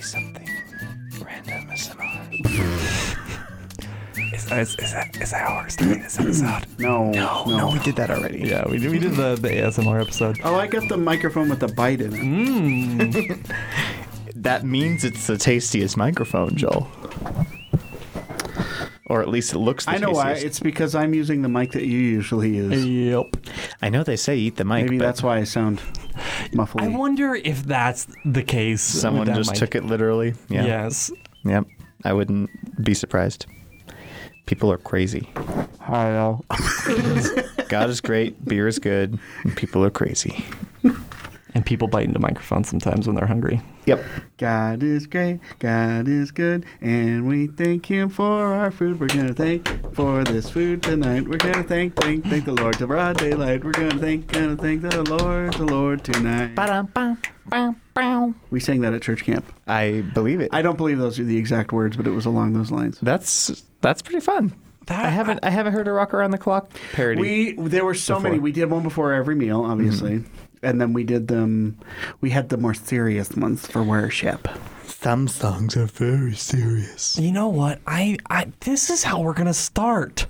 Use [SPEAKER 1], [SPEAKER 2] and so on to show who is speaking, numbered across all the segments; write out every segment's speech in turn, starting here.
[SPEAKER 1] something random SMR. is, is, is that is that how we're starting this episode?
[SPEAKER 2] No,
[SPEAKER 1] Mm-hmm. No,
[SPEAKER 2] no,
[SPEAKER 1] no,
[SPEAKER 2] we did that already.
[SPEAKER 1] Yeah, we did, we did the, the ASMR episode.
[SPEAKER 2] Oh, I got the microphone with the bite in
[SPEAKER 1] Mm-hmm.
[SPEAKER 2] it.
[SPEAKER 3] That means it's the tastiest microphone, Joel. Or at least it looks. The
[SPEAKER 2] I know why.
[SPEAKER 3] tastiest.
[SPEAKER 2] It's because I'm using the mic that you usually use.
[SPEAKER 1] Yep.
[SPEAKER 3] I know they say eat the mic.
[SPEAKER 2] Maybe
[SPEAKER 3] but
[SPEAKER 2] that's why I sound muffled.
[SPEAKER 1] I wonder if that's the case.
[SPEAKER 3] someone just took it literally. Yeah.
[SPEAKER 1] Yes.
[SPEAKER 3] Yep. I wouldn't be surprised. People are crazy.
[SPEAKER 2] Hello.
[SPEAKER 3] God is great. Beer is good. And people are crazy.
[SPEAKER 1] And people bite into microphones sometimes when they're hungry.
[SPEAKER 3] Yep.
[SPEAKER 2] God is great. God is good, and we thank Him for our food. We're gonna thank for this food tonight. We're gonna thank, thank, thank the Lord to broad daylight. We're gonna thank, gonna thank the Lord, the Lord tonight. We sang that at church camp.
[SPEAKER 3] I believe it.
[SPEAKER 2] I don't believe those are the exact words, but it was along those lines.
[SPEAKER 3] that's that's pretty fun.
[SPEAKER 1] That-
[SPEAKER 3] I haven't I haven't heard a rock around the clock parody.
[SPEAKER 2] We there were so
[SPEAKER 3] Before.
[SPEAKER 2] many. We did one before Mhm. every meal, obviously, and then we did them. We had the more serious ones for worship.
[SPEAKER 3] Some songs are very serious.
[SPEAKER 1] You know what? I, I this is how we're gonna start.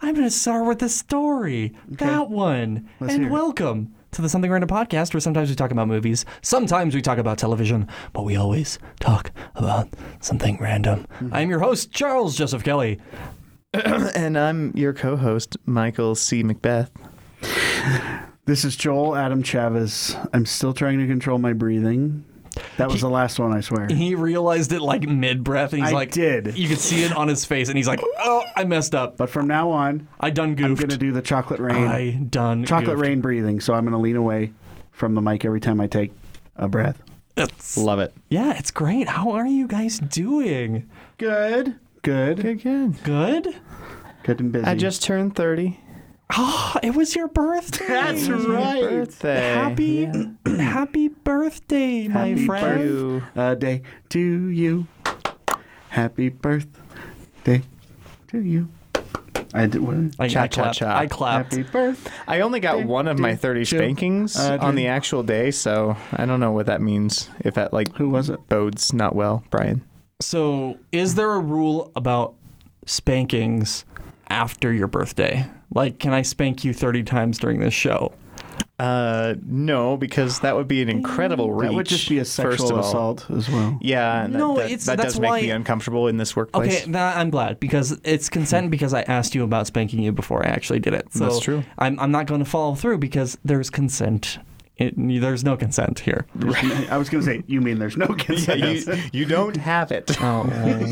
[SPEAKER 1] I'm gonna start with the story. That one.
[SPEAKER 2] Let's
[SPEAKER 1] and
[SPEAKER 2] hear it.
[SPEAKER 1] welcome to the Something Random podcast, where sometimes we talk about movies, sometimes we talk about television, but we always talk about something random.
[SPEAKER 3] Mm-hmm.
[SPEAKER 1] I'm your host, Charles Joseph Kelly.
[SPEAKER 3] And I'm your co-host Michael C. Macbeth.
[SPEAKER 2] This is Joel Adam Chavez. I'm still trying to control my breathing. That was the last one, I swear.
[SPEAKER 1] He realized it like mid breath, and he's
[SPEAKER 2] I
[SPEAKER 1] like,
[SPEAKER 2] did.
[SPEAKER 1] You could see it on his face, and he's like, "Oh, I messed up.
[SPEAKER 2] But from now on,
[SPEAKER 1] I done
[SPEAKER 2] I'm
[SPEAKER 1] goofed.
[SPEAKER 2] gonna do the chocolate rain,
[SPEAKER 1] I done
[SPEAKER 2] chocolate
[SPEAKER 1] goofed.
[SPEAKER 2] rain breathing. So I'm gonna lean away from the mic every time I take a breath.
[SPEAKER 1] It's-
[SPEAKER 3] Love it.
[SPEAKER 1] yeah, it's great. How are you guys doing?
[SPEAKER 2] Good, good,
[SPEAKER 3] Again.
[SPEAKER 1] Good.
[SPEAKER 2] good and busy.
[SPEAKER 3] I just turned 30.
[SPEAKER 1] Oh, it was your birthday.
[SPEAKER 2] that's
[SPEAKER 3] My
[SPEAKER 2] right.
[SPEAKER 3] birthday.
[SPEAKER 1] Happy, happy birthday, my
[SPEAKER 3] Happy
[SPEAKER 1] friend.
[SPEAKER 3] birthday.
[SPEAKER 2] a day to you. Happy birthday to you. I did what?
[SPEAKER 1] I, I
[SPEAKER 3] Cha, cha,
[SPEAKER 1] clapped.
[SPEAKER 3] cha.
[SPEAKER 1] I clapped.
[SPEAKER 2] Happy birthday.
[SPEAKER 3] I only got one of my 30
[SPEAKER 2] Jill.
[SPEAKER 3] spankings
[SPEAKER 2] Uh,
[SPEAKER 3] on
[SPEAKER 2] Jill.
[SPEAKER 3] the actual day, so I don't know what that means. If that like
[SPEAKER 2] Who was it?
[SPEAKER 3] bodes not well, Brian.
[SPEAKER 1] So, is there a rule about spankings after your birthday? Like, can I spank you 30 times during this show?
[SPEAKER 3] Uh, no, because that would be an incredible reach.
[SPEAKER 2] That would just be a
[SPEAKER 3] first of
[SPEAKER 2] sexual
[SPEAKER 3] all.
[SPEAKER 2] assault as well.
[SPEAKER 3] Yeah, and that,
[SPEAKER 1] No,
[SPEAKER 3] that,
[SPEAKER 1] it's-
[SPEAKER 3] that
[SPEAKER 1] that's
[SPEAKER 3] does make
[SPEAKER 1] why-
[SPEAKER 3] me uncomfortable in this workplace.
[SPEAKER 1] Okay, that, I'm glad because it's consent because I asked you about spanking you before I actually did it. So
[SPEAKER 3] That's true.
[SPEAKER 1] I'm, I'm not going to follow through because there's consent. It, there's no consent here.
[SPEAKER 2] There's- I was going to say, you mean there's no
[SPEAKER 3] Yeah,
[SPEAKER 2] consent?
[SPEAKER 3] you, you don't have it.
[SPEAKER 1] Oh,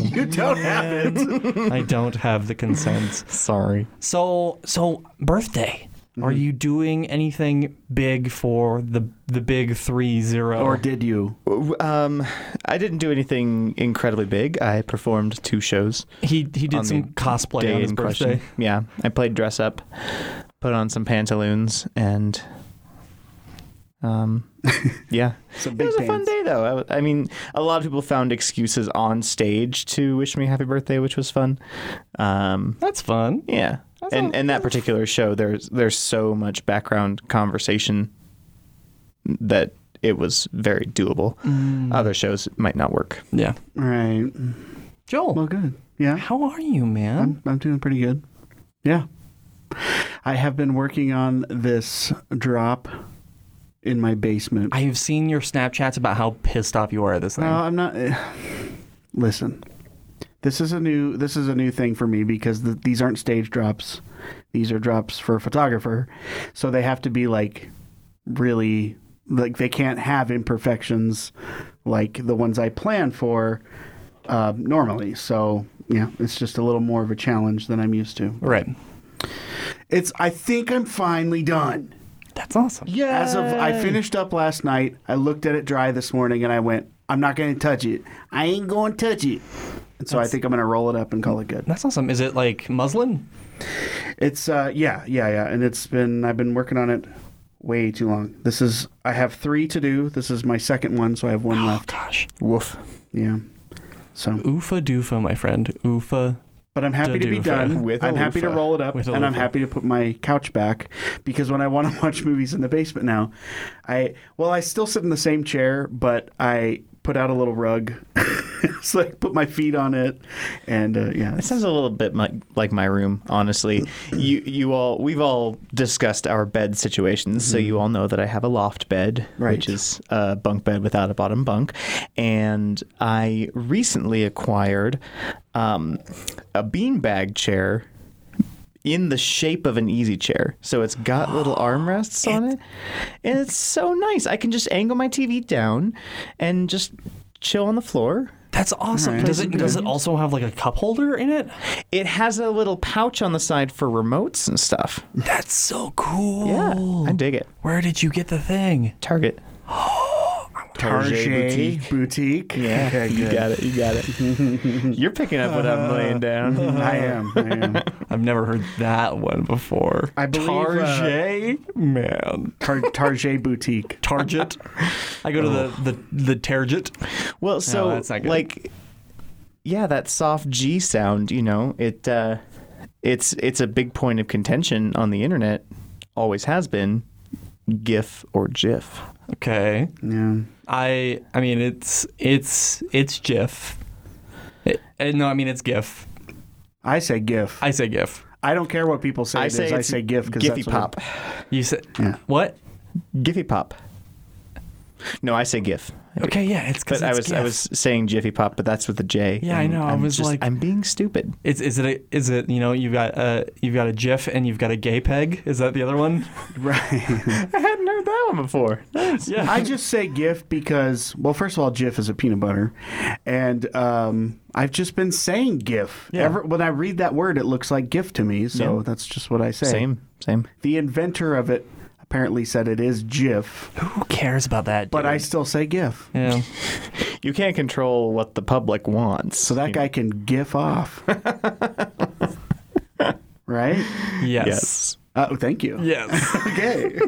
[SPEAKER 2] you don't have it.
[SPEAKER 1] I don't have the consent.
[SPEAKER 3] Sorry.
[SPEAKER 1] So, so birthday. Are you doing anything big for the the big three zero?
[SPEAKER 2] Or did you?
[SPEAKER 3] Um, I didn't do anything incredibly big. I performed two shows.
[SPEAKER 1] he he did
[SPEAKER 3] on
[SPEAKER 1] some
[SPEAKER 3] the
[SPEAKER 1] cosplay on his
[SPEAKER 3] in
[SPEAKER 1] birthday.
[SPEAKER 3] question. Yeah, I played dress up, put on some pantaloons, and um, yeah,
[SPEAKER 2] Some
[SPEAKER 3] it
[SPEAKER 2] big
[SPEAKER 3] was a fun
[SPEAKER 2] dance.
[SPEAKER 3] day though. I w- I, mean, a lot of people found excuses on stage to wish me happy birthday, which was fun. Um,
[SPEAKER 1] That's fun.
[SPEAKER 3] yeah,
[SPEAKER 1] That's
[SPEAKER 3] and
[SPEAKER 1] a-
[SPEAKER 3] and that particular show, there's there's so much background conversation that it was very doable. Other shows might not work.
[SPEAKER 1] Yeah,
[SPEAKER 2] Right.
[SPEAKER 1] Joel,
[SPEAKER 2] Well, good. Yeah.
[SPEAKER 1] how are you, man?
[SPEAKER 2] I'm, I'm doing pretty good. Yeah. I have been working on this drop in my basement.
[SPEAKER 1] I have seen your Snapchats about how pissed off you are at this thing.
[SPEAKER 2] No, I'm not. eh. Listen, this is a new this is a new thing for me because th these aren't stage drops; these are drops for a photographer, so they have to be like really like they can't have imperfections like the ones I plan for uh, normally. So yeah, it's just a little more of a challenge than I'm used to.
[SPEAKER 1] right.
[SPEAKER 2] It's I think I'm finally done.
[SPEAKER 1] That's awesome.
[SPEAKER 3] Yeah,
[SPEAKER 2] As of I finished up last night, I looked at it dry this morning and I went, I'm not going to touch it. I ain't going to touch it. And so I think I'm going to roll it up and call it good.
[SPEAKER 1] That's awesome. Is it like muslin?
[SPEAKER 2] It's uh yeah, yeah, yeah, and it's been I've been working on it way too long. This is I have 3 to do. This is my second one, so I have one
[SPEAKER 1] Oh
[SPEAKER 2] left.
[SPEAKER 1] gosh.
[SPEAKER 3] woof.
[SPEAKER 2] Yeah. So,
[SPEAKER 1] Oofa doofa, my friend. Oofa.
[SPEAKER 2] but I'm happy to be
[SPEAKER 1] Doofa.
[SPEAKER 2] done.
[SPEAKER 3] With a
[SPEAKER 2] I'm happy to
[SPEAKER 3] loofah.
[SPEAKER 2] roll it up,
[SPEAKER 1] With a
[SPEAKER 2] and I'm
[SPEAKER 1] loofah.
[SPEAKER 2] happy to put my couch back because when I want to watch movies in the basement now, I well, I still sit in the same chair, but I put out a little rug. it's like put my feet on it, and uh, yeah,
[SPEAKER 3] It sounds a little bit like like my room, honestly. you you all we've all discussed our bed situations, so you all know that I have a loft bed,
[SPEAKER 2] Right.
[SPEAKER 3] which is a bunk bed without a bottom bunk, and I recently acquired um, a beanbag chair in the shape of an easy chair. So it's got little armrests on it, and it's so nice. I can just angle my TV down and just chill on the floor.
[SPEAKER 1] That's awesome.
[SPEAKER 2] Alright.
[SPEAKER 1] Does it does it also have like a cup holder in it?
[SPEAKER 3] It has a little pouch on the side for remotes and stuff.
[SPEAKER 1] That's so cool.
[SPEAKER 3] Yeah, I dig it.
[SPEAKER 1] Where did you get the thing?
[SPEAKER 3] Target.
[SPEAKER 2] Target boutique. Yeah,
[SPEAKER 3] you got it. You got it. You're picking up what I'm laying down.
[SPEAKER 2] I am. I am.
[SPEAKER 1] I've never heard that one before.
[SPEAKER 2] I believe, uh,
[SPEAKER 1] Target man.
[SPEAKER 2] Tar- Target boutique.
[SPEAKER 1] Target. I go to the the the Target.
[SPEAKER 3] Well, so
[SPEAKER 1] that's not good.
[SPEAKER 3] like, yeah, that soft G sound. You know, it uh, it's it's a big point of contention on the internet. Always has been. GIF or GIF.
[SPEAKER 1] Okay.
[SPEAKER 2] Yeah.
[SPEAKER 1] I I mean it's it's it's GIF. It- eh, no, I mean it's GIF.
[SPEAKER 2] I say GIF. I,
[SPEAKER 1] I say GIF.
[SPEAKER 2] don't care what people say.
[SPEAKER 3] I
[SPEAKER 2] it is.
[SPEAKER 3] say
[SPEAKER 2] I
[SPEAKER 3] it's
[SPEAKER 2] say GIF because
[SPEAKER 3] Giphy
[SPEAKER 2] that's what
[SPEAKER 3] pop.
[SPEAKER 1] You said
[SPEAKER 2] Yeah.
[SPEAKER 1] what?
[SPEAKER 3] Giphy pop. No, I say GIF.
[SPEAKER 1] Okay, yeah, it's because
[SPEAKER 3] But I was I was saying Jiffy Pop, but that's with the J.
[SPEAKER 1] Yeah, I
[SPEAKER 3] and
[SPEAKER 1] know. I
[SPEAKER 3] I'm
[SPEAKER 1] was like-
[SPEAKER 3] I'm being stupid.
[SPEAKER 1] It's, is it a, is it you know you've got a you've got a GIF and you've got a gay peg? Is that the other one?
[SPEAKER 2] Right.
[SPEAKER 3] I hadn't heard that one before.
[SPEAKER 1] yeah.
[SPEAKER 2] I just say GIF because, well, first of all, GIF is a peanut butter, and um, I've just been saying GIF.
[SPEAKER 1] Yeah.
[SPEAKER 2] Ever, when I read that word, it looks like GIF to me, so
[SPEAKER 3] Yeah.
[SPEAKER 2] that's just what I say.
[SPEAKER 3] Same, same.
[SPEAKER 2] The inventor of it apparently said it is GIF,
[SPEAKER 1] Who cares about that?
[SPEAKER 2] but I still say GIF.
[SPEAKER 1] yeah.
[SPEAKER 3] You can't control what the public wants.
[SPEAKER 2] So that guy can GIF off. right?
[SPEAKER 1] Yes.
[SPEAKER 3] Yes.
[SPEAKER 2] Oh, thank you.
[SPEAKER 1] Yes.
[SPEAKER 2] Okay.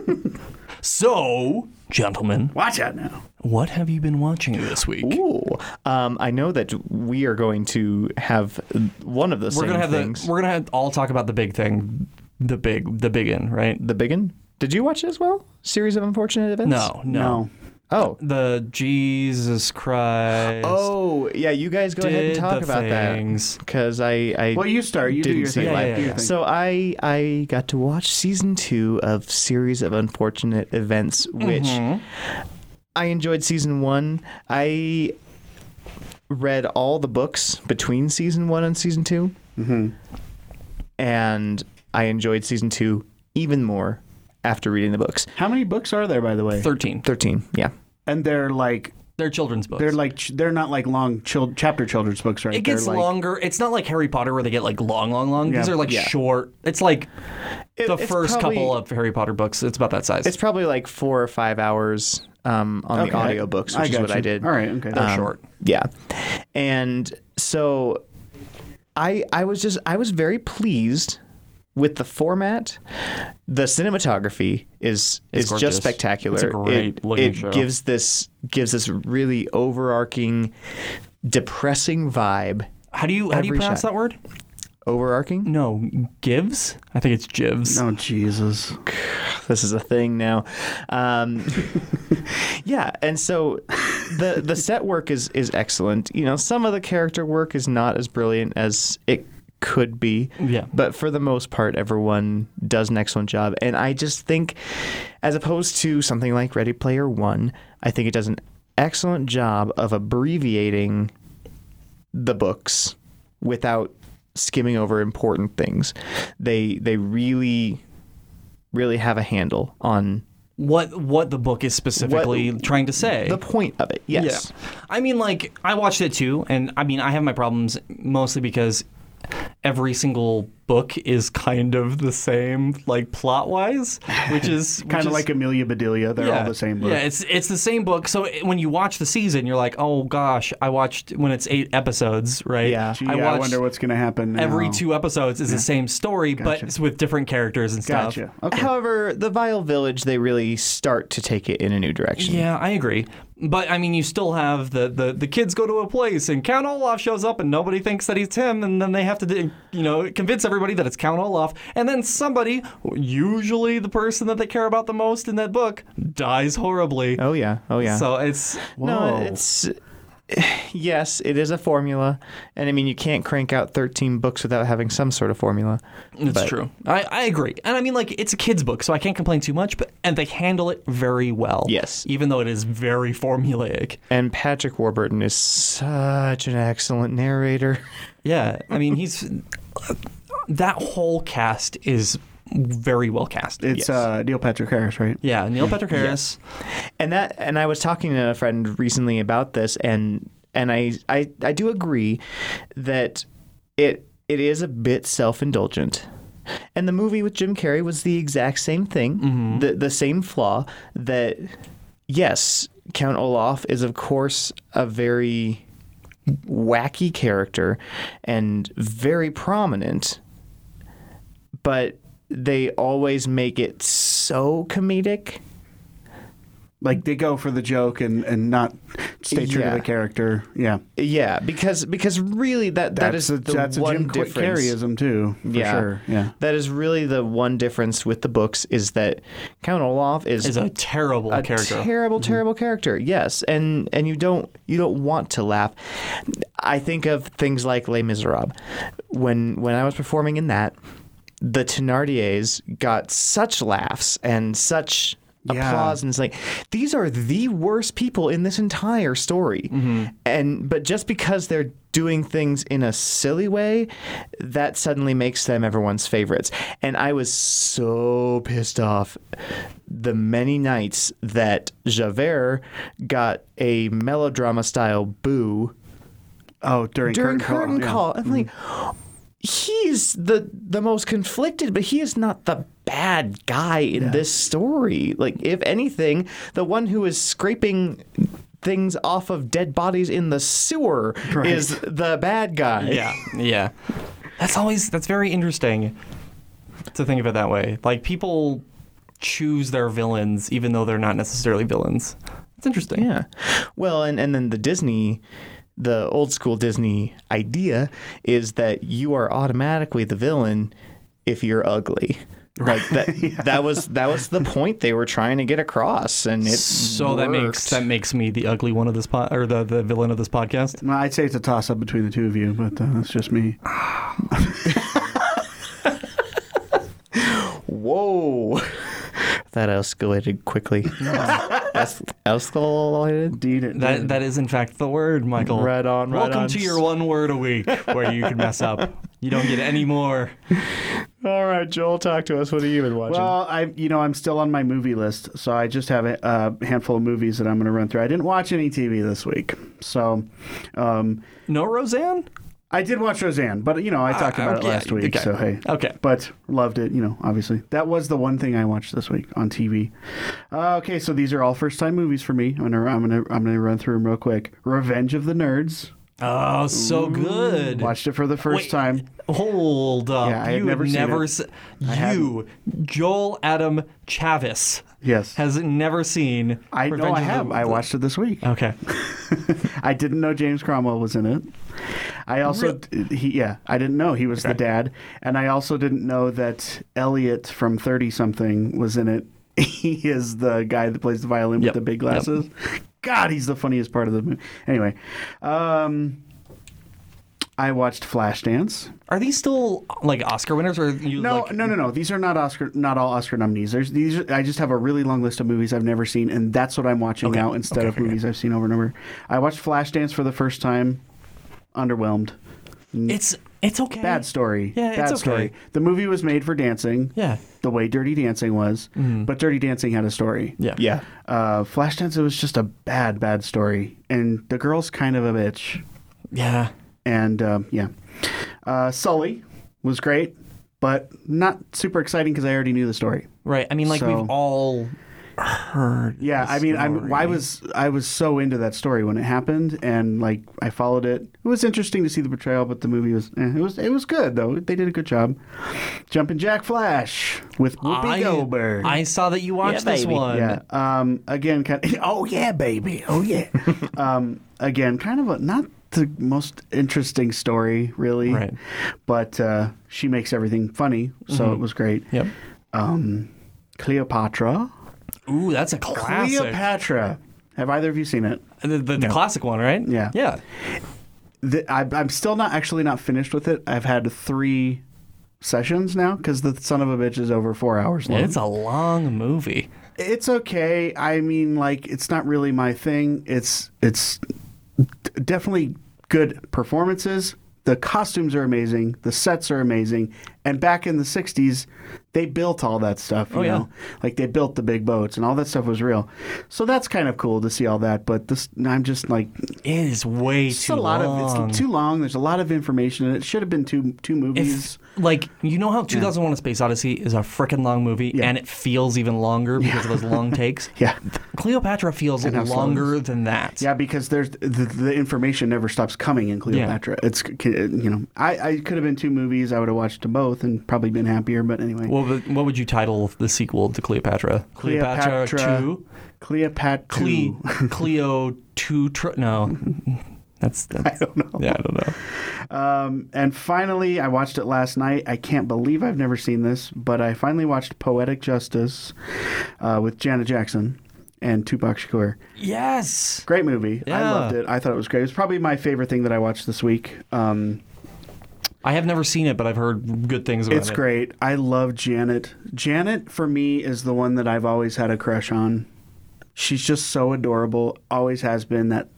[SPEAKER 1] so, gentlemen,
[SPEAKER 2] Watch out now.
[SPEAKER 1] what have you been watching this week?
[SPEAKER 3] Ooh. Um, I know that we are going to have one of the
[SPEAKER 1] we're
[SPEAKER 3] same
[SPEAKER 1] gonna have
[SPEAKER 3] things.
[SPEAKER 1] the we're gonna have, all talk about the big thing, the big the big end, right?
[SPEAKER 3] the biggin. Did you watch it as well? Series of unfortunate events.
[SPEAKER 1] No, no,
[SPEAKER 2] No.
[SPEAKER 3] Oh.
[SPEAKER 1] The Jesus Christ.
[SPEAKER 3] Oh, yeah. You guys go ahead
[SPEAKER 1] Did
[SPEAKER 3] and talk
[SPEAKER 1] the
[SPEAKER 3] about
[SPEAKER 1] things.
[SPEAKER 3] that because I, I
[SPEAKER 2] Well, you start. You do
[SPEAKER 3] didn't
[SPEAKER 2] your
[SPEAKER 3] see
[SPEAKER 2] thing.
[SPEAKER 3] it
[SPEAKER 1] Yeah,
[SPEAKER 3] live.
[SPEAKER 1] yeah, yeah.
[SPEAKER 3] So I I got to watch season two of series of unfortunate events, which
[SPEAKER 2] Mm-hmm.
[SPEAKER 3] I enjoyed season one. I read all the books between season one and season 2 mm-hmm. and I enjoyed season two even more after reading the books.
[SPEAKER 2] How many books are there, by the way?
[SPEAKER 1] Thirteen.
[SPEAKER 3] Thirteen, yeah.
[SPEAKER 2] And they're like
[SPEAKER 1] They're children's books.
[SPEAKER 2] they're like ch- they're not like long chil- chapter children's books, right?
[SPEAKER 1] it gets
[SPEAKER 2] they're like,
[SPEAKER 1] longer. It's not like Harry Potter where they get like long, long, long. These
[SPEAKER 2] Yeah.
[SPEAKER 1] are like
[SPEAKER 3] Yeah.
[SPEAKER 1] short. It's like the
[SPEAKER 3] it's
[SPEAKER 1] first
[SPEAKER 3] probably-
[SPEAKER 1] couple of Harry Potter books. It's about that size.
[SPEAKER 3] It's probably like four or five hours um, on the
[SPEAKER 2] Okay.
[SPEAKER 3] audiobooks, which
[SPEAKER 2] I
[SPEAKER 3] is
[SPEAKER 2] got
[SPEAKER 3] what
[SPEAKER 2] you.
[SPEAKER 3] I did. Um,
[SPEAKER 2] All right, okay.
[SPEAKER 1] They're short.
[SPEAKER 3] Yeah. And so I I was just I was very pleased with the format. The cinematography is
[SPEAKER 1] It's
[SPEAKER 3] is
[SPEAKER 1] gorgeous.
[SPEAKER 3] just spectacular.
[SPEAKER 1] It's a great
[SPEAKER 3] it
[SPEAKER 1] looking
[SPEAKER 3] it
[SPEAKER 1] show.
[SPEAKER 3] gives this gives this really overarching depressing vibe.
[SPEAKER 1] How do you how do you
[SPEAKER 3] Every
[SPEAKER 1] pronounce
[SPEAKER 3] shot.
[SPEAKER 1] that word?
[SPEAKER 3] Overarching?
[SPEAKER 1] No, gives. I think it's gives.
[SPEAKER 2] Oh Jesus!
[SPEAKER 3] This is a thing now. Um, yeah, and so the the set work is is excellent. You know, some of the character work is not as brilliant as it could be.
[SPEAKER 1] Yeah.
[SPEAKER 3] But for the most part, everyone does an excellent job. And I just think, as opposed to something like Ready Player One, I think it does an excellent job of abbreviating the books without skimming over important things. They they really really have a handle on
[SPEAKER 1] What what the book is specifically trying to say.
[SPEAKER 3] the point of it. Yes.
[SPEAKER 1] Yeah. I mean, like, I watched it too, and I mean, I have my problems mostly because every single book is kind of the same, like plot wise, which is
[SPEAKER 2] Kind of like Amelia Bedelia. They're
[SPEAKER 1] yeah.
[SPEAKER 2] all the same book.
[SPEAKER 1] Yeah, it's it's the same book. So it- when you watch the season, you're like, oh gosh, I watched when it's eight episodes, right?
[SPEAKER 3] Yeah.
[SPEAKER 2] Gee,
[SPEAKER 1] I
[SPEAKER 2] I,
[SPEAKER 1] watched
[SPEAKER 2] wonder what's going to happen. Now.
[SPEAKER 1] every two episodes is the same story, but it's with different characters and stuff.
[SPEAKER 2] Gotcha. Okay.
[SPEAKER 3] However, the Vile Village, they really start to take it in a new direction.
[SPEAKER 1] Yeah, I agree. But I mean, you still have the, the, the kids go to a place and Count Olaf shows up and nobody thinks that he's him, and then they have to, do- eh, you know, convince everybody that it's Count Olaf, and then somebody, usually the person that they care about the most in that book, dies horribly.
[SPEAKER 3] Oh yeah. Oh yeah.
[SPEAKER 1] So it's
[SPEAKER 3] No,
[SPEAKER 2] Whoa.
[SPEAKER 3] it's yes, it is a formula, and I mean you can't crank out thirteen books without having some sort of formula.
[SPEAKER 1] It's
[SPEAKER 3] But-
[SPEAKER 1] true. I, I agree. And I mean, like, it's a kid's book, so I can't complain too much, but and they handle it very well.
[SPEAKER 3] Yes.
[SPEAKER 1] Even though it is very formulaic.
[SPEAKER 3] And Patrick Warburton is such an excellent narrator.
[SPEAKER 1] Yeah. I mean, he's. That whole cast is very well cast.
[SPEAKER 3] Yes.
[SPEAKER 2] It's uh, Neil Patrick Harris, right?
[SPEAKER 1] yeah. Neil Patrick Harris.
[SPEAKER 3] And that and I was talking to a friend recently about this and and I I, I do agree that it it is a bit self-indulgent. And the movie with Jim Carrey was the exact same thing, the the same flaw that yes, Count Olaf is of course a very wacky character and very prominent but they always make it so comedic
[SPEAKER 2] Like they go for the joke and, and not stay true
[SPEAKER 3] Yeah.
[SPEAKER 2] to the character. Yeah,
[SPEAKER 3] Yeah, because because really that that is
[SPEAKER 2] a,
[SPEAKER 3] the
[SPEAKER 2] that's
[SPEAKER 3] one
[SPEAKER 2] a Jim Qu-
[SPEAKER 3] difference.
[SPEAKER 2] Carreyism too. For
[SPEAKER 3] yeah,
[SPEAKER 2] sure. Yeah.
[SPEAKER 3] that is really the one difference with the books is that Count Olaf is,
[SPEAKER 1] Is a terrible
[SPEAKER 3] a
[SPEAKER 1] character.
[SPEAKER 3] terrible,
[SPEAKER 2] Mm-hmm.
[SPEAKER 3] terrible character. Yes, and and you don't you don't want to laugh. I think of things like Les Miserables. When when I was performing in that, the Thenardiers got such laughs and such.
[SPEAKER 2] Yeah.
[SPEAKER 3] Applause and it's like these are the worst people in this entire story, and but just because they're doing things in a silly way, that suddenly makes them everyone's favorites. And I was so pissed off the many nights that Javert got a melodrama style boo
[SPEAKER 2] Oh, during,
[SPEAKER 3] during curtain
[SPEAKER 2] curtain
[SPEAKER 3] call. I'm like, he's the the most conflicted, but he is not the bad guy in this story. Like, if anything, the one who is scraping things off of dead bodies in the sewer is the bad guy.
[SPEAKER 1] Yeah. Yeah. That's always. That's very interesting to think of it that way. Like, people choose their villains even though they're not necessarily villains. It's interesting.
[SPEAKER 3] Yeah. Well, and, and then the Disney, the old school Disney idea is that you are automatically the villain if you're ugly. Like that that was that was the point they were trying to get across and it
[SPEAKER 1] So that makes
[SPEAKER 3] worked.
[SPEAKER 1] that makes me the ugly one of this pod or the, the villain of this podcast.
[SPEAKER 2] Well, I'd say it's a toss up between the two of you, but uh, that's just me.
[SPEAKER 3] Whoa. that escalated quickly. Es- escalated.
[SPEAKER 2] Indeed, it
[SPEAKER 1] That that is in fact the word, Michael.
[SPEAKER 3] Right on, right
[SPEAKER 1] Welcome
[SPEAKER 3] on.
[SPEAKER 1] to your one word a week where you can mess up. You don't get any more.
[SPEAKER 3] All right, Joel, talk to us. What have you been watching?
[SPEAKER 2] Well, I you know I'm still on my movie list, so I just have a, a handful of movies that I'm going to run through. I didn't watch any TV this week, so um,
[SPEAKER 1] No Roseanne?
[SPEAKER 2] I did watch Roseanne, but you know I talked
[SPEAKER 1] Ah,
[SPEAKER 2] about
[SPEAKER 1] okay,
[SPEAKER 2] it last week,
[SPEAKER 1] okay.
[SPEAKER 2] so hey,
[SPEAKER 1] Okay.
[SPEAKER 2] but loved it. You know, obviously that was the one thing I watched this week on TV. Uh, okay, so these are all first time movies for me. I'm gonna I'm gonna I'm gonna run through them real quick. Revenge of the Nerds.
[SPEAKER 1] Oh, so good.
[SPEAKER 2] Watched it for the first
[SPEAKER 1] Wait,
[SPEAKER 2] time.
[SPEAKER 1] Hold up.
[SPEAKER 2] Yeah, I had
[SPEAKER 1] you
[SPEAKER 2] never
[SPEAKER 1] have
[SPEAKER 2] seen
[SPEAKER 1] never
[SPEAKER 2] it.
[SPEAKER 1] se- you Joel Adam Chavis
[SPEAKER 2] Yes.
[SPEAKER 1] has never seen
[SPEAKER 2] I know
[SPEAKER 1] Revenge
[SPEAKER 2] I
[SPEAKER 1] of the-
[SPEAKER 2] have. I watched it this week.
[SPEAKER 1] Okay.
[SPEAKER 2] I didn't know James Cromwell was in it. I also, he, yeah, I didn't know he was the dad, and I also didn't know that Elliot from Thirty Something was in it. He is the guy that plays the violin with
[SPEAKER 1] Yep.
[SPEAKER 2] the big glasses. God, he's the funniest part of the movie. Anyway, um, I watched Flashdance.
[SPEAKER 1] Are these still like Oscar winners or are you
[SPEAKER 2] No,
[SPEAKER 1] like
[SPEAKER 2] no, no, no. These are not Oscar, not all Oscar nominees. There's these. Are, I just have a really long list of movies I've never seen, and that's what I'm watching now instead of movies I've seen over and over. I watched Flashdance for the first time. Underwhelmed.
[SPEAKER 1] It's it's okay.
[SPEAKER 2] Bad story.
[SPEAKER 1] Yeah, it's
[SPEAKER 2] Bad
[SPEAKER 1] okay.
[SPEAKER 2] story. The movie was made for dancing.
[SPEAKER 1] Yeah.
[SPEAKER 2] The way Dirty Dancing was, but Dirty Dancing had a story.
[SPEAKER 1] Mm-hmm. Yeah.
[SPEAKER 3] yeah.
[SPEAKER 2] Uh, Flashdance, it was just a bad, bad story, and the girl's kind of a bitch.
[SPEAKER 1] Yeah.
[SPEAKER 2] And um, yeah, uh, Sully was great, but not super exciting because I already knew the story.
[SPEAKER 1] Right. I mean, like
[SPEAKER 2] So-
[SPEAKER 1] we've all heard.
[SPEAKER 2] Yeah,
[SPEAKER 1] the
[SPEAKER 2] I mean, I'm, I
[SPEAKER 1] story.
[SPEAKER 2] was I was so into that story when it happened, and like I followed it. It was interesting to see the portrayal, but the movie was eh, it was it was good though. They did a good job. Jumping Jack Flash with Whoopi
[SPEAKER 1] I-
[SPEAKER 2] Goldberg.
[SPEAKER 1] I saw that you watched
[SPEAKER 3] Yeah,
[SPEAKER 1] this
[SPEAKER 3] baby.
[SPEAKER 1] one.
[SPEAKER 2] yeah. Um. Again, kind. Of, oh yeah, baby. Oh yeah. um. Again, kind of a not the most interesting story, really.
[SPEAKER 1] Right. Mm-hmm.
[SPEAKER 2] But uh, she makes everything funny, so it was great.
[SPEAKER 1] Yep.
[SPEAKER 2] Um, Cleopatra.
[SPEAKER 1] Ooh, that's a classic.
[SPEAKER 2] Cleopatra. Have either of you seen it?
[SPEAKER 1] The, the, the classic one, right?
[SPEAKER 2] Yeah.
[SPEAKER 1] Yeah.
[SPEAKER 2] The, I, I'm still not actually not finished with it. I've had three sessions now because the son of a bitch is over four hours long.
[SPEAKER 1] It's a long movie.
[SPEAKER 2] It's okay. I mean, like, it's not really my thing. It's it's d- definitely good performances. The costumes are amazing. The sets are amazing. And back in the '60s, they built all that stuff. You
[SPEAKER 1] Oh, yeah.
[SPEAKER 2] know, like they built the big boats and all that stuff was real. So that's kind of cool to see all that. But this, I'm just like,
[SPEAKER 1] It is way
[SPEAKER 2] it's a
[SPEAKER 1] too
[SPEAKER 2] lot
[SPEAKER 1] long.
[SPEAKER 2] of it's too long. There's a lot of information, and it should have been two two movies.
[SPEAKER 1] If, like you know how 2001: A Space Odyssey is a freaking long movie,
[SPEAKER 2] Yeah.
[SPEAKER 1] and it feels even longer because of those long takes.
[SPEAKER 2] yeah.
[SPEAKER 1] Cleopatra feels
[SPEAKER 2] how slow it
[SPEAKER 1] longer than that.
[SPEAKER 2] Yeah, because there's the, the information never stops coming in Cleopatra. It's c- you know I, I could have been two movies. I would have watched them both and probably been happier. But anyway,
[SPEAKER 1] What would, what would you title the sequel to Cleopatra? Cleopatra,
[SPEAKER 2] Cleopatra-
[SPEAKER 1] Two.
[SPEAKER 2] Cleopatra.
[SPEAKER 1] Cle Cleo Two. Tr- no, that's, that's
[SPEAKER 2] I don't know.
[SPEAKER 1] yeah. I don't know.
[SPEAKER 2] Um, and finally, I watched it last night. I can't believe I've never seen this, but I finally watched Poetic Justice uh, with Janet Jackson and Tupac Shakur.
[SPEAKER 1] Yes.
[SPEAKER 2] Great movie. I
[SPEAKER 1] Yeah.
[SPEAKER 2] loved it. I thought it was great. It was probably my favorite thing that I watched this week. Um,
[SPEAKER 1] I have never seen it, but I've heard good things about
[SPEAKER 2] It's
[SPEAKER 1] it.
[SPEAKER 2] great. I love Janet. Janet for me is the one that I've always had a crush on. She's just so adorable. Always has been that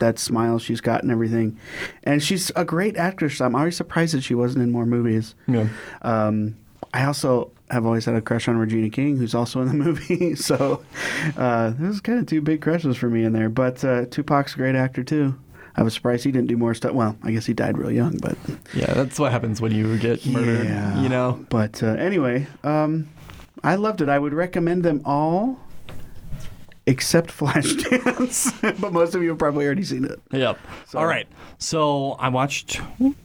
[SPEAKER 2] that smile she's got and everything. And she's a great actress. I'm always surprised that she wasn't in more movies.
[SPEAKER 1] Yeah.
[SPEAKER 2] Um, I also have always had a crush on Regina King, who's also in the movie. so uh, this is kind of two big crushes for me in there. But uh, Tupac's a great actor too. I was surprised he didn't do more stuff. Well, I guess he died real young, but
[SPEAKER 1] Yeah, that's what happens when you get murdered. You know.
[SPEAKER 2] but uh, anyway, um, I loved it. I would recommend them all, except Flashdance. but most of you have probably already seen it.
[SPEAKER 1] Yep. All right. So I watched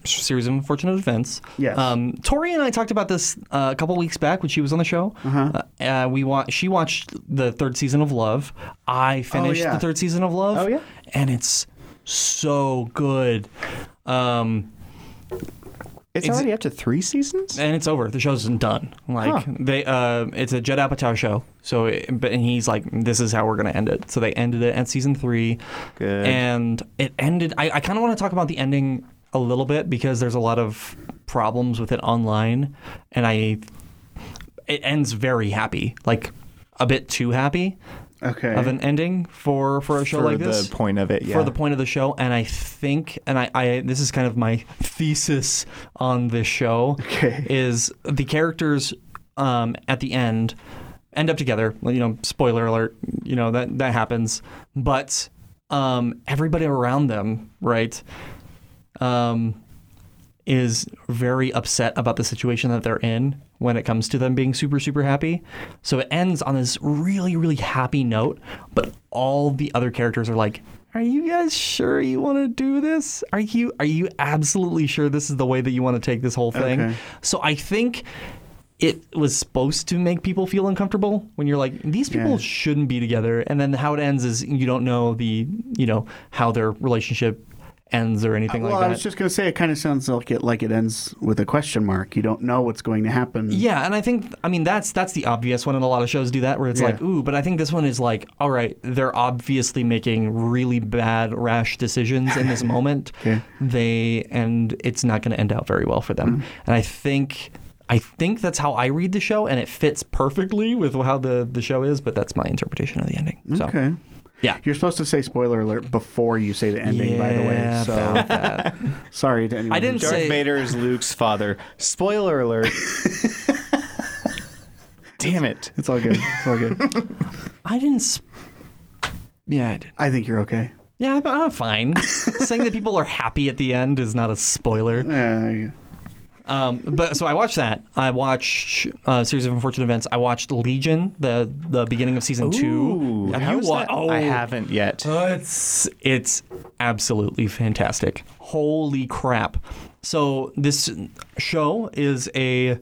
[SPEAKER 1] series of unfortunate events.
[SPEAKER 2] Yes.
[SPEAKER 1] Um, Tori and I talked about this uh, a couple weeks back when she was on the show. Uh-huh. we wa- She watched the third season of Love. I finished
[SPEAKER 2] Oh, yeah.
[SPEAKER 1] the third season of Love.
[SPEAKER 2] Oh, yeah?
[SPEAKER 1] And it's so good. Um,
[SPEAKER 3] It's
[SPEAKER 1] Ex-
[SPEAKER 3] already up to three seasons.
[SPEAKER 1] and it's over. The show's done. Like
[SPEAKER 3] Huh.
[SPEAKER 1] they, uh, it's a Judd Apatow show. So, it, but and he's like, this is how we're gonna end it. So they ended it at season three.
[SPEAKER 3] Good.
[SPEAKER 1] And it ended. I, I kind of want to talk about the ending a little bit because there's a lot of problems with it online, and I, it ends very happy, like a bit too happy
[SPEAKER 2] Okay.
[SPEAKER 1] of an ending for for a show
[SPEAKER 3] Eh? for
[SPEAKER 1] like
[SPEAKER 3] the
[SPEAKER 1] this
[SPEAKER 3] point of it, yeah.
[SPEAKER 1] for the point of the show and i think and I, I this is kind of my thesis on this show
[SPEAKER 2] Okay.
[SPEAKER 1] is the characters um, at the end end up together Well, you know spoiler alert you know that that happens but um, everybody around them right um, is very upset about the situation that they're in when it comes to them being super, super happy. So it ends on this really, really happy note, but all the other characters are like, are you guys sure you want to do this? Are you are you absolutely sure this is the way that you want to take this whole thing?
[SPEAKER 2] Okay.
[SPEAKER 1] So I think it was supposed to make people feel uncomfortable when you're like these people
[SPEAKER 2] Yeah.
[SPEAKER 1] shouldn't be together and then how it ends is you don't know the you know how their relationship ends or anything
[SPEAKER 2] well,
[SPEAKER 1] like that.
[SPEAKER 2] I was just gonna say it kind of sounds like it like it ends with a question mark. You don't know what's going to happen.
[SPEAKER 1] Yeah, and I think I mean that's that's the obvious one, and a lot of shows do that where it's like,
[SPEAKER 2] Yeah.
[SPEAKER 1] ooh, but I think this one is like, all right, they're obviously making really bad, rash decisions in this moment.
[SPEAKER 2] Okay.
[SPEAKER 1] They and it's not going to end out very well for them.
[SPEAKER 2] Mm-hmm.
[SPEAKER 1] And I think I think that's how I read the show, and it fits perfectly with how the the show is. But that's my interpretation of the ending. So,
[SPEAKER 2] Okay.
[SPEAKER 1] Yeah.
[SPEAKER 2] You're supposed to say spoiler alert before you say the ending, by the way.
[SPEAKER 1] Yeah,
[SPEAKER 2] So
[SPEAKER 1] about that.
[SPEAKER 2] sorry to anyone.
[SPEAKER 1] I didn't
[SPEAKER 2] who-
[SPEAKER 3] Darth
[SPEAKER 1] say-
[SPEAKER 3] Vader is Luke's father. Spoiler alert. Damn it.
[SPEAKER 2] It's all good. It's all good.
[SPEAKER 1] I didn't. Sp- yeah, I did.
[SPEAKER 2] I think you're okay.
[SPEAKER 1] Yeah, I'm, I'm fine. Saying that people are happy at the end is not a spoiler.
[SPEAKER 2] Yeah, yeah.
[SPEAKER 1] Um, but so I watched that. I watched uh, series of unfortunate events. I watched Legion, the the beginning of season two. Have
[SPEAKER 3] How
[SPEAKER 1] you
[SPEAKER 3] is
[SPEAKER 1] wa-
[SPEAKER 3] that-
[SPEAKER 1] Oh,
[SPEAKER 3] I haven't yet.
[SPEAKER 1] Uh, it's it's absolutely fantastic. Holy crap! So this show is a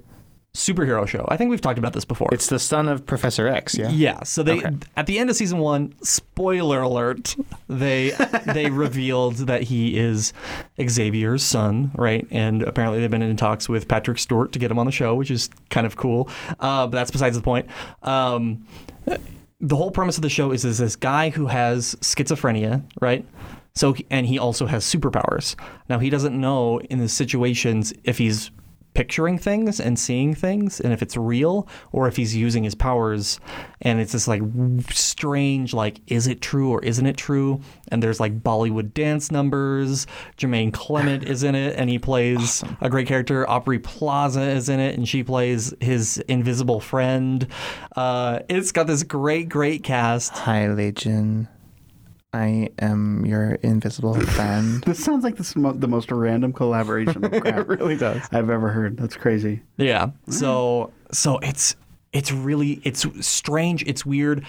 [SPEAKER 1] superhero show. I think we've talked about this before.
[SPEAKER 3] It's the son of Professor X, yeah.
[SPEAKER 1] yeah, so they
[SPEAKER 3] Okay.
[SPEAKER 1] at the end of season 1, spoiler alert, they they revealed that he is Xavier's son, right? And apparently they've been in talks with Patrick Stewart to get him on the show, which is kind of cool. Uh, but that's besides the point. Um, the whole premise of the show is is this guy who has schizophrenia, right? So and he also has superpowers. Now he doesn't know in the situations if he's picturing things and seeing things and if it's real or if he's using his powers and it's this like strange like is it true or isn't it true and there's like Bollywood dance numbers Jermaine Clement is in it and he plays a great character Aubrey Plaza is in it and she plays his invisible friend uh, it's got this great great cast
[SPEAKER 3] Hi, Legion. I am your invisible friend.
[SPEAKER 2] This sounds like this is mo- the most random collaboration of crap
[SPEAKER 3] does.
[SPEAKER 2] I've ever heard. That's crazy.
[SPEAKER 1] Yeah. So so it's it's really it's strange. It's weird.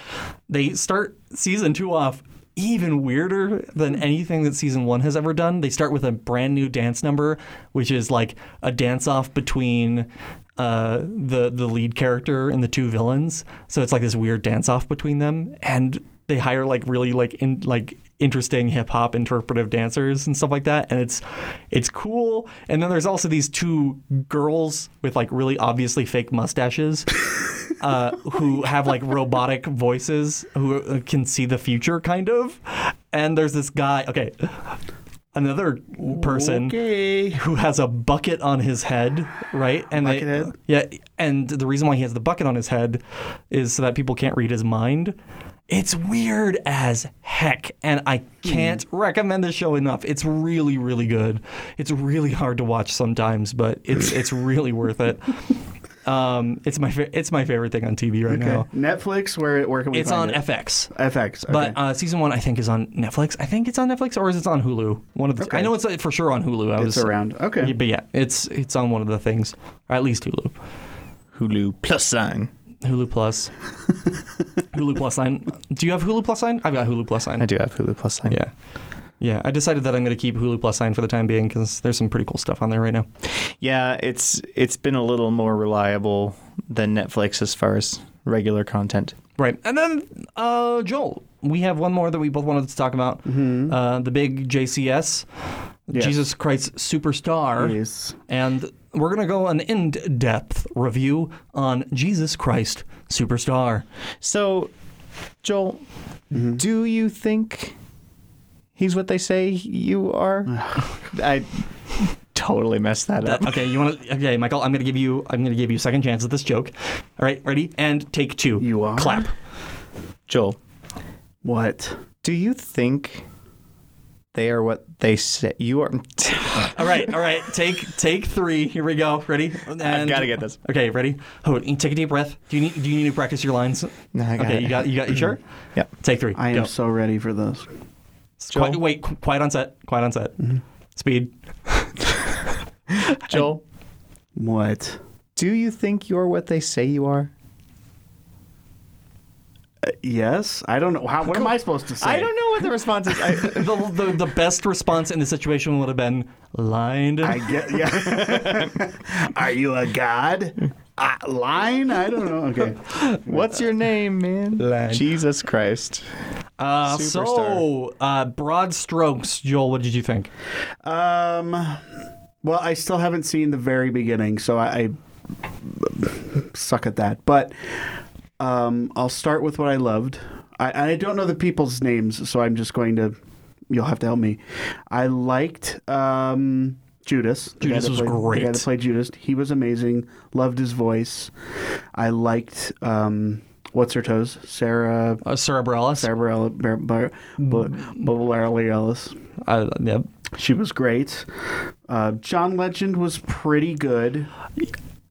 [SPEAKER 1] They start season two off even weirder than anything that season one has ever done. They start with a brand new dance number, which is like a dance off between uh, the the lead character and the two villains. So it's like this weird dance off between them, and they hire like really like in like interesting hip hop interpretive dancers and stuff like that and it's it's cool and then there's also these two girls with like really obviously fake mustaches uh, who have like robotic voices who uh, can see the future kind of and there's this guy okay another person
[SPEAKER 2] Okay.
[SPEAKER 1] who has a bucket on his head, right? And they-
[SPEAKER 2] Bucket head?
[SPEAKER 1] yeah, and the reason why he has the bucket on his head is so that people can't read his mind. It's weird as heck, and
[SPEAKER 2] Hmm.
[SPEAKER 1] I can't recommend this show enough. It's really, really good. It's really hard to watch sometimes, but it's it's really worth it. Um, it's my fa- it's my favorite thing on TV right now.
[SPEAKER 2] Netflix. Where where can we
[SPEAKER 1] It's on
[SPEAKER 2] find it?
[SPEAKER 1] FX.
[SPEAKER 2] FX. Okay.
[SPEAKER 1] But uh, season one, I think, is on Netflix. I think it's on Netflix, or is it on Hulu? One of the.
[SPEAKER 2] Okay.
[SPEAKER 1] I know it's uh, for sure on Hulu. I
[SPEAKER 2] it's
[SPEAKER 1] was
[SPEAKER 2] around. Okay.
[SPEAKER 1] yeah, but yeah, it's it's on one of the things, or at least Hulu,
[SPEAKER 3] Hulu plus sign.
[SPEAKER 1] Hulu Plus, Hulu Plus sign. Do you have Hulu Plus sign? I've got Hulu Plus sign.
[SPEAKER 3] I do have Hulu plus sign.
[SPEAKER 1] Yeah, yeah. I decided that I'm going to keep Hulu Plus sign for the time being because there's some pretty cool stuff on there right now.
[SPEAKER 3] Yeah, it's it's been a little more reliable than Netflix as far as regular content.
[SPEAKER 1] Right, and then uh, Joel, we have one more that we both wanted to talk about. Uh, the big JCS,
[SPEAKER 2] Yes.
[SPEAKER 1] Jesus Christ Superstar,
[SPEAKER 2] Yes.
[SPEAKER 1] and we're going to go an in-depth review on Jesus Christ Superstar.
[SPEAKER 3] So, Joel,
[SPEAKER 2] Mm-hmm.
[SPEAKER 3] do you think he's what they say you are? I totally messed that up.
[SPEAKER 1] That- Uh, okay, you want to? Okay, Michael, I'm gonna give you. I'm gonna give you a second chance at this joke. All right, ready? And take two.
[SPEAKER 2] You are?
[SPEAKER 1] clap.
[SPEAKER 3] Joel,
[SPEAKER 2] What?
[SPEAKER 3] do you think they are what they say you are?
[SPEAKER 1] All right, all right. Take take three. Here we go. Ready? And,
[SPEAKER 3] I've got to get this.
[SPEAKER 1] Okay, ready? Hold. it. Take a deep breath. Do you need? Do you need to practice your lines?
[SPEAKER 3] No, I got
[SPEAKER 1] okay,
[SPEAKER 3] it.
[SPEAKER 1] you got. You got. You sure?
[SPEAKER 3] Yeah.
[SPEAKER 1] Take three.
[SPEAKER 2] I
[SPEAKER 1] go.
[SPEAKER 2] am so ready for this.
[SPEAKER 1] Qui-
[SPEAKER 3] Joel?
[SPEAKER 1] wait. qu- Quiet on set. Quiet on set. Speed.
[SPEAKER 3] Joel,
[SPEAKER 2] What?
[SPEAKER 3] do you think you're what they say you are?
[SPEAKER 2] Yes. I don't know. How, what am I supposed to say?
[SPEAKER 3] I don't know what the response is. I,
[SPEAKER 1] The, the, the best response in this situation would have been lined.
[SPEAKER 2] I get. Yeah. Are you a god? Uh, line? I don't know. Okay.
[SPEAKER 3] What's your name, man?
[SPEAKER 2] Lad.
[SPEAKER 3] Jesus Christ.
[SPEAKER 1] uh, so,
[SPEAKER 3] Superstar.
[SPEAKER 1] uh, broad strokes, Joel. What did you think?
[SPEAKER 2] Um. Well, I still haven't seen the very beginning, so I, I suck at that. But um, I'll start with what I loved. I, I don't know the people's names, so I'm just going to. You'll have to help me. I liked um, Judas. the guy
[SPEAKER 1] Judas
[SPEAKER 2] that
[SPEAKER 1] was
[SPEAKER 2] played- The guy
[SPEAKER 1] great.
[SPEAKER 2] that played Judas. He was amazing. Loved his voice. I liked um, what's her toes, Sarah.
[SPEAKER 1] Uh, Cerebralis.
[SPEAKER 2] Sarah Bareilles- Bare- Bare- Bare- Bareilles Ellis.
[SPEAKER 1] Uh, yep.
[SPEAKER 2] She was great. Uh, John Legend was pretty good.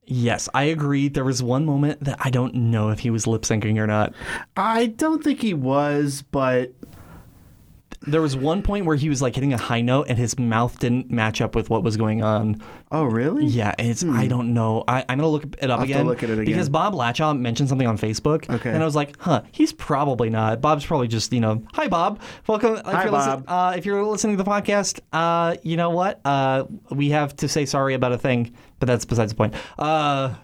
[SPEAKER 1] Yes, I agree. There was one moment that I don't know if he was lip syncing or not.
[SPEAKER 2] I don't think he was, but
[SPEAKER 1] There was one point where he was like hitting a high note and his mouth didn't match up with what was going on.
[SPEAKER 2] oh really?
[SPEAKER 1] Yeah, it's I don't know. I, I'm gonna look it
[SPEAKER 2] Hmm. have
[SPEAKER 1] up
[SPEAKER 2] to
[SPEAKER 1] again,
[SPEAKER 2] look at it again.
[SPEAKER 1] because Bob Latchaw mentioned something on Facebook.
[SPEAKER 2] Okay.
[SPEAKER 1] And I was like, huh, he's probably not. Bob's probably just you know, hi Bob, welcome. If
[SPEAKER 2] Hi,
[SPEAKER 1] you're listen-
[SPEAKER 2] Bob.
[SPEAKER 1] uh, if you're listening to the podcast, uh, you know what? Uh, we have to say sorry about a thing, but that's besides the point. Uh,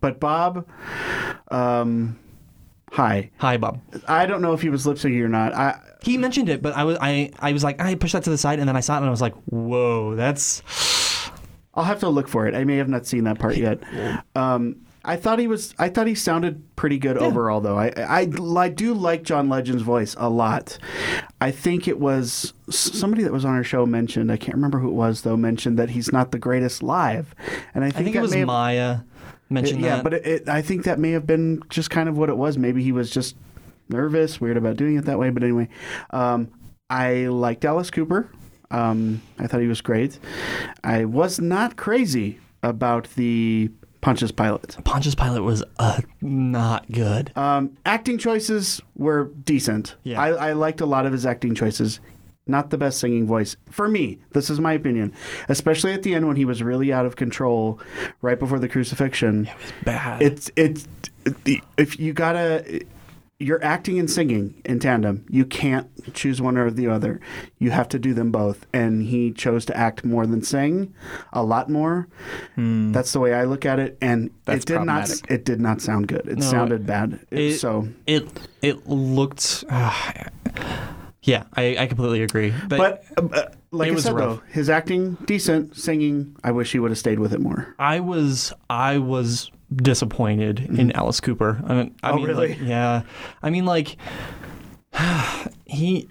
[SPEAKER 2] But Bob, um, hi.
[SPEAKER 1] Hi, Bob.
[SPEAKER 2] I don't know if he was lip syncing or not. I
[SPEAKER 1] He mentioned it, but I was I, I was like I pushed that to the side, and then I saw it, and I was like, whoa, that's
[SPEAKER 2] I'll have to look for it. I may have not seen that part yet. Um, I thought he was. I thought he sounded pretty good overall, though. I, I I do like John Legend's voice a lot. I think it was somebody that was on our show mentioned. I can't remember who it was though. Mentioned that he's not the greatest live, and I think,
[SPEAKER 1] I think
[SPEAKER 2] that
[SPEAKER 1] it was
[SPEAKER 2] may have-
[SPEAKER 1] Maya mentioned
[SPEAKER 2] yeah,
[SPEAKER 1] that.
[SPEAKER 2] but it, it, I think that may have been just kind of what it was. Maybe he was just nervous, weird about doing it that way. But anyway, um, I liked Alice Cooper. Um, I thought he was great. I was not crazy about the Pontius Pilate.
[SPEAKER 1] Pontius Pilate was uh, not good.
[SPEAKER 2] Um, acting choices were decent.
[SPEAKER 1] Yeah.
[SPEAKER 2] I, I liked a lot of his acting choices. Not the best singing voice for me. This is my opinion, especially at the end when he was really out of control, right before the crucifixion.
[SPEAKER 1] Bad.
[SPEAKER 2] it's it's the- if you gotta you're acting and singing in tandem you can't choose one or the other you have to do them both and he chose to act more than sing a lot more
[SPEAKER 1] Hmm.
[SPEAKER 2] that's the way i look at it and
[SPEAKER 3] That's
[SPEAKER 2] it did not
[SPEAKER 3] problematic.
[SPEAKER 2] it did not sound good it
[SPEAKER 1] No,
[SPEAKER 2] sounded bad It- so
[SPEAKER 1] it it looked. ah, yeah, I, I completely agree. But,
[SPEAKER 2] but uh, like
[SPEAKER 1] it
[SPEAKER 2] I
[SPEAKER 1] was
[SPEAKER 2] said
[SPEAKER 1] rough.
[SPEAKER 2] though his acting decent singing i wish he would have stayed with it more
[SPEAKER 1] I was I was disappointed in Alice Cooper. I mean, I
[SPEAKER 2] Mm-hmm. Oh,
[SPEAKER 1] mean
[SPEAKER 2] really?
[SPEAKER 1] like, yeah. I mean like he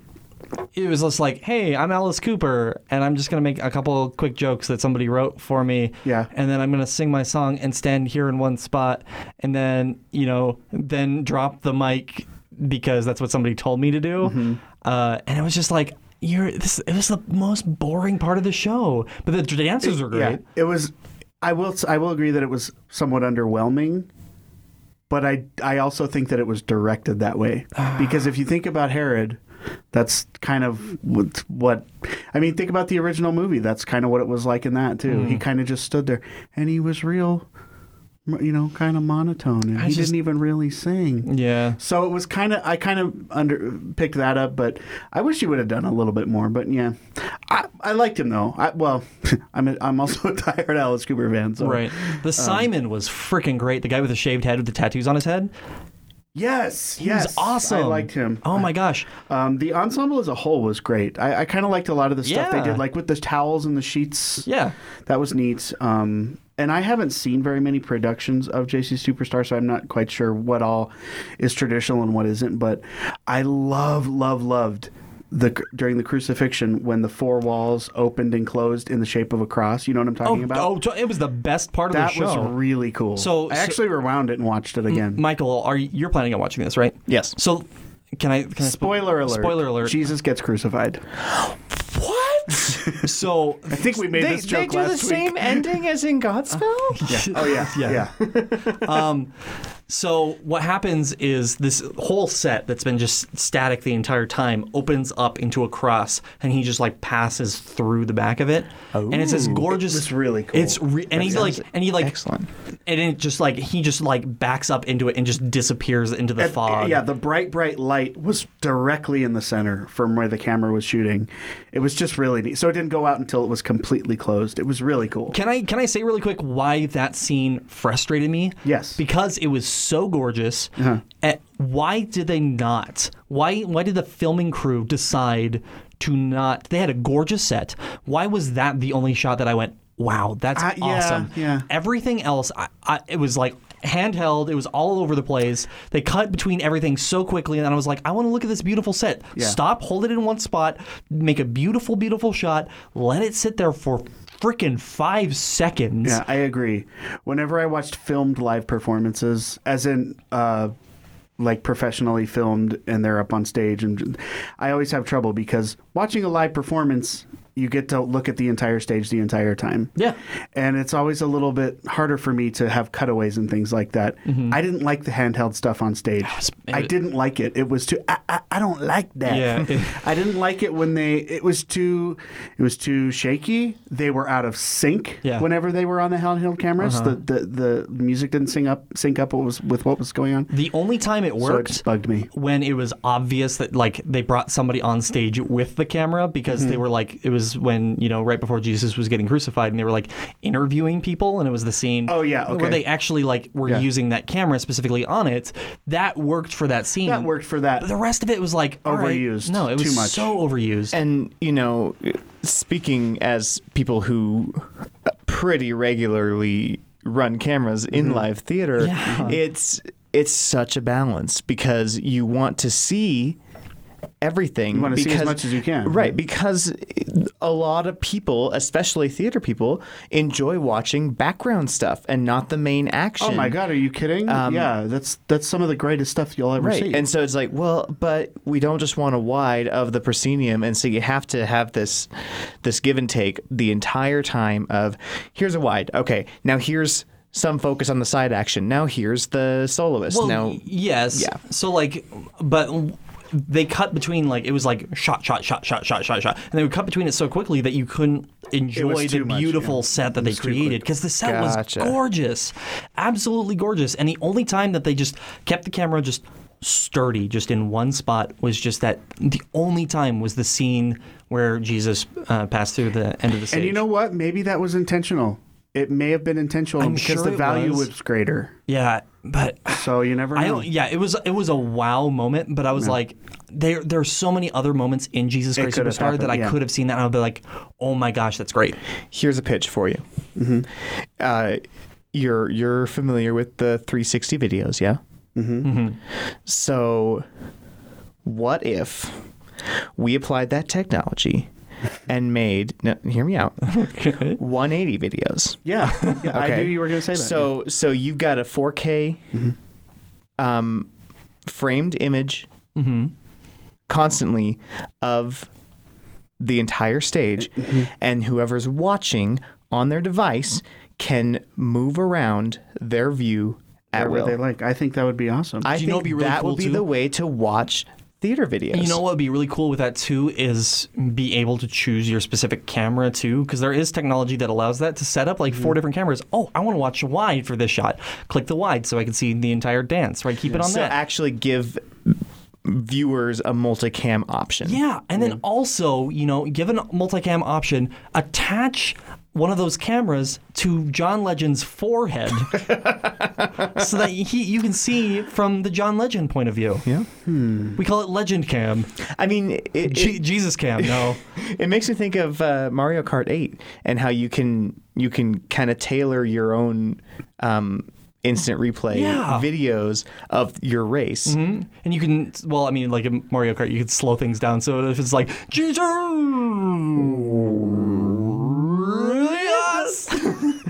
[SPEAKER 1] it was just like, "Hey, I'm Alice Cooper and I'm just going to make a couple quick jokes that somebody wrote for me."
[SPEAKER 2] Yeah.
[SPEAKER 1] And then I'm going to sing my song and stand here in one spot and then, you know, then drop the mic because that's what somebody told me to do.
[SPEAKER 2] Mm-hmm.
[SPEAKER 1] Uh, and it was just like you're this it was the most boring part of the show. But the dancers were great.
[SPEAKER 2] Yeah, it was. I will. s- I will agree that it was somewhat underwhelming, but I I also think that it was directed that way because if you think about Herod, that's kind of what, what I mean. Think about the original movie. That's kind of what it was like in that too.
[SPEAKER 1] Hmm.
[SPEAKER 2] He kind of just stood there and he was real, m- you know, kind of monotone, and he
[SPEAKER 1] just-
[SPEAKER 2] didn't even really sing.
[SPEAKER 1] Yeah.
[SPEAKER 2] So it was kind of I kind of under picked that up, but I wish he would have done a little bit more. But yeah, I, I liked him though. I, well, I'm a, I'm also a tired Alice Cooper fan. So.
[SPEAKER 1] Right. The Simon was freaking great. The guy with the shaved head with the tattoos on his head.
[SPEAKER 2] Yes.
[SPEAKER 1] He
[SPEAKER 2] yes.
[SPEAKER 1] was awesome.
[SPEAKER 2] I liked him.
[SPEAKER 1] Oh my gosh.
[SPEAKER 2] Um, the ensemble as a whole was great. I, I kind of liked a lot of the stuff
[SPEAKER 1] Yeah.
[SPEAKER 2] they did, like with the towels and the sheets.
[SPEAKER 1] Yeah.
[SPEAKER 2] That was neat. Um, and I haven't seen very many productions of JC Superstar, so I'm not quite sure what all is traditional and what isn't. But I love, love, loved the during the crucifixion when the four walls opened and closed in the shape of a cross. You know what I'm
[SPEAKER 1] Oh,
[SPEAKER 2] talking about?
[SPEAKER 1] oh, it was the best part of the
[SPEAKER 2] that
[SPEAKER 1] show.
[SPEAKER 2] was really cool.
[SPEAKER 1] So-
[SPEAKER 2] I
[SPEAKER 1] so-
[SPEAKER 2] actually rewound it and watched it again.
[SPEAKER 1] Michael, are you, you're planning on watching this, right?
[SPEAKER 3] Yes.
[SPEAKER 1] So, can I? Can I spo-
[SPEAKER 2] Spoiler alert!
[SPEAKER 1] Spoiler alert.
[SPEAKER 2] Jesus gets crucified.
[SPEAKER 3] What?
[SPEAKER 1] So,
[SPEAKER 2] I think we made
[SPEAKER 3] they
[SPEAKER 2] this joke
[SPEAKER 3] they do
[SPEAKER 2] last
[SPEAKER 3] the
[SPEAKER 2] week.
[SPEAKER 3] same ending as in Godspell?
[SPEAKER 2] Yeah. Oh yeah.
[SPEAKER 1] Yeah. so what happens is this whole set that's been just static the entire time opens up into a cross, and he just like passes through the back of it, and it's this gorgeous.
[SPEAKER 2] was really cool.
[SPEAKER 1] It's re- and he like and he like
[SPEAKER 3] Excellent.
[SPEAKER 1] and it just like he just like backs up into it and just disappears into the
[SPEAKER 2] At- eh,
[SPEAKER 1] fog.
[SPEAKER 2] Yeah, the bright, bright light was directly in the center from where the camera was shooting. It was just really neat. So it didn't go out until it was completely closed. It was really cool.
[SPEAKER 1] Can I can I say really quick why that scene frustrated me?
[SPEAKER 2] Yes. Uh-huh.
[SPEAKER 1] Because it was so gorgeous. Eh, why did they not? Why why did the filming crew decide to not? They had a gorgeous set. Why was that the only shot that I went? Wow, that's
[SPEAKER 2] Uh, yeah,
[SPEAKER 1] awesome.
[SPEAKER 2] yeah.
[SPEAKER 1] Everything else, I, I, it was like handheld. It was all over the place. They cut between everything so quickly, and I was like, I want to look at this beautiful set.
[SPEAKER 2] Yeah.
[SPEAKER 1] Stop, hold it in one spot, make a beautiful, beautiful shot, let it sit there for freaking five seconds.
[SPEAKER 2] yeah, I agree. Whenever I watched filmed live performances, as in uh, like professionally filmed and they're up on stage, and I always have trouble because watching a live performance, you get to look at the entire stage the entire time.
[SPEAKER 1] Yeah.
[SPEAKER 2] and it's always a little bit harder for me to have cutaways and things like that.
[SPEAKER 1] Mm-hmm.
[SPEAKER 2] I didn't like the handheld stuff on stage. I didn't like it. It was too. I, I, I don't like that.
[SPEAKER 1] Yeah.
[SPEAKER 2] I didn't like it when they. It was too. It was too shaky. They were out of sync.
[SPEAKER 1] Yeah. Uh-huh.
[SPEAKER 2] Whenever they were on the handheld cameras, the, the the music didn't sync up sync up what was with what was going on.
[SPEAKER 1] The only time it
[SPEAKER 2] So it
[SPEAKER 1] worked
[SPEAKER 2] just bugged me. Mhm.
[SPEAKER 1] when it was obvious that like they brought somebody on stage with the camera because they were like it was was when you know right before Jesus was getting crucified, and they were like interviewing people, and it was the scene.
[SPEAKER 2] Oh, yeah, okay.
[SPEAKER 1] where they actually like were
[SPEAKER 2] Yeah.
[SPEAKER 1] using that camera specifically on it. That worked for that scene.
[SPEAKER 2] That worked for that.
[SPEAKER 1] But the rest of it was like all right,
[SPEAKER 2] Overused.
[SPEAKER 1] no, it was
[SPEAKER 2] Too much.
[SPEAKER 1] so overused.
[SPEAKER 3] And you know, speaking as people who pretty regularly run cameras in
[SPEAKER 2] Mm-hmm.
[SPEAKER 3] live theater,
[SPEAKER 1] Yeah.
[SPEAKER 3] it's it's such a balance because you want to see everything. You
[SPEAKER 2] wanna see as
[SPEAKER 3] because,
[SPEAKER 2] much as you can.
[SPEAKER 3] right? Because a lot of people, especially theater people, enjoy watching background stuff and not the main action.
[SPEAKER 2] Oh my god, are you kidding?
[SPEAKER 1] Um,
[SPEAKER 2] yeah, that's that's some of the greatest stuff you'll ever
[SPEAKER 3] Right.
[SPEAKER 2] see.
[SPEAKER 3] And so it's like, well, but we don't just want a wide of the proscenium, and so you have to have this this give and take the entire time of here's a wide. Okay. Now here's some focus on the side action. Now here's the soloist.
[SPEAKER 1] Well,
[SPEAKER 3] now
[SPEAKER 1] y- yes.
[SPEAKER 3] Yeah.
[SPEAKER 1] So like, but w- they cut between like it was like shot, shot, shot, shot, shot, shot, shot, and they would cut between it so quickly that you couldn't enjoy the
[SPEAKER 2] too much,
[SPEAKER 1] beautiful
[SPEAKER 2] yeah.
[SPEAKER 1] set that they
[SPEAKER 2] was too quick.
[SPEAKER 1] created because the set
[SPEAKER 3] Gotcha.
[SPEAKER 1] was gorgeous, absolutely gorgeous. And the only time that they just kept the camera just sturdy, just in one spot, was just that. The only time was the scene where Jesus uh, passed through the end of the stage.
[SPEAKER 2] And you know what? Maybe that was intentional. It may have been intentional
[SPEAKER 1] I'm
[SPEAKER 2] because
[SPEAKER 1] sure
[SPEAKER 2] the
[SPEAKER 1] it
[SPEAKER 2] value
[SPEAKER 1] was.
[SPEAKER 2] was. greater.
[SPEAKER 1] yeah, but
[SPEAKER 2] So you never know.
[SPEAKER 1] I don't. Yeah, it was it was a wow moment, but I was like, there there are so many other moments in Jesus Christ
[SPEAKER 2] could have
[SPEAKER 1] Superstar that
[SPEAKER 2] happened,
[SPEAKER 1] I
[SPEAKER 2] yeah.
[SPEAKER 1] could have seen that. and I'd be like, oh my gosh, that's great.
[SPEAKER 3] here's a pitch for you.
[SPEAKER 1] Mm-hmm.
[SPEAKER 3] Uh, you're you're familiar with the 360 videos, yeah? Mm-hmm. So, what if we applied that technology and made? No, hear me out. 180 videos.
[SPEAKER 2] Yeah, yeah I
[SPEAKER 3] Okay.
[SPEAKER 2] knew you were going to say that.
[SPEAKER 3] So so you've got a 4K
[SPEAKER 2] Mm-hmm.
[SPEAKER 3] um, framed image
[SPEAKER 1] Mm-hmm.
[SPEAKER 3] constantly of the entire stage,
[SPEAKER 2] Uh, mm-hmm.
[SPEAKER 3] and whoever's watching on their device can move around their view at
[SPEAKER 2] whatever
[SPEAKER 3] will.
[SPEAKER 2] they like. I think that would be awesome.
[SPEAKER 3] I
[SPEAKER 1] Do you
[SPEAKER 3] think
[SPEAKER 1] know what'd be really
[SPEAKER 3] that
[SPEAKER 1] cool
[SPEAKER 3] would be
[SPEAKER 1] too?
[SPEAKER 3] the way to watch theater videos.
[SPEAKER 1] You know what would be really cool with that too is be able to choose your specific camera too, because there is technology that allows that to set up like
[SPEAKER 2] Mm-hmm.
[SPEAKER 1] four different cameras. Oh, I want to watch wide for this shot. Click the wide so I can see the entire dance. Right, keep it on
[SPEAKER 3] So
[SPEAKER 1] that.
[SPEAKER 3] actually give viewers a multicam option.
[SPEAKER 1] Yeah, and then also, you know, given multicam option, attach one of those cameras to John Legend's forehead, so that he you can see from the John Legend point of view.
[SPEAKER 3] Yeah.
[SPEAKER 1] We call it Legend Cam,
[SPEAKER 3] I mean, it, it-
[SPEAKER 1] Je- Jesus Cam. No,
[SPEAKER 3] It makes me think of uh, Mario Kart 8 and how you can you can kind of tailor your own um, instant replay
[SPEAKER 1] Yeah. Mm-hmm.
[SPEAKER 3] videos of your race.
[SPEAKER 1] Hmm? and you can well, I mean, like in Mario Kart, you can slow things down. So if it's like Jesus,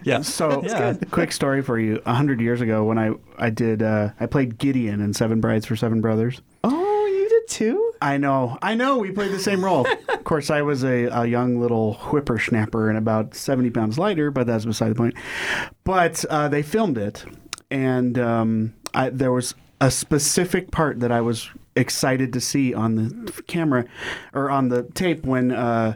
[SPEAKER 1] yeah,
[SPEAKER 2] So,
[SPEAKER 1] Yeah.
[SPEAKER 2] quick story for you. A hundred years ago, when I I did uh, I played Gideon in Seven Brides for Seven Brothers.
[SPEAKER 3] Oh, you did too?
[SPEAKER 2] I know, I know. We played the same role. of course, I was a, a young little whippersnapper and about seventy pounds lighter, but that's beside the point. But uh, they filmed it, and um, I, there was a specific part that I was excited to see on the f- camera or on the tape when uh,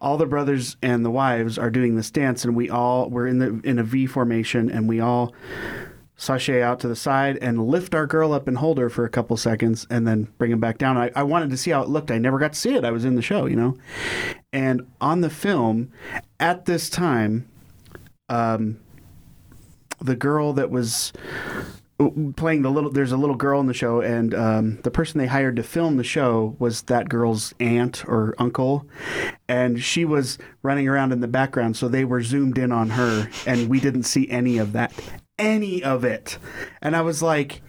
[SPEAKER 2] all the brothers and the wives are doing this dance, and we all we're in the in a V formation, and we all sashay out to the side and lift our girl up and hold her for a couple seconds and then bring him back down. I, I wanted to see how it looked. I never got to see it. I was in the show, you know? And on the film, at this time, um, the girl that was playing the little there's a little girl in the show and um, the person they hired to film the show was that girl's aunt or uncle and she was running around in the background so they were zoomed in on her and we didn't see any of that any of it and i was like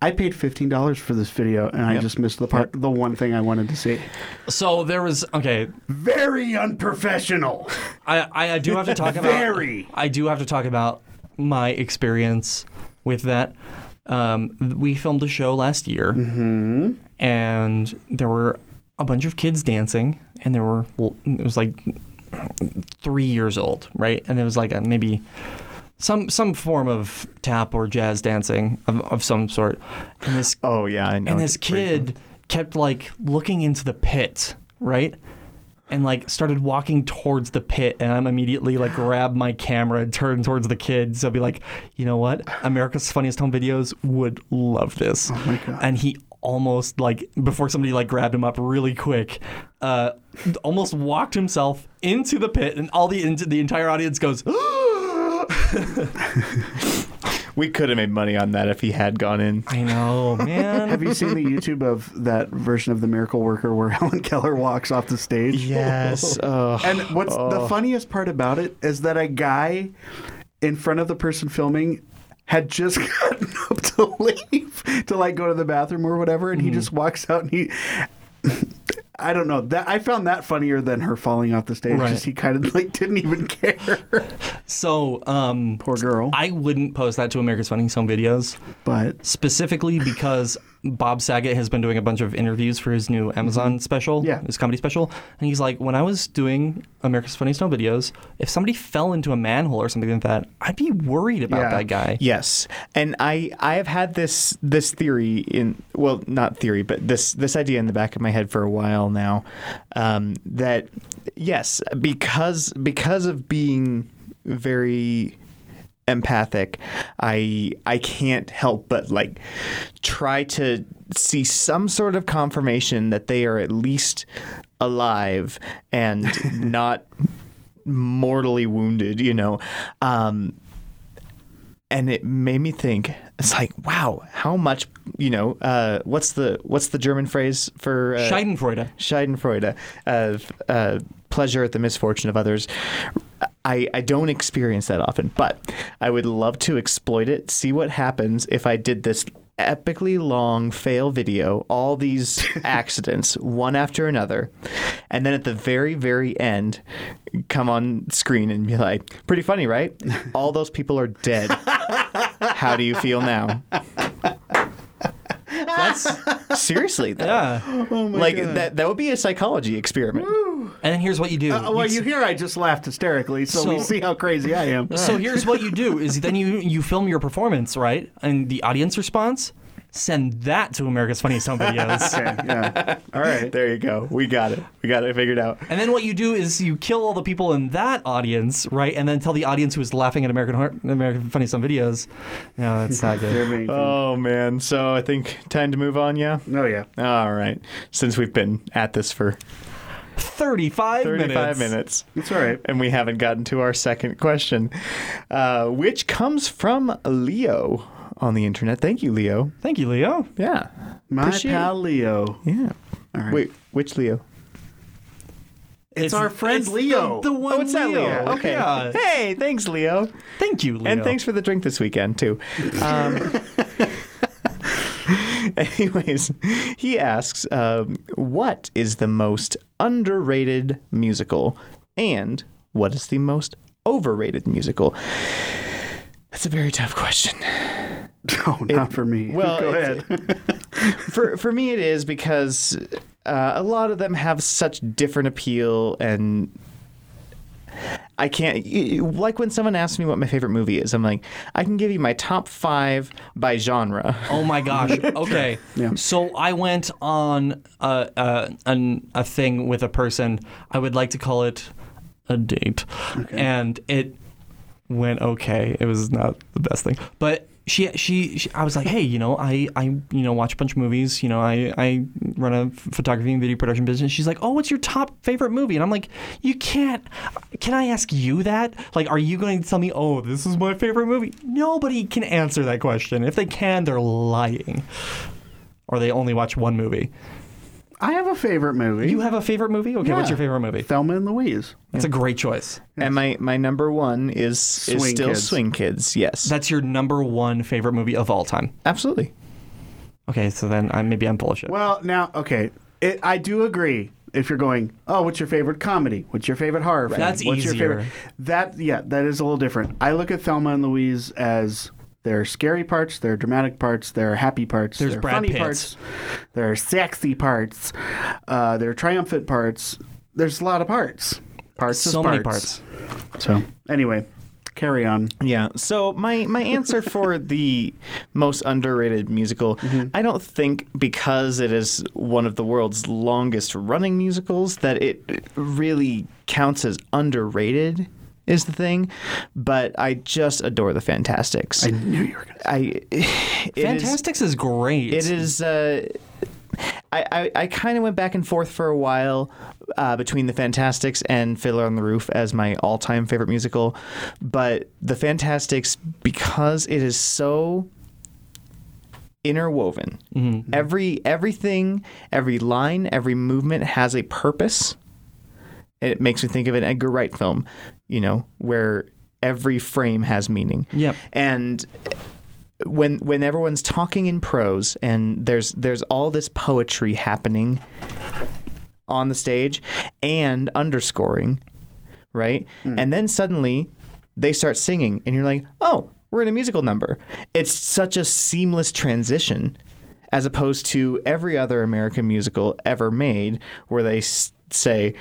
[SPEAKER 2] i paid $15 for this video and i just missed the part the one thing i wanted to see
[SPEAKER 1] So there was okay.
[SPEAKER 2] very unprofessional
[SPEAKER 1] I, I, I do have to talk about
[SPEAKER 2] Very.
[SPEAKER 1] I do have to talk about my experience with that. Um, th- we filmed a show last year, and there were a bunch of kids dancing, and there were well, it was like three years old, right? And it was like a, maybe some some form of tap or jazz dancing of, of some sort. And this
[SPEAKER 3] Oh, yeah, I know.
[SPEAKER 1] and this kid kept like looking into the pit, right? And like started walking towards the pit, and I'm immediately like grab my camera and turn towards the kid. So I'd be like, you know what? America's Funniest Home Videos would love this. Oh my god! And he almost like before somebody like grabbed him up really quick, uh, almost walked himself into the pit, and all the into the entire audience goes.
[SPEAKER 3] We could have made money on that if he had gone in.
[SPEAKER 1] I know, man.
[SPEAKER 2] Have you seen the YouTube of that version of The Miracle Worker where Helen Keller walks off the stage?
[SPEAKER 3] Yes. Ugh.
[SPEAKER 2] And what's the funniest part about it is that a guy in front of the person filming had just gotten up to leave to like go to the bathroom or whatever, and he just walks out and he. I don't know that I found that funnier than her falling off the stage.
[SPEAKER 1] Right.
[SPEAKER 2] Just he kind of like didn't even care.
[SPEAKER 1] So, um,
[SPEAKER 2] Poor girl.
[SPEAKER 1] I wouldn't post that to America's Funniest Home Videos
[SPEAKER 2] but
[SPEAKER 1] specifically because Bob Saget has been doing a bunch of interviews for his new Amazon special,
[SPEAKER 2] Mm-hmm. Yeah.
[SPEAKER 1] his comedy special, and he's like, when I was doing America's Funniest Home Videos, if somebody fell into a manhole or something like that, I'd be worried about
[SPEAKER 2] Yeah.
[SPEAKER 1] that guy.
[SPEAKER 3] Yes, and I I have had this this theory in well not theory but this this idea in the back of my head for a while now um, that yes because because of being very empathic I I can't help but like try to see some sort of confirmation that they are at least alive and not mortally wounded you know um, and it made me think it's like wow how much you know uh, what's the what's the german phrase for uh,
[SPEAKER 1] Schadenfreude.
[SPEAKER 3] schadenfreude uh, uh, pleasure at the misfortune of others I, I don't experience that often but i would love to exploit it see what happens if i did this epically long fail video all these accidents one after another and then at the very very end come on screen and be like pretty funny right all those people are dead how do you feel now
[SPEAKER 1] That's
[SPEAKER 3] seriously though
[SPEAKER 1] yeah.
[SPEAKER 3] like that that would be a psychology experiment.
[SPEAKER 1] And then here's what you do.
[SPEAKER 2] Uh, well, you hear I just laughed hysterically, so, we
[SPEAKER 1] So-
[SPEAKER 2] see how crazy I am.
[SPEAKER 1] So here's what you do is then you you film your performance, right? And the audience response, send that to America's Funniest Home Videos.
[SPEAKER 2] Okay, yeah. All right.
[SPEAKER 3] There you go. We got it. We got it figured out.
[SPEAKER 1] And then what you do is you kill all the people in that audience, right? And then tell the audience who is laughing at American Heart, American Funny Some Videos. No, that's not
[SPEAKER 2] They're
[SPEAKER 1] good.
[SPEAKER 2] being fun.
[SPEAKER 3] Oh man. So I think time to move on, yeah.
[SPEAKER 2] oh yeah.
[SPEAKER 3] All right. Since we've been at this for
[SPEAKER 1] 35,
[SPEAKER 3] 35 minutes,
[SPEAKER 2] It's all right.
[SPEAKER 3] and we haven't gotten to our second question, uh, which comes from Leo on the internet. Thank you, Leo.
[SPEAKER 1] Thank you, Leo.
[SPEAKER 3] Yeah.
[SPEAKER 2] My
[SPEAKER 3] Appreciate it.
[SPEAKER 2] pal Leo.
[SPEAKER 3] Yeah.
[SPEAKER 2] All right.
[SPEAKER 3] Wait, which Leo?
[SPEAKER 2] It's, our friend Leo.
[SPEAKER 1] The, the one
[SPEAKER 3] Oh, it's that Leo.
[SPEAKER 1] Leo.
[SPEAKER 3] Okay.
[SPEAKER 1] Yeah.
[SPEAKER 3] Hey, thanks, Leo.
[SPEAKER 1] Thank you, Leo.
[SPEAKER 3] And thanks for the drink this weekend, too. Um, anyways, he asks um, What is the most underrated musical? And what is the most overrated musical? That's a very tough question.
[SPEAKER 2] oh, not for me.
[SPEAKER 3] well,
[SPEAKER 2] go ahead.
[SPEAKER 3] it's- for for me it is because uh, a lot of them have such different appeal and I can't y- y- like when someone asks me what my favorite movie is. I'm like, I can give you my top five by genre.
[SPEAKER 1] Oh my gosh. Okay.
[SPEAKER 2] Yeah.
[SPEAKER 1] So I went on a, a, an, a thing with a person. I would like to call it a date. And it went okay. It was not the best thing. But she, she, she I was like, hey, you know, I, I, you know, watch a bunch of movies. You know, I, I run a photography and video production business. She's like, oh, what's your top favorite movie? And I'm like, you can't, can I ask you that? Like, are you going to tell me, oh, this is my favorite movie? Nobody can answer that question. If they can, they're lying. Or they only watch one movie.
[SPEAKER 2] I have a favorite movie.
[SPEAKER 1] You have a favorite movie? Okay, what's
[SPEAKER 2] Yeah.
[SPEAKER 1] your favorite movie?
[SPEAKER 2] Thelma and Louise.
[SPEAKER 1] That's a great choice.
[SPEAKER 3] And my, my number one is is
[SPEAKER 2] Swing
[SPEAKER 3] still
[SPEAKER 2] Kids.
[SPEAKER 3] Swing Kids. Yes,
[SPEAKER 1] That's your number one favorite movie of all time.
[SPEAKER 3] absolutely.
[SPEAKER 1] Okay, so then I, maybe I'm full of shit.
[SPEAKER 2] Well, now, okay. It, I do agree. If you're going, oh, what's your favorite comedy? What's your favorite horror? film?
[SPEAKER 1] That's
[SPEAKER 2] what's
[SPEAKER 1] easier.
[SPEAKER 2] Your favorite? That yeah, that is a little different. I look at Thelma and Louise as there are scary parts, there are dramatic parts, there are happy parts,
[SPEAKER 1] There's
[SPEAKER 2] there are
[SPEAKER 1] Brad
[SPEAKER 2] funny
[SPEAKER 1] Pitts.
[SPEAKER 2] parts, there are sexy parts, uh, there are triumphant parts. There's a lot of parts. Parts
[SPEAKER 1] so
[SPEAKER 2] is
[SPEAKER 1] many
[SPEAKER 2] parts.
[SPEAKER 1] parts.
[SPEAKER 2] So anyway, carry on.
[SPEAKER 3] Yeah. So my my answer for the most underrated musical,
[SPEAKER 2] Mm-hmm.
[SPEAKER 3] I don't think because it is one of the world's longest running musicals that it really counts as underrated. is the thing, but I just adore the Fantastics.
[SPEAKER 2] I knew you were gonna.
[SPEAKER 3] I it is-
[SPEAKER 1] Fantastics is, great.
[SPEAKER 3] it is. Uh, I, I, I kind of went back and forth for a while uh, between The Fantastics and Fiddler on the Roof as my all time favorite musical. But The Fantastics, because it is so interwoven, every everything, every line, every movement has a purpose it makes me think of an Edgar Wright film, you know, where every frame has meaning.
[SPEAKER 1] Yep.
[SPEAKER 3] And when when everyone's talking in prose and there's there's all this poetry happening on the stage and underscoring, right?
[SPEAKER 2] Hmm.
[SPEAKER 3] And then suddenly they start singing and you're like, "Oh, we're in a musical number." It's such a seamless transition as opposed to every other American musical ever made where they s- say,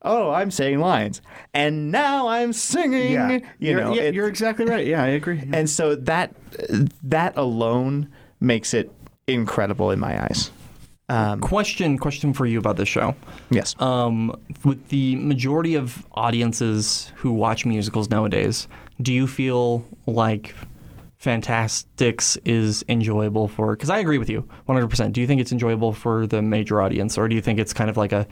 [SPEAKER 3] "Oh, I'm saying lines." And now I'm singing,
[SPEAKER 2] Yeah,
[SPEAKER 3] you
[SPEAKER 2] are
[SPEAKER 3] know.
[SPEAKER 2] yeah,
[SPEAKER 3] it-
[SPEAKER 2] you're exactly right. Yeah, I agree. Yeah.
[SPEAKER 3] and so that that alone makes it incredible in my eyes.
[SPEAKER 1] Um, question question for you about this show.
[SPEAKER 3] Yes.
[SPEAKER 1] Um, with the majority of audiences who watch musicals nowadays, do you feel like Fantastics is enjoyable for? Because I agree with you 100%. Do you think it's enjoyable for the major audience, or do you think it's kind of like a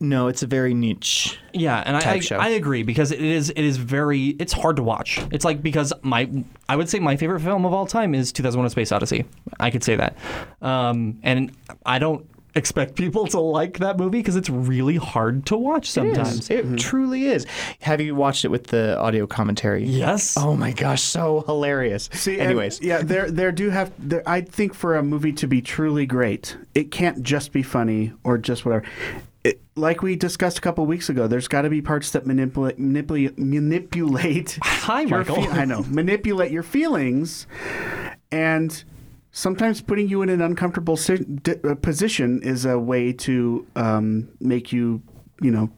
[SPEAKER 3] no, it's a very niche.
[SPEAKER 1] Yeah, and I,
[SPEAKER 3] type
[SPEAKER 1] I,
[SPEAKER 3] show.
[SPEAKER 1] I agree because it is it is very it's hard to watch. It's like because my I would say my favorite film of all time is 2001: A Space Odyssey. I could say that, um, and I don't expect people to like that movie because it's really hard to watch
[SPEAKER 3] It is.
[SPEAKER 1] sometimes.
[SPEAKER 3] It truly is. Have you watched it with the audio commentary?
[SPEAKER 1] Yes.
[SPEAKER 3] Oh my gosh, so hilarious.
[SPEAKER 2] See, and-
[SPEAKER 3] anyways,
[SPEAKER 2] yeah, there there do have. There, I think for a movie to be truly great, it can't just be funny or just whatever. It, like we discussed a couple weeks ago, there's got to be parts that manipulate manipulate manipulate.
[SPEAKER 1] Hi,
[SPEAKER 2] your
[SPEAKER 1] Michael.
[SPEAKER 2] feel- I know manipulate your feelings, and sometimes putting you in an uncomfortable si- di- uh, position is a way to um, make you, you know.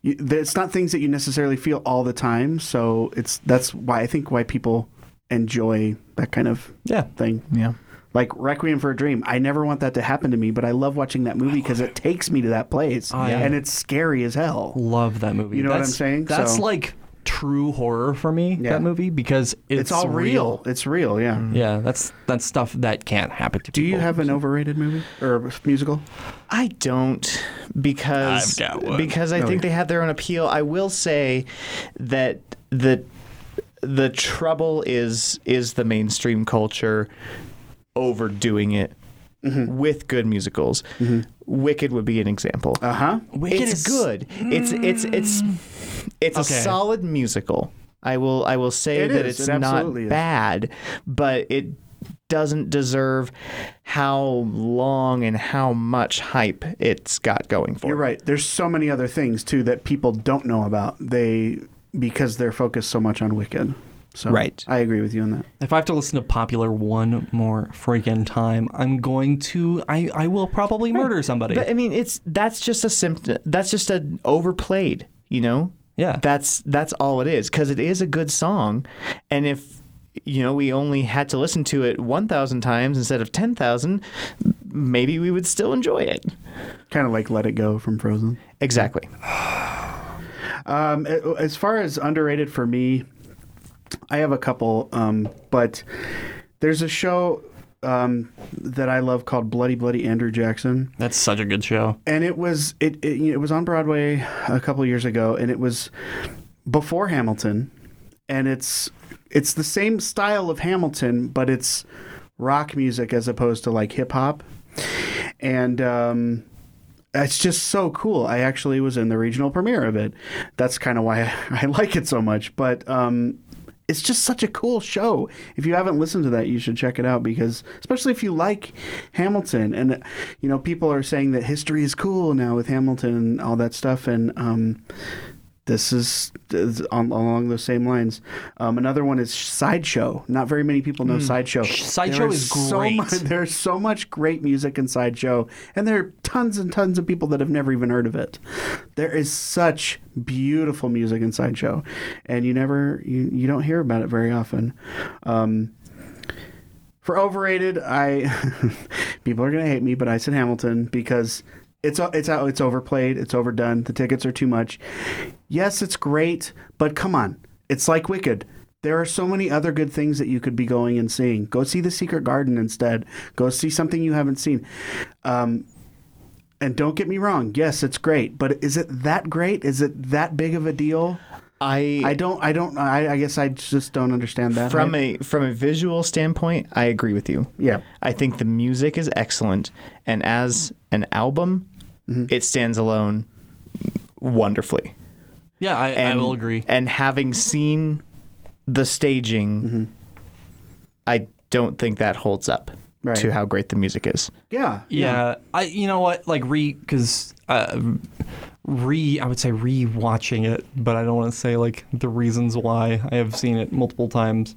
[SPEAKER 2] you- It's not things that you necessarily feel all the time, so it's that's why I think why people enjoy that kind of
[SPEAKER 1] Yeah.
[SPEAKER 2] thing.
[SPEAKER 3] yeah.
[SPEAKER 2] Like Requiem for a Dream, I never want that to happen to me, but I love watching that movie because it takes me to that place,
[SPEAKER 1] yeah.
[SPEAKER 2] and it's scary as hell.
[SPEAKER 1] Love that movie.
[SPEAKER 2] You know what I'm
[SPEAKER 1] That's-
[SPEAKER 2] saying?
[SPEAKER 1] That's
[SPEAKER 2] So-
[SPEAKER 1] like true horror for me.
[SPEAKER 2] Yeah.
[SPEAKER 1] That movie because it's,
[SPEAKER 2] It's, all real. It's real, yeah.
[SPEAKER 1] Yeah, that's that's stuff that can't happen to
[SPEAKER 2] Do
[SPEAKER 1] people.
[SPEAKER 2] you have an overrated movie or musical?
[SPEAKER 3] I don't because
[SPEAKER 1] I've got one.
[SPEAKER 3] because I
[SPEAKER 2] No,
[SPEAKER 3] think
[SPEAKER 2] yeah.
[SPEAKER 3] they have their own appeal. I will say that the the trouble is is the mainstream culture overdoing it
[SPEAKER 1] Mm-hmm.
[SPEAKER 3] with good musicals. Wicked would be an example.
[SPEAKER 2] Uh huh.
[SPEAKER 1] Wicked
[SPEAKER 3] it's
[SPEAKER 1] is-
[SPEAKER 3] good. It's it's it's it's
[SPEAKER 1] Mm. Okay.
[SPEAKER 3] a solid musical. I will I will say
[SPEAKER 2] It
[SPEAKER 3] that
[SPEAKER 2] is.
[SPEAKER 3] it's
[SPEAKER 2] It
[SPEAKER 3] not
[SPEAKER 2] absolutely is.
[SPEAKER 3] bad, but it doesn't deserve how long and how much hype it's got going for.
[SPEAKER 2] You're
[SPEAKER 3] it.
[SPEAKER 2] right. There's so many other things too that people don't know about. They because they're focused so much on Wicked. So
[SPEAKER 3] Right.
[SPEAKER 2] I agree with you on that.
[SPEAKER 1] If I have to listen to popular one more freaking time, I'm going to. I, I will probably murder somebody.
[SPEAKER 3] But I mean, it's that's just a symptom. That's just an overplayed. You know.
[SPEAKER 1] Yeah.
[SPEAKER 3] That's that's all it is because it is a good song, and if you know we only had to listen to it one thousand times instead of ten thousand, maybe we would still enjoy it.
[SPEAKER 2] Kind of like Let It Go from Frozen.
[SPEAKER 3] Exactly.
[SPEAKER 2] Um, a- as far as underrated for me, I have a couple, um, but there's a show um, that I love called Bloody Bloody Andrew Jackson.
[SPEAKER 1] That's such a good show.
[SPEAKER 2] and it was it it, you know, it was on Broadway a couple years ago, and it was before Hamilton, and it's it's the same style of Hamilton, but it's rock music as opposed to like hip hop, and um, it's just so cool. I actually was in the regional premiere of it. That's kind of why I, I like it so much, but. Um, it's just such a cool show. If you haven't listened to that, you should check it out because, especially if you like Hamilton, and you know people are saying that history is cool now with Hamilton and all that stuff, and um, this is, is on, along those same lines. Um, another one is Sideshow. Not very many people know Sideshow.
[SPEAKER 1] Hmm. Sideshow
[SPEAKER 2] There
[SPEAKER 1] is
[SPEAKER 2] So
[SPEAKER 1] great.
[SPEAKER 2] much, there's so much great music in Sideshow, and there are tons and tons of people that have never even heard of it. There is such beautiful music in Sideshow, and you never you, you don't hear about it very often. Um, for overrated, I people are gonna hate me, but I said Hamilton because it's it's out it's overplayed, it's overdone. The tickets are too much. Yes, it's great, but come on. It's like Wicked. There are so many other good things that you could be going and seeing. Go see The Secret Garden instead. Go see something you haven't seen. Um, and don't get me wrong. Yes, it's great, but is it that great? Is it that big of a deal?
[SPEAKER 3] I,
[SPEAKER 2] I don't. I don't. I, I guess I just don't understand that.
[SPEAKER 3] from
[SPEAKER 2] I-
[SPEAKER 3] a from a visual standpoint, I agree with you.
[SPEAKER 2] yeah,
[SPEAKER 3] I think the music is excellent, and as an album,
[SPEAKER 2] Mm-hmm.
[SPEAKER 3] it stands alone wonderfully.
[SPEAKER 1] Yeah, I, I
[SPEAKER 3] And,
[SPEAKER 1] will agree.
[SPEAKER 3] And having seen the staging,
[SPEAKER 2] Mm-hmm.
[SPEAKER 3] I don't think that holds up
[SPEAKER 2] Right.
[SPEAKER 3] to how great the music is.
[SPEAKER 2] yeah,
[SPEAKER 1] Yeah, I you know what like re because uh, re I would say re-watching it, but I don't want to say like the reasons why I have seen it multiple times.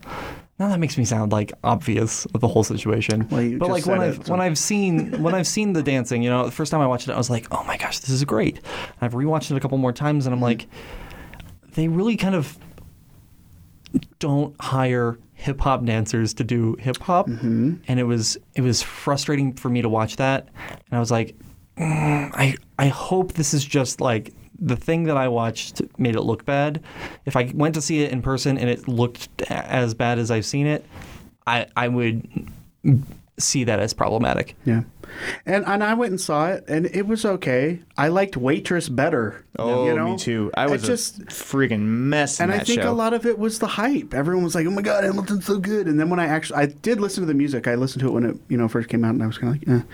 [SPEAKER 1] Now that makes me sound like obvious of the whole situation.
[SPEAKER 2] Well, you
[SPEAKER 1] but
[SPEAKER 2] just
[SPEAKER 1] like when
[SPEAKER 2] said
[SPEAKER 1] I've
[SPEAKER 2] it, so-
[SPEAKER 1] when I've seen when I've seen the dancing, you know, the first time I watched it, I was like, oh my gosh, this is great. And I've rewatched it a couple more times, and
[SPEAKER 2] Mm-hmm.
[SPEAKER 1] I'm like, they really kind of don't hire hip hop dancers to do hip hop,
[SPEAKER 2] Mm-hmm.
[SPEAKER 1] and it was it was frustrating for me to watch that, and I was like, "Mm, I I hope this is just like the thing that I watched made it look bad. If I went to see it in person and it looked a- as bad as I've seen it, I I would see that as problematic.
[SPEAKER 2] Yeah. And and I went and saw it and it was okay. I liked Waitress better.
[SPEAKER 3] Oh,
[SPEAKER 2] you know?
[SPEAKER 3] me too. I was
[SPEAKER 2] just
[SPEAKER 3] just freaking mess in
[SPEAKER 2] and
[SPEAKER 3] that
[SPEAKER 2] I think
[SPEAKER 3] show.
[SPEAKER 2] a lot of it was the hype. Everyone was like, "Oh my god, Hamilton's so good!" And then when I actually, I did listen to the music. I listened to it when it, you know, first came out, and I was kind of like, eh.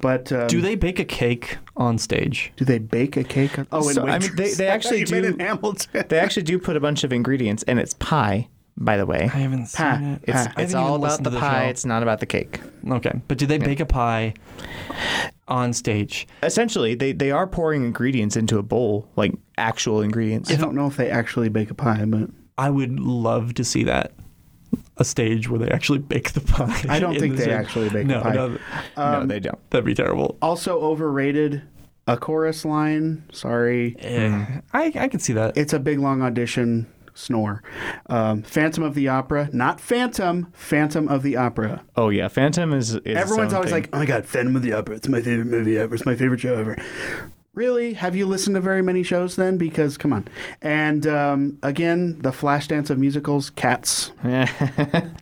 [SPEAKER 2] "But um,
[SPEAKER 1] Do they bake a cake on stage?
[SPEAKER 2] do they bake a cake?" on- Oh, and
[SPEAKER 3] So, I mean, they- they actually
[SPEAKER 2] You meant
[SPEAKER 3] do-
[SPEAKER 2] in Hamilton.
[SPEAKER 3] They actually do put a bunch of ingredients, and it's pie, by the way.
[SPEAKER 1] I haven't seen
[SPEAKER 2] Pie.
[SPEAKER 1] it.
[SPEAKER 3] It's,
[SPEAKER 2] Pie.
[SPEAKER 1] I
[SPEAKER 3] it's
[SPEAKER 1] haven't
[SPEAKER 3] all
[SPEAKER 1] even
[SPEAKER 3] about
[SPEAKER 1] listened
[SPEAKER 3] the
[SPEAKER 1] to the
[SPEAKER 3] pie.
[SPEAKER 1] show.
[SPEAKER 3] It's not about the cake.
[SPEAKER 1] Okay, but do they bake a pie on stage?
[SPEAKER 3] Essentially, they, they are pouring ingredients into a bowl, like actual ingredients.
[SPEAKER 2] I don't know if they actually bake a pie, but
[SPEAKER 1] I would love to see that. A stage where they actually bake the pie.
[SPEAKER 2] I don't
[SPEAKER 1] in
[SPEAKER 2] think
[SPEAKER 1] the
[SPEAKER 2] they
[SPEAKER 1] Zoom.
[SPEAKER 2] actually bake
[SPEAKER 1] no,
[SPEAKER 2] a pie.
[SPEAKER 1] No,
[SPEAKER 3] no, they don't.
[SPEAKER 1] that'd be terrible.
[SPEAKER 2] Also overrated. A chorus line. Sorry.
[SPEAKER 1] Eh, I, I can see that.
[SPEAKER 2] it's a big long audition snore. Um, Phantom of the Opera, not Phantom, Phantom of the Opera.
[SPEAKER 3] Oh yeah, Phantom is. is its
[SPEAKER 2] Everyone's
[SPEAKER 3] own
[SPEAKER 2] always
[SPEAKER 3] thing.
[SPEAKER 2] like, oh my God, Phantom of the Opera. It's my favorite movie ever. It's my favorite show ever. Really? Have you listened to very many shows then? Because come on. And um, again, the Flashdance of musicals, Cats.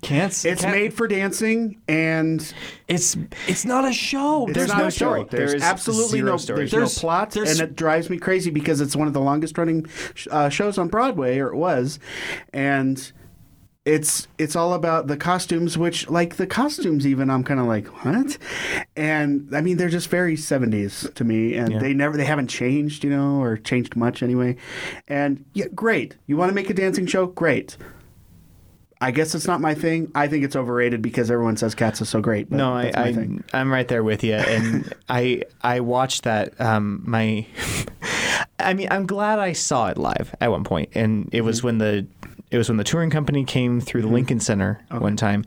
[SPEAKER 1] Can't.
[SPEAKER 2] It's made for dancing, and
[SPEAKER 1] It's it's not a show.
[SPEAKER 2] it's
[SPEAKER 1] There's
[SPEAKER 2] not
[SPEAKER 3] no
[SPEAKER 2] a
[SPEAKER 3] story.
[SPEAKER 2] show. There's
[SPEAKER 3] There is
[SPEAKER 2] absolutely
[SPEAKER 3] zero
[SPEAKER 2] no
[SPEAKER 3] story.
[SPEAKER 2] There's,
[SPEAKER 1] There's-
[SPEAKER 2] no plot,
[SPEAKER 1] there's-
[SPEAKER 2] and it drives me crazy because it's one of the longest running sh- uh, shows on Broadway, or it was, and it's it's all about the costumes, which like the costumes even I'm kind of like what, and I mean they're just very 70s to me, and they never they haven't changed, you know, or changed much anyway, and yeah, great. You want to make a dancing show? Great. I guess it's not my thing. I think it's overrated because everyone says Cats is so great. But
[SPEAKER 3] No, I,
[SPEAKER 2] that's my
[SPEAKER 3] I
[SPEAKER 2] thing.
[SPEAKER 3] I'm right there with you, and I I watched that. Um, my, I mean, I'm glad I saw it live at one point, and it
[SPEAKER 2] Mm-hmm.
[SPEAKER 3] was when the it was when the touring company came through the Lincoln Center one time,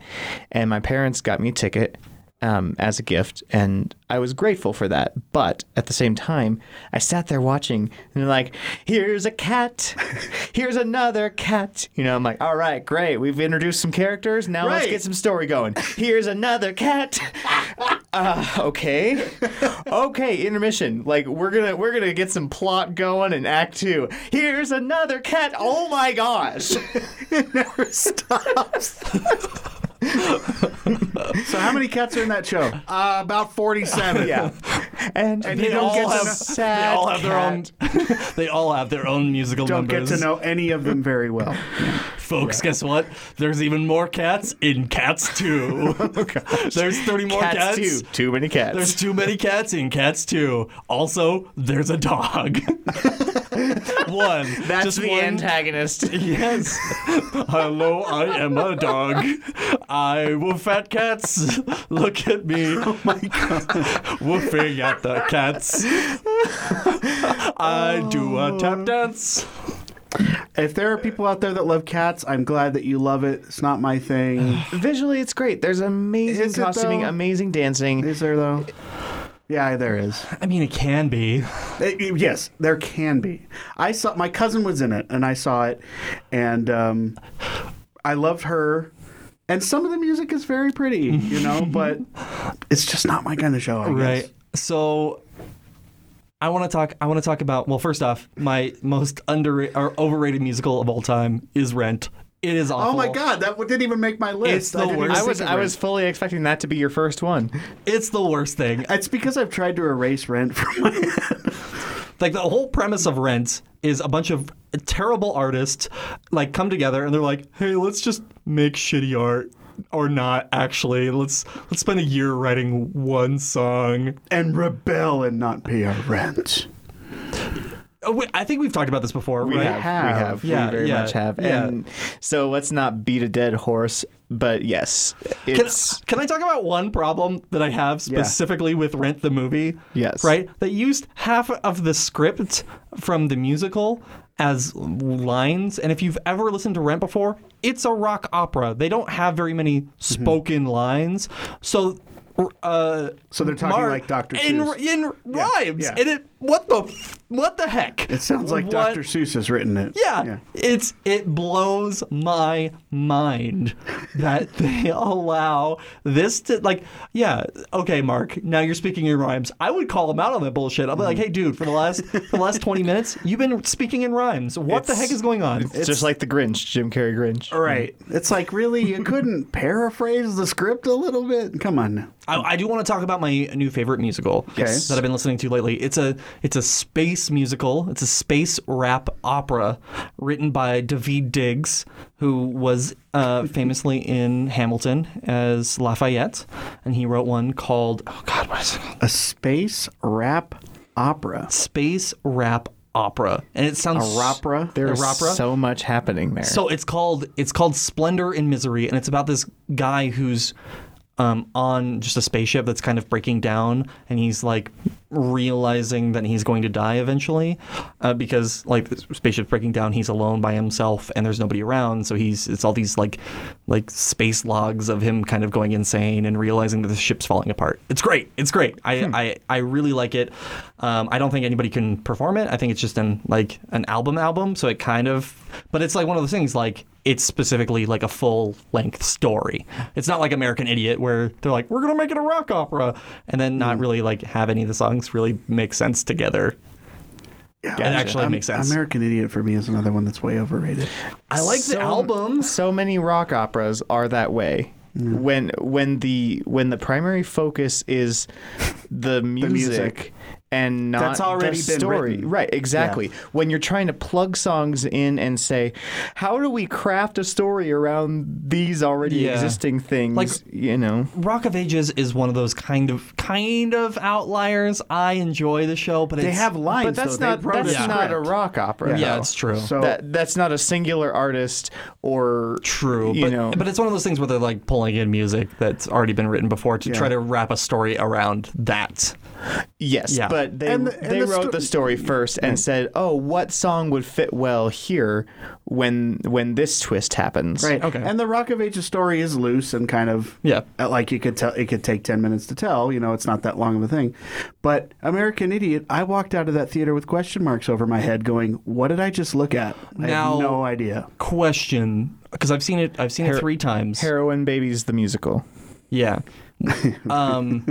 [SPEAKER 3] and my parents got me a ticket. Um, as a gift, and I was grateful for that. But at the same time, I sat there watching, and they're like, "Here's a cat, here's another cat." You know, I'm like, "All right, great. We've introduced some characters. Now let's
[SPEAKER 2] Right.
[SPEAKER 3] get some story going. Here's another cat. Uh, okay, okay. Intermission. Like we're gonna we're gonna get some plot going in Act Two. Here's another cat. Oh my gosh.
[SPEAKER 2] So how many cats are in that show? Uh, about forty-seven.
[SPEAKER 3] Yeah. And,
[SPEAKER 2] And
[SPEAKER 3] they
[SPEAKER 2] you don't
[SPEAKER 3] all
[SPEAKER 2] get to
[SPEAKER 3] have
[SPEAKER 2] know-
[SPEAKER 1] they
[SPEAKER 3] sad
[SPEAKER 1] all have their own.
[SPEAKER 3] cat.
[SPEAKER 1] they all have their own musical
[SPEAKER 2] Don't get
[SPEAKER 1] numbers.
[SPEAKER 2] to know any of them very well.
[SPEAKER 1] folks. Guess what? There's even more cats in Cats Two. There's 30 more
[SPEAKER 3] cats,
[SPEAKER 1] cats.
[SPEAKER 3] too. Too many cats.
[SPEAKER 1] There's too many cats in Cats 2. Also, there's a dog. one.
[SPEAKER 3] That's
[SPEAKER 1] just
[SPEAKER 3] the
[SPEAKER 1] one.
[SPEAKER 3] antagonist.
[SPEAKER 1] Yes. Hello, I am a dog. I woof at cats. Look at me. Oh my god. Woofing at the cats. I do a tap dance.
[SPEAKER 2] If there are people out there that love cats, I'm glad that you love it. It's not my thing.
[SPEAKER 3] Visually, it's great. There's amazing
[SPEAKER 2] Is it,
[SPEAKER 3] costuming,
[SPEAKER 2] though?
[SPEAKER 3] amazing dancing.
[SPEAKER 2] Is there though? Yeah, there is.
[SPEAKER 1] I mean, it can be.
[SPEAKER 2] Uh, yes, there can be. I saw my cousin was in it, and I saw it, and um, I loved her. And some of the music is very pretty, you know, but it's just not my kind of show. I guess.
[SPEAKER 1] Right. So I want to talk. I want to talk about. Well, first off, my most under or overrated musical of all time is Rent. It is awful.
[SPEAKER 2] Oh my god, that didn't even make my list.
[SPEAKER 1] It's the
[SPEAKER 2] didn't even
[SPEAKER 1] worst.
[SPEAKER 3] I
[SPEAKER 2] think
[SPEAKER 3] was
[SPEAKER 2] of
[SPEAKER 3] I
[SPEAKER 2] Rent.
[SPEAKER 3] was fully expecting that to be your first one.
[SPEAKER 1] It's the worst thing.
[SPEAKER 2] It's because I've tried to erase Rent from my head.
[SPEAKER 1] Like the whole premise of Rent is a bunch of terrible artists like come together and they're like, "Hey, let's just make shitty art." Or not actually. Let's let's spend a year writing one song.
[SPEAKER 2] and rebel and not pay our rent.
[SPEAKER 1] Oh, wait, I think we've talked about this before,
[SPEAKER 3] We
[SPEAKER 1] right?
[SPEAKER 3] have,
[SPEAKER 2] Have.
[SPEAKER 3] we have,
[SPEAKER 1] Yeah,
[SPEAKER 3] we very
[SPEAKER 1] yeah,
[SPEAKER 3] much have.
[SPEAKER 1] yeah.
[SPEAKER 3] And so let's not beat a dead horse, but yes,
[SPEAKER 1] Can,
[SPEAKER 3] it's
[SPEAKER 1] can I talk about one problem that I have specifically with Rent the movie?
[SPEAKER 3] Yes.
[SPEAKER 1] Right? They used half of the script from the musical as lines. And if you've ever listened to Rent before, it's a rock opera. They don't have very
[SPEAKER 2] Mm-hmm.
[SPEAKER 1] many spoken lines. So. Uh,
[SPEAKER 2] So they're talking like Dr.
[SPEAKER 1] in,
[SPEAKER 2] Seuss.
[SPEAKER 1] in rhymes,
[SPEAKER 2] yeah.
[SPEAKER 1] and it what the f- what the heck?
[SPEAKER 2] It sounds like Dr. Seuss has written it.
[SPEAKER 1] Yeah, it's it blows my mind that they allow this to like yeah okay Mark now you're speaking in rhymes I would call him out on that bullshit I'll be
[SPEAKER 3] Mm.
[SPEAKER 1] like hey dude for the last for the last twenty minutes you've been speaking in rhymes what the
[SPEAKER 3] It's-
[SPEAKER 1] heck is going on
[SPEAKER 3] it's Er, just like the Grinch, Jim Carrey Grinch.
[SPEAKER 2] Right. It's like, really, you couldn't paraphrase the script a little bit? Come on. now.
[SPEAKER 1] I, I do want to talk about my new favorite musical
[SPEAKER 2] Yes.
[SPEAKER 1] that I've been listening to lately. It's a it's a space musical. It's a space rap opera written by David Diggs, who was uh, famously in Hamilton as Lafayette, and he wrote one called Oh God, what is it called?
[SPEAKER 2] A space rap opera.
[SPEAKER 1] Space rap opera, and it sounds
[SPEAKER 2] A opera.
[SPEAKER 3] There's
[SPEAKER 1] opera?
[SPEAKER 3] so much happening there.
[SPEAKER 1] So it's called it's called Splendor and Misery, and it's about this guy who's um, on just a spaceship that's kind of breaking down, and he's like realizing that he's going to die eventually uh, because like the spaceship's breaking down, he's alone by himself, and there's nobody around. So he's it's all these like like space logs of him kind of going insane and realizing that the ship's falling apart. It's great. It's great. I
[SPEAKER 2] Hmm.
[SPEAKER 1] I, I really like it. Um, I don't think anybody can perform it. I think it's just an like an album album, so it kind of but it's like one of those things like it's specifically like a full length story. It's not like American Idiot where they're like, We're gonna make it a rock opera and then
[SPEAKER 2] Hmm.
[SPEAKER 1] not really like have any of the songs really make sense together.
[SPEAKER 2] Yeah,
[SPEAKER 1] That actually makes sense.
[SPEAKER 2] American Idiot for me is another one that's way overrated.
[SPEAKER 1] I like
[SPEAKER 3] so,
[SPEAKER 1] the album.
[SPEAKER 3] So many rock operas are that way.
[SPEAKER 2] Mm.
[SPEAKER 3] When when the when the primary focus is the music,
[SPEAKER 2] music.
[SPEAKER 3] and not
[SPEAKER 2] That's already
[SPEAKER 3] the
[SPEAKER 2] been
[SPEAKER 3] story.
[SPEAKER 2] written.
[SPEAKER 3] Right, exactly. When you're trying to plug songs in and say, how do we craft a story around these already
[SPEAKER 1] Yeah.
[SPEAKER 3] existing things?
[SPEAKER 1] Like-
[SPEAKER 3] you know.
[SPEAKER 1] Rock of Ages is one of those kind of kind of outliers. I enjoy the show, but
[SPEAKER 2] They
[SPEAKER 1] it's,
[SPEAKER 2] have lines,
[SPEAKER 3] But that's
[SPEAKER 2] though. They
[SPEAKER 3] not
[SPEAKER 2] wrote
[SPEAKER 3] that's
[SPEAKER 2] a
[SPEAKER 3] not a
[SPEAKER 2] script.
[SPEAKER 3] rock opera.
[SPEAKER 1] Yeah,
[SPEAKER 3] though.
[SPEAKER 1] it's true.
[SPEAKER 2] So
[SPEAKER 3] That that's not a singular artist or
[SPEAKER 1] True,
[SPEAKER 3] You
[SPEAKER 1] but,
[SPEAKER 3] know.
[SPEAKER 1] but it's one of those things where they're like pulling in music that's already been written before to try to wrap a story around that.
[SPEAKER 3] Yes,
[SPEAKER 1] Yeah.
[SPEAKER 3] but they
[SPEAKER 2] And the- and
[SPEAKER 3] they
[SPEAKER 2] the
[SPEAKER 3] wrote
[SPEAKER 2] sto-
[SPEAKER 3] the story first and said, "Oh, what song would fit well here when when this twist happens?"
[SPEAKER 2] Right.
[SPEAKER 1] Okay.
[SPEAKER 2] And the Rock of Ages story is loose and kind of
[SPEAKER 1] Yeah.
[SPEAKER 2] uh, Like you could tell, it could take ten minutes to tell. You know, it's not that long of a thing. But American Idiot, I walked out of that theater with question marks over my head, going, "What did I just look at? I
[SPEAKER 1] Now-
[SPEAKER 2] have no idea."
[SPEAKER 1] Question, because I've seen it, I've seen it three times.
[SPEAKER 3] Heroin Babies the musical.
[SPEAKER 1] yeah. Um,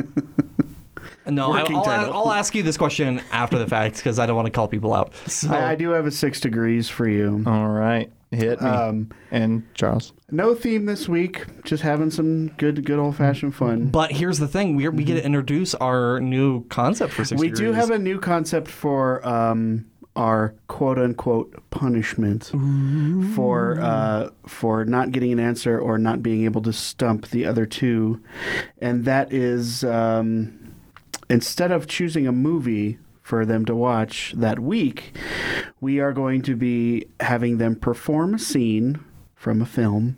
[SPEAKER 1] no, I,
[SPEAKER 2] Working
[SPEAKER 1] will
[SPEAKER 2] title.
[SPEAKER 1] I'll ask you this question after the fact because I don't want to call people out. So,
[SPEAKER 2] I, I do have a six degrees for you.
[SPEAKER 3] All right, hit me.
[SPEAKER 2] Um,
[SPEAKER 3] and Charles,
[SPEAKER 2] No theme this week. Just having some good, good old fashioned fun.
[SPEAKER 1] but here's the thing: we we get to introduce our new concept for six.
[SPEAKER 2] Mm-hmm. we do have a new concept for um, our quote unquote punishment for uh, for not getting an answer or not being able to stump the other two, and that is um, instead of choosing a movie for them to watch that week, we are going to be having them perform a scene from a film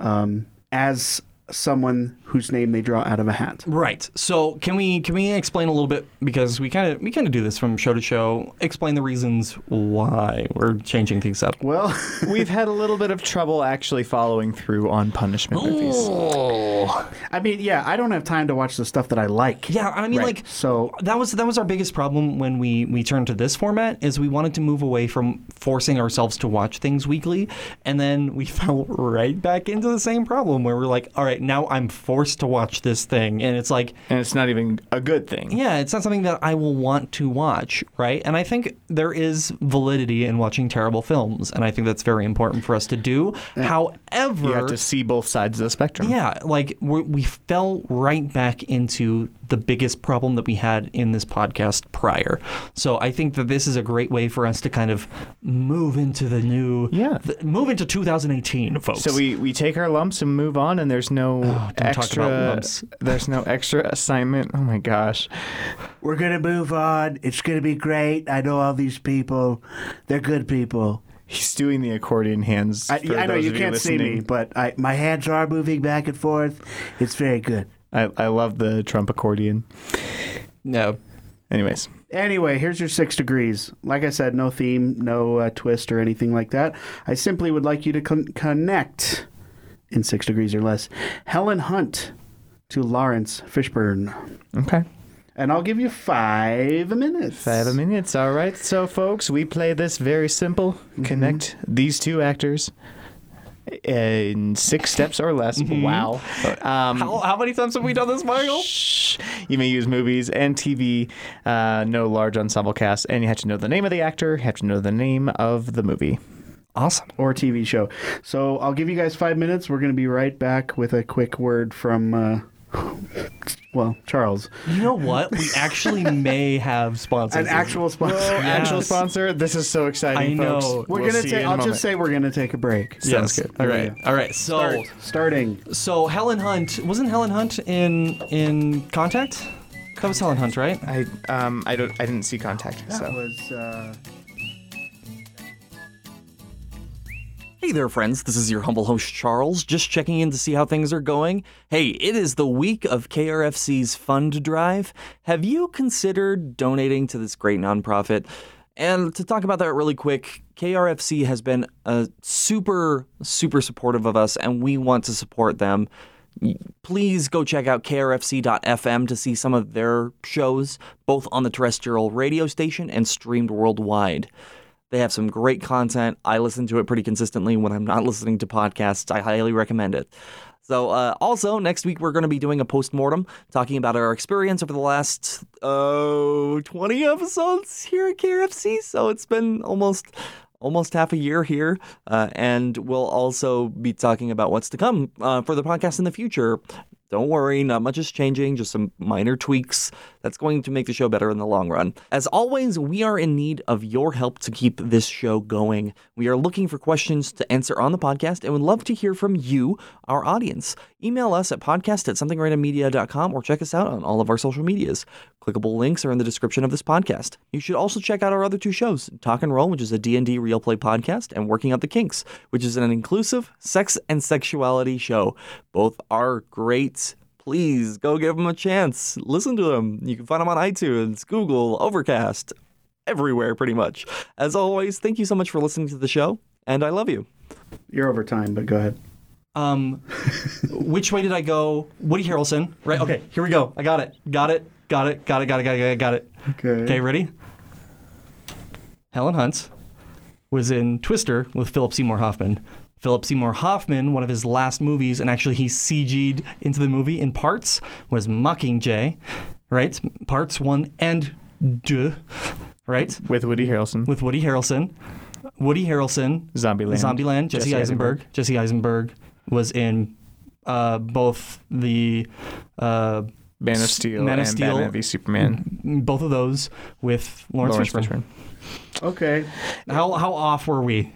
[SPEAKER 2] um, as someone whose name they draw out of a hat.
[SPEAKER 1] Right. So can we can we explain a little bit because we kind of we kind of do this from show to show. Explain the reasons why we're changing things up.
[SPEAKER 2] Well.
[SPEAKER 3] we've had a little bit of trouble actually following through on punishment movies. Oh,
[SPEAKER 2] I mean, yeah, I don't have time to watch the stuff that I like.
[SPEAKER 1] Yeah, I mean,
[SPEAKER 2] Right.
[SPEAKER 1] like
[SPEAKER 2] so
[SPEAKER 1] that was that was our biggest problem when we we turned to this format is we wanted to move away from forcing ourselves to watch things weekly, and then we fell right back into the same problem where we're like, all right, now I'm forced to watch this thing, and it's like,
[SPEAKER 3] and it's not even a good thing.
[SPEAKER 1] yeah, it's not something that I will want to watch, right? And I think there is validity in watching terrible films, and I think that's very important for us to do. However,
[SPEAKER 3] You have to see both sides of the spectrum.
[SPEAKER 1] yeah, like we we fell right back into the biggest problem that we had in this podcast prior. So I think that this is a great way for us to kind of move into the new,
[SPEAKER 3] Yeah.
[SPEAKER 1] th- move into 2018, folks.
[SPEAKER 3] So we, we take our lumps and move on, and there's no
[SPEAKER 1] Oh, talk
[SPEAKER 3] extra.
[SPEAKER 1] about lumps.
[SPEAKER 3] There's no extra assignment. Oh my gosh,
[SPEAKER 2] We're gonna move on. It's gonna be great. I know all these people. They're good people.
[SPEAKER 3] he's doing the accordion hands.
[SPEAKER 2] I,
[SPEAKER 3] for
[SPEAKER 2] I know
[SPEAKER 3] those
[SPEAKER 2] you
[SPEAKER 3] of
[SPEAKER 2] can't see me,
[SPEAKER 3] listening.
[SPEAKER 2] but I, my hands are moving back and forth. It's very good.
[SPEAKER 3] I, I love the Trump accordion.
[SPEAKER 1] no,
[SPEAKER 3] Anyways,
[SPEAKER 2] Anyway, here's your six degrees. Like I said, no theme, no uh, twist, or anything like that. I simply would like you to con- connect in six degrees or less Helen Hunt to Lawrence Fishburne.
[SPEAKER 3] okay.
[SPEAKER 2] And I'll give you five minutes.
[SPEAKER 3] Five minutes. All right. So, folks, we play this very simple. Connect these two actors in six steps or less. Wow. Um,
[SPEAKER 1] how, how many times have we done this, Michael?
[SPEAKER 3] Shh. You may use movies and TV, uh, no large ensemble cast, and you have to know the name of the actor, you have to know the name of the movie.
[SPEAKER 1] Awesome.
[SPEAKER 2] Or TV show. So I'll give you guys five minutes. We're going to be right back with a quick word from, uh, well, Charles.
[SPEAKER 1] You know what? We actually may have sponsors.
[SPEAKER 2] An actual sponsor.
[SPEAKER 3] Actual
[SPEAKER 1] Yes.
[SPEAKER 3] sponsor, this is so exciting,
[SPEAKER 1] I know.
[SPEAKER 3] folks.
[SPEAKER 2] We're
[SPEAKER 3] We'll
[SPEAKER 2] gonna
[SPEAKER 3] see
[SPEAKER 2] take.
[SPEAKER 3] you in a
[SPEAKER 2] I'll
[SPEAKER 3] moment.
[SPEAKER 2] just say we're gonna take a break.
[SPEAKER 1] Yes. Oh.
[SPEAKER 3] good.
[SPEAKER 1] All
[SPEAKER 2] There
[SPEAKER 1] right.
[SPEAKER 2] we
[SPEAKER 1] All right. So,
[SPEAKER 2] Start. Starting.
[SPEAKER 1] so Helen Hunt wasn't Helen Hunt in in Contact? That was Helen Hunt, right?
[SPEAKER 3] I um I don't I didn't see contact.
[SPEAKER 2] That
[SPEAKER 3] So
[SPEAKER 2] was. Uh,
[SPEAKER 1] Hey there, friends. This is your humble host, Charles, just checking in to see how things are going. Hey, it is the week of KRFC's fund drive. Have you considered donating to this great nonprofit? And to talk about that really quick, KRFC has been uh, super, super supportive of us, and we want to support them please go check out krfc.fm to see some of their shows, both on the terrestrial radio station and streamed worldwide. They have some great content. I listen to it pretty consistently when I'm not listening to podcasts. I highly recommend it. So, uh, also, next week we're going to be doing a postmortem talking about our experience over the last oh, 20 episodes here at KRFC. So, it's been almost almost half a year here, uh, and we'll also be talking about what's to come uh, for the podcast in the future. Don't worry, not much is changing, just some minor tweaks. That's going to make the show better in the long run. As always, we are in need of your help to keep this show going. We are looking for questions to answer on the podcast and would love to hear from you, our audience. Email us at podcast at somethingrandommedia.com or check us out on all of our social medias. Clickable links are in the description of this podcast. You should also check out our other two shows, Talk and Roll, which is a D&D real play podcast, and Working Out the Kinks, which is an inclusive sex and sexuality show. Both are great. Please go give them a chance. Listen to them. You can find them on iTunes, Google, Overcast, everywhere pretty much. As always, thank you so much for listening to the show, and I love you.
[SPEAKER 2] you're over time, but go ahead.
[SPEAKER 1] Um, which way did I go? Woody Harrelson. Right. Okay. Here we go. I got it. Got it. Got it. Got it. Got it. Got it. Got it. Got it.
[SPEAKER 2] Okay.
[SPEAKER 1] Okay. Ready? Helen Hunt was in Twister with Philip Seymour Hoffman. Philip Seymour Hoffman, one of his last movies, and actually he CG'd into the movie in parts, was Mockingjay, right? Parts one and two, right?
[SPEAKER 3] with Woody Harrelson,
[SPEAKER 1] With Woody Harrelson. Woody Harrelson
[SPEAKER 3] Zombieland,
[SPEAKER 1] Zombieland, Jesse, Eisenberg. Jesse Eisenberg was in uh, both the uh,
[SPEAKER 3] Man of Steel,
[SPEAKER 1] Man of
[SPEAKER 3] and
[SPEAKER 1] Steel. Mm-hmm.
[SPEAKER 3] Batman v Superman,
[SPEAKER 1] both of those with Lawrence,
[SPEAKER 3] Lawrence Fishburne.
[SPEAKER 1] Fishburne.
[SPEAKER 2] Okay.
[SPEAKER 1] How how off were we?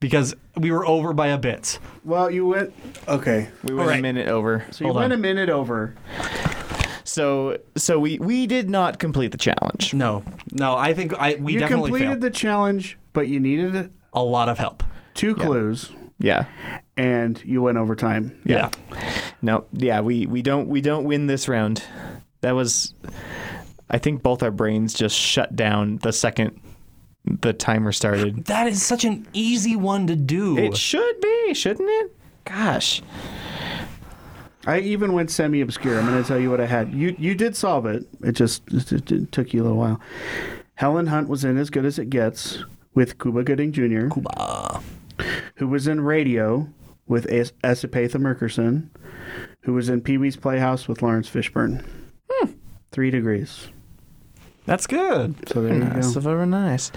[SPEAKER 1] Because we were over by a bit.
[SPEAKER 2] Well, you went. Okay.
[SPEAKER 3] We went
[SPEAKER 1] Alright.
[SPEAKER 3] a minute over.
[SPEAKER 2] So you
[SPEAKER 1] Hold
[SPEAKER 2] went
[SPEAKER 1] on.
[SPEAKER 2] a minute over.
[SPEAKER 3] So so we we did not complete the challenge.
[SPEAKER 1] No, no. I think I we
[SPEAKER 2] you
[SPEAKER 1] definitely
[SPEAKER 2] completed
[SPEAKER 1] failed.
[SPEAKER 2] the challenge, but you needed
[SPEAKER 1] a lot of help.
[SPEAKER 2] two clues,
[SPEAKER 3] Yeah.
[SPEAKER 2] and you went over time.
[SPEAKER 1] Yeah.
[SPEAKER 3] No. Yeah, we we don't we don't win this round. That was I think both our brains just shut down the second the timer started.
[SPEAKER 1] that is such an easy one to do.
[SPEAKER 3] It should be, shouldn't it? Gosh.
[SPEAKER 2] I even went semi-obscure. I'm going to tell you what I had. You you did solve it. It just it, it- it took you a little while. Helen Hunt was in As Good as It Gets with Cuba Gooding Jr.,
[SPEAKER 1] Bah.
[SPEAKER 2] who was in Radio with As- Esipatha Merkerson, who was in Pee Wee's Playhouse with Lawrence Fishburne.
[SPEAKER 4] Hmm.
[SPEAKER 2] Three degrees.
[SPEAKER 4] That's good.
[SPEAKER 2] So there
[SPEAKER 3] Nice,
[SPEAKER 2] you
[SPEAKER 3] very nice.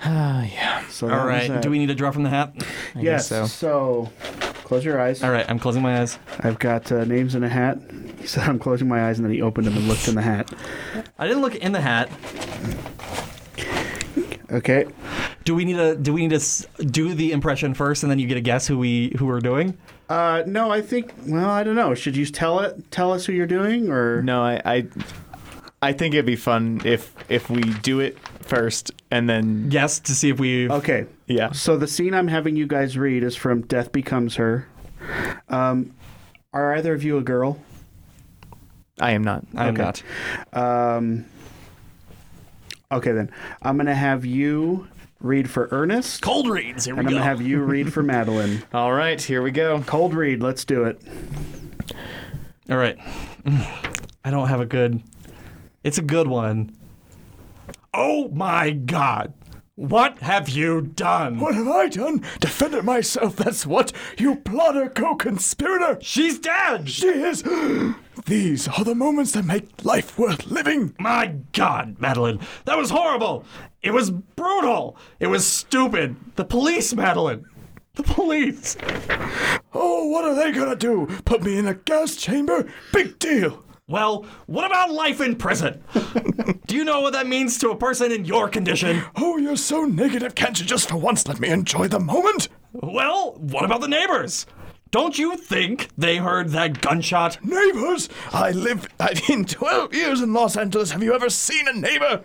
[SPEAKER 3] Ah, yeah.
[SPEAKER 2] go. So that
[SPEAKER 4] All
[SPEAKER 2] was
[SPEAKER 4] right.
[SPEAKER 2] that.
[SPEAKER 4] Do we need to draw from the hat?
[SPEAKER 3] I
[SPEAKER 2] Yes.
[SPEAKER 3] guess so.
[SPEAKER 2] so. close your eyes.
[SPEAKER 4] All right. I'm closing my eyes.
[SPEAKER 2] I've got uh, names in a hat. He said I'm closing my eyes, and then he opened them and looked in the hat.
[SPEAKER 4] I didn't look in the hat.
[SPEAKER 2] Okay.
[SPEAKER 4] Do we need to do we need to s- do the impression first, and then you get a guess who we who we're doing?
[SPEAKER 2] Uh, no, I think. Well, I don't know. Should you tell it? Tell us who you're doing, or
[SPEAKER 3] No, I, I, I think it'd be fun if if we do it first and then
[SPEAKER 4] Guess to see if we.
[SPEAKER 2] Okay.
[SPEAKER 3] yeah.
[SPEAKER 2] So the scene I'm having you guys read is from Death Becomes Her. Um, are either of you a girl?
[SPEAKER 3] I am not.
[SPEAKER 4] I'm
[SPEAKER 2] okay.
[SPEAKER 4] not.
[SPEAKER 2] Um, okay, then I'm gonna have you read for Ernest,
[SPEAKER 4] Cold reads. Here we
[SPEAKER 2] and I'm
[SPEAKER 4] go.
[SPEAKER 2] gonna have you read for Madeline.
[SPEAKER 3] All right, here we go.
[SPEAKER 2] Cold read. Let's do it.
[SPEAKER 4] All right. I don't have a good. It's a good one. Oh my God! What have you done?
[SPEAKER 3] What have I done? Defended myself, that's what? You plotter, co conspirator!
[SPEAKER 4] She's dead.
[SPEAKER 3] She is. These are the moments that make life worth living!
[SPEAKER 4] My God, Madeline, that was horrible. It was brutal. It was stupid. The police, Madeline. The police.
[SPEAKER 3] Oh, what are they gonna do? Put me in a gas chamber? Big deal!
[SPEAKER 4] Well, what about life in prison? Do you know what that means to a person in your condition?
[SPEAKER 3] Oh, you're so negative, can't you just for once let me enjoy the moment?
[SPEAKER 4] Well, what about the neighbors? Don't you think they heard that gunshot?
[SPEAKER 3] Neighbors! I live I, in 12 years in Los Angeles. Have you ever seen a neighbor?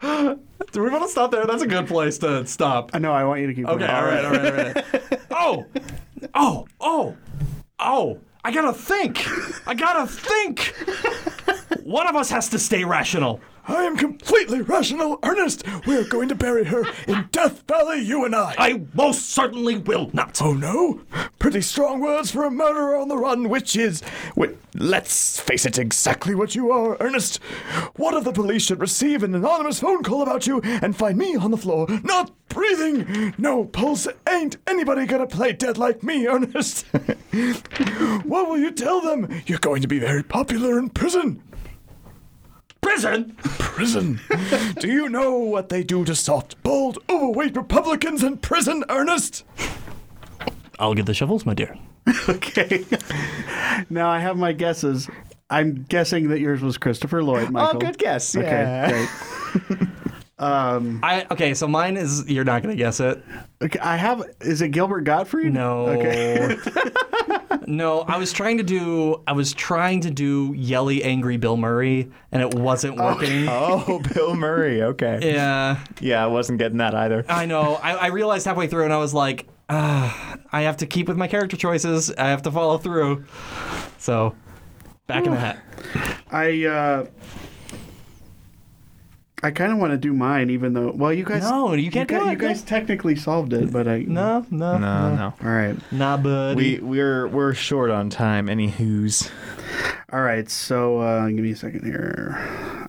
[SPEAKER 4] Do we want to stop there? That's a good place to stop.
[SPEAKER 2] I know. I want you to keep.
[SPEAKER 4] Okay, all right, all right, all right. oh, oh, oh, oh! I gotta think. I gotta think. One of us has to stay rational.
[SPEAKER 3] I am completely rational, Ernest. We're going to bury her in Death Valley, you and I.
[SPEAKER 4] I most certainly will not.
[SPEAKER 3] Oh no! Pretty strong words for a murderer on the run, which is. Wait, let's face it, exactly what you are, Ernest. What if the police should receive an anonymous phone call about you and find me on the floor, not breathing? No pulse, ain't anybody gonna play dead like me, Ernest. what will you tell them? You're going to be very popular in prison.
[SPEAKER 4] Prison?
[SPEAKER 3] Prison. do you know what they do to soft, bald, overweight Republicans in prison, Ernest?
[SPEAKER 4] I'll get the shovels, my dear.
[SPEAKER 2] Okay. now I have my guesses. I'm guessing that yours was Christopher Lloyd,
[SPEAKER 4] Oh,
[SPEAKER 2] Michael.
[SPEAKER 3] guess.
[SPEAKER 2] Okay, great.
[SPEAKER 4] I okay. So mine is you're not gonna guess it.
[SPEAKER 2] Okay, I have. Is it Gilbert Gottfried?
[SPEAKER 4] No.
[SPEAKER 2] Okay.
[SPEAKER 4] no, I was trying to do. I was trying to do yelly, angry Bill Murray, and it wasn't working.
[SPEAKER 3] Oh, Bill Murray. Okay. Yeah.
[SPEAKER 4] Yeah.
[SPEAKER 3] I wasn't getting that either.
[SPEAKER 4] I know. I, I realized halfway through, and I was like, ah, I have to keep with my character choices. I have to follow through. So, back in the hat.
[SPEAKER 2] I. Uh, I kind of want to do mine, even though. Well, you guys.
[SPEAKER 4] No, you can't
[SPEAKER 2] You,
[SPEAKER 4] do
[SPEAKER 2] guys,
[SPEAKER 4] it,
[SPEAKER 2] you guys technically solved it, but I.
[SPEAKER 4] No, no,
[SPEAKER 3] No, no.
[SPEAKER 2] All right.
[SPEAKER 4] nah, buddy.
[SPEAKER 3] We we're we're short on time. Anywho's.
[SPEAKER 2] All right. So uh, give me a second here.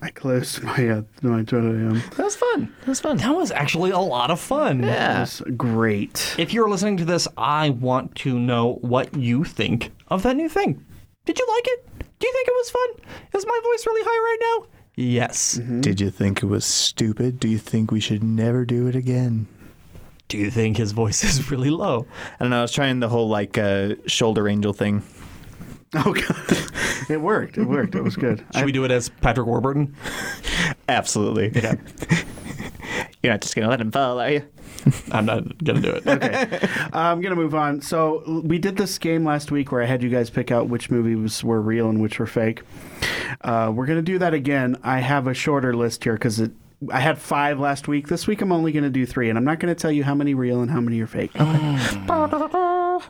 [SPEAKER 2] I closed my uh, my Twitter. Um,
[SPEAKER 3] That was fun. That was fun.
[SPEAKER 4] that was actually a lot of fun.
[SPEAKER 2] it
[SPEAKER 3] Yeah.
[SPEAKER 2] was great.
[SPEAKER 4] If you're listening to this, I want to know what you think of that new thing. Did you like it? Do you think it was fun? Is my voice really high right now? Yes.
[SPEAKER 3] Did you think it was stupid? Do you think we should never do it again?
[SPEAKER 4] Do you think his voice is really low?
[SPEAKER 3] I don't know. I was trying the whole like uh, shoulder angel thing.
[SPEAKER 2] Oh god, it worked. It worked. It was good.
[SPEAKER 4] Should we do it as Patrick Warburton?
[SPEAKER 3] Absolutely. Yeah. You're not just gonna let him fall, are you?
[SPEAKER 4] I'm not gonna do it.
[SPEAKER 2] I'm gonna move on. So l- we did this game last week where I had you guys pick out which movies were real and which were fake. Uh, we're gonna do that again. I have a shorter list here because it. I had five last week. This week I'm only gonna do three, and I'm not gonna tell you how many real and how many are fake.
[SPEAKER 4] Oh,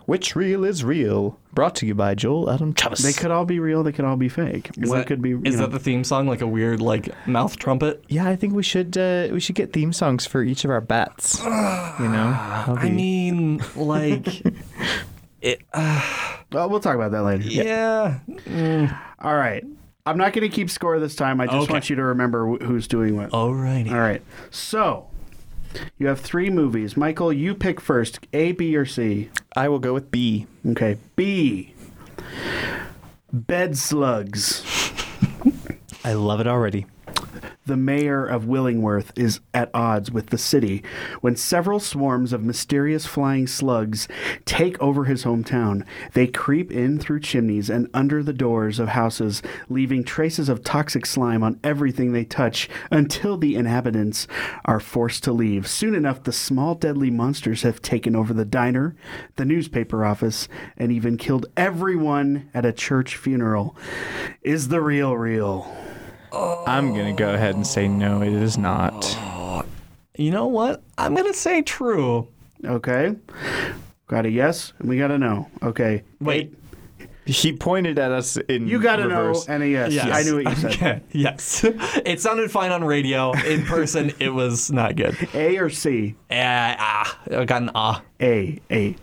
[SPEAKER 3] Which reel is real? Brought to you by Joel Adam Travis.
[SPEAKER 2] They could all be real. They could all be fake. Is
[SPEAKER 4] Is
[SPEAKER 2] that, could be. you
[SPEAKER 4] Is
[SPEAKER 2] know.
[SPEAKER 4] that the theme song like a weird like mouth trumpet?
[SPEAKER 3] Yeah, I think we should uh, we should get theme songs for each of our bats. You know, That'll
[SPEAKER 4] I
[SPEAKER 3] be-
[SPEAKER 4] mean, like, it,
[SPEAKER 2] Well, we'll talk about that later.
[SPEAKER 4] yeah.
[SPEAKER 2] All right. I'm not going to keep score this time. I just
[SPEAKER 4] Okay.
[SPEAKER 2] want you to remember wh- who's doing what.
[SPEAKER 4] Alrighty.
[SPEAKER 2] All right. So You have three movies. Michael, you pick first A, B, or C.
[SPEAKER 3] I will go with B.
[SPEAKER 2] Okay. B. Bed Slugs.
[SPEAKER 3] I love it already.
[SPEAKER 2] the mayor of Willingworth is at odds with the city when several swarms of mysterious flying slugs take over his hometown. They creep in through chimneys and under the doors of houses, leaving traces of toxic slime on everything they touch until the inhabitants are forced to leave. Soon enough, the small deadly monsters have taken over the diner, the newspaper office, and even killed everyone at a church funeral. Is the real real?
[SPEAKER 3] I'm gonna go ahead and say no, it is not.
[SPEAKER 4] You know what? I'm gonna say true.
[SPEAKER 2] Okay. Got a yes, and we got a no. Okay.
[SPEAKER 4] Wait.
[SPEAKER 3] He pointed at us in
[SPEAKER 2] You got a
[SPEAKER 3] reverse.
[SPEAKER 2] no and a yes. I knew what you said.
[SPEAKER 4] Okay. Yes. it sounded fine on radio. In person, it was not good.
[SPEAKER 2] A or C?
[SPEAKER 4] Uh, ah, I got an ah.
[SPEAKER 2] A. A.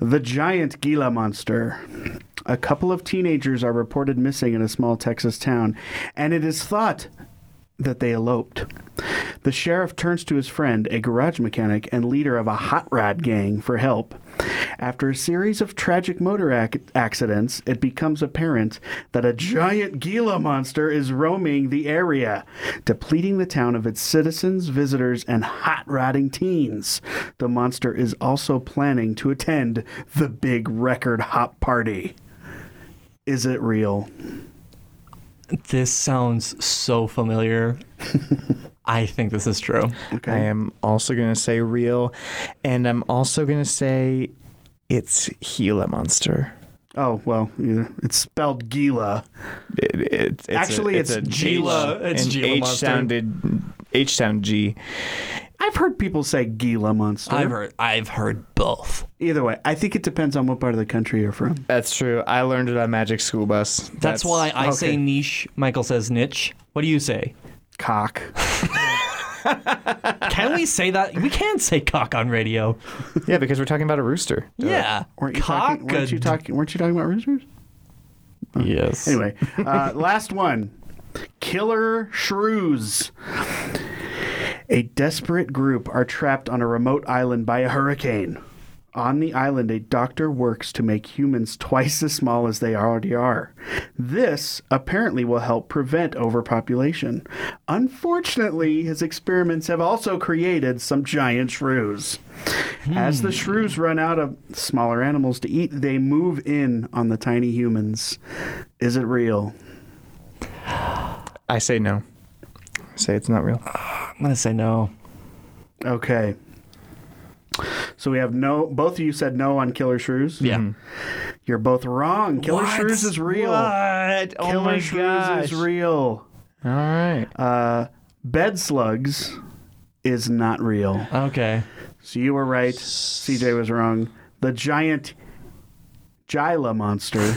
[SPEAKER 2] The giant Gila monster. A couple of teenagers are reported missing in a small Texas town, and it is thought that they eloped. The sheriff turns to his friend, a garage mechanic and leader of a hot rod gang, for help. After a series of tragic motor ac- accidents, it becomes apparent that a giant Gila monster is roaming the area, depleting the town of its citizens, visitors, and hot rodding teens. The monster is also planning to attend the big record hop party. Is it real?
[SPEAKER 4] This sounds so familiar. I think this is true.
[SPEAKER 2] Okay.
[SPEAKER 3] I am also gonna say real, and I'm also gonna say it's Gila monster.
[SPEAKER 2] Oh well, yeah, it's spelled Gila.
[SPEAKER 3] It, it, it's a-
[SPEAKER 2] Actually, it's
[SPEAKER 3] a
[SPEAKER 4] Gila.
[SPEAKER 3] H-
[SPEAKER 4] It's
[SPEAKER 3] an
[SPEAKER 4] Gila
[SPEAKER 3] H
[SPEAKER 4] monster.
[SPEAKER 3] sounded H sound G.
[SPEAKER 2] I've heard people say Gila monster.
[SPEAKER 4] I've heard. I've heard both.
[SPEAKER 2] Either way, I think it depends on what part of the country you're from.
[SPEAKER 3] That's true. I learned it on Magic School Bus.
[SPEAKER 4] That's, why I say
[SPEAKER 2] okay.
[SPEAKER 4] niche. Michael says niche. What do you say?
[SPEAKER 2] Cock.
[SPEAKER 4] Can we say that? We can say cock on radio.
[SPEAKER 3] Yeah, because we're talking about a rooster.
[SPEAKER 4] Yeah.
[SPEAKER 2] Uh, Weren't you talking? Weren't you
[SPEAKER 4] Cockad-
[SPEAKER 2] talking? Weren't you talking about roosters?
[SPEAKER 4] Yes.
[SPEAKER 2] Anyway, uh, last one. Killer shrews. A desperate group are trapped on a remote island by a hurricane. On the island, a doctor works to make humans twice as small as they already are. This apparently will help prevent overpopulation. Unfortunately, his experiments have also created some giant shrews. As the shrews run out of smaller animals to eat, they move in on the tiny humans. Is it real?
[SPEAKER 3] I say no. I say it's not real.
[SPEAKER 4] I'm gonna say no.
[SPEAKER 2] Okay. So we have no. Both of you said no on killer shrews.
[SPEAKER 4] Yeah.
[SPEAKER 2] You're both wrong. Killer
[SPEAKER 4] What? Oh
[SPEAKER 2] shrews Mm-hmm. is real.
[SPEAKER 3] What?
[SPEAKER 2] Killer shrews is real.
[SPEAKER 3] All right.
[SPEAKER 2] Uh, bed slugs is not real.
[SPEAKER 4] Okay.
[SPEAKER 2] So you were right. CJ was wrong. The giant Gila monster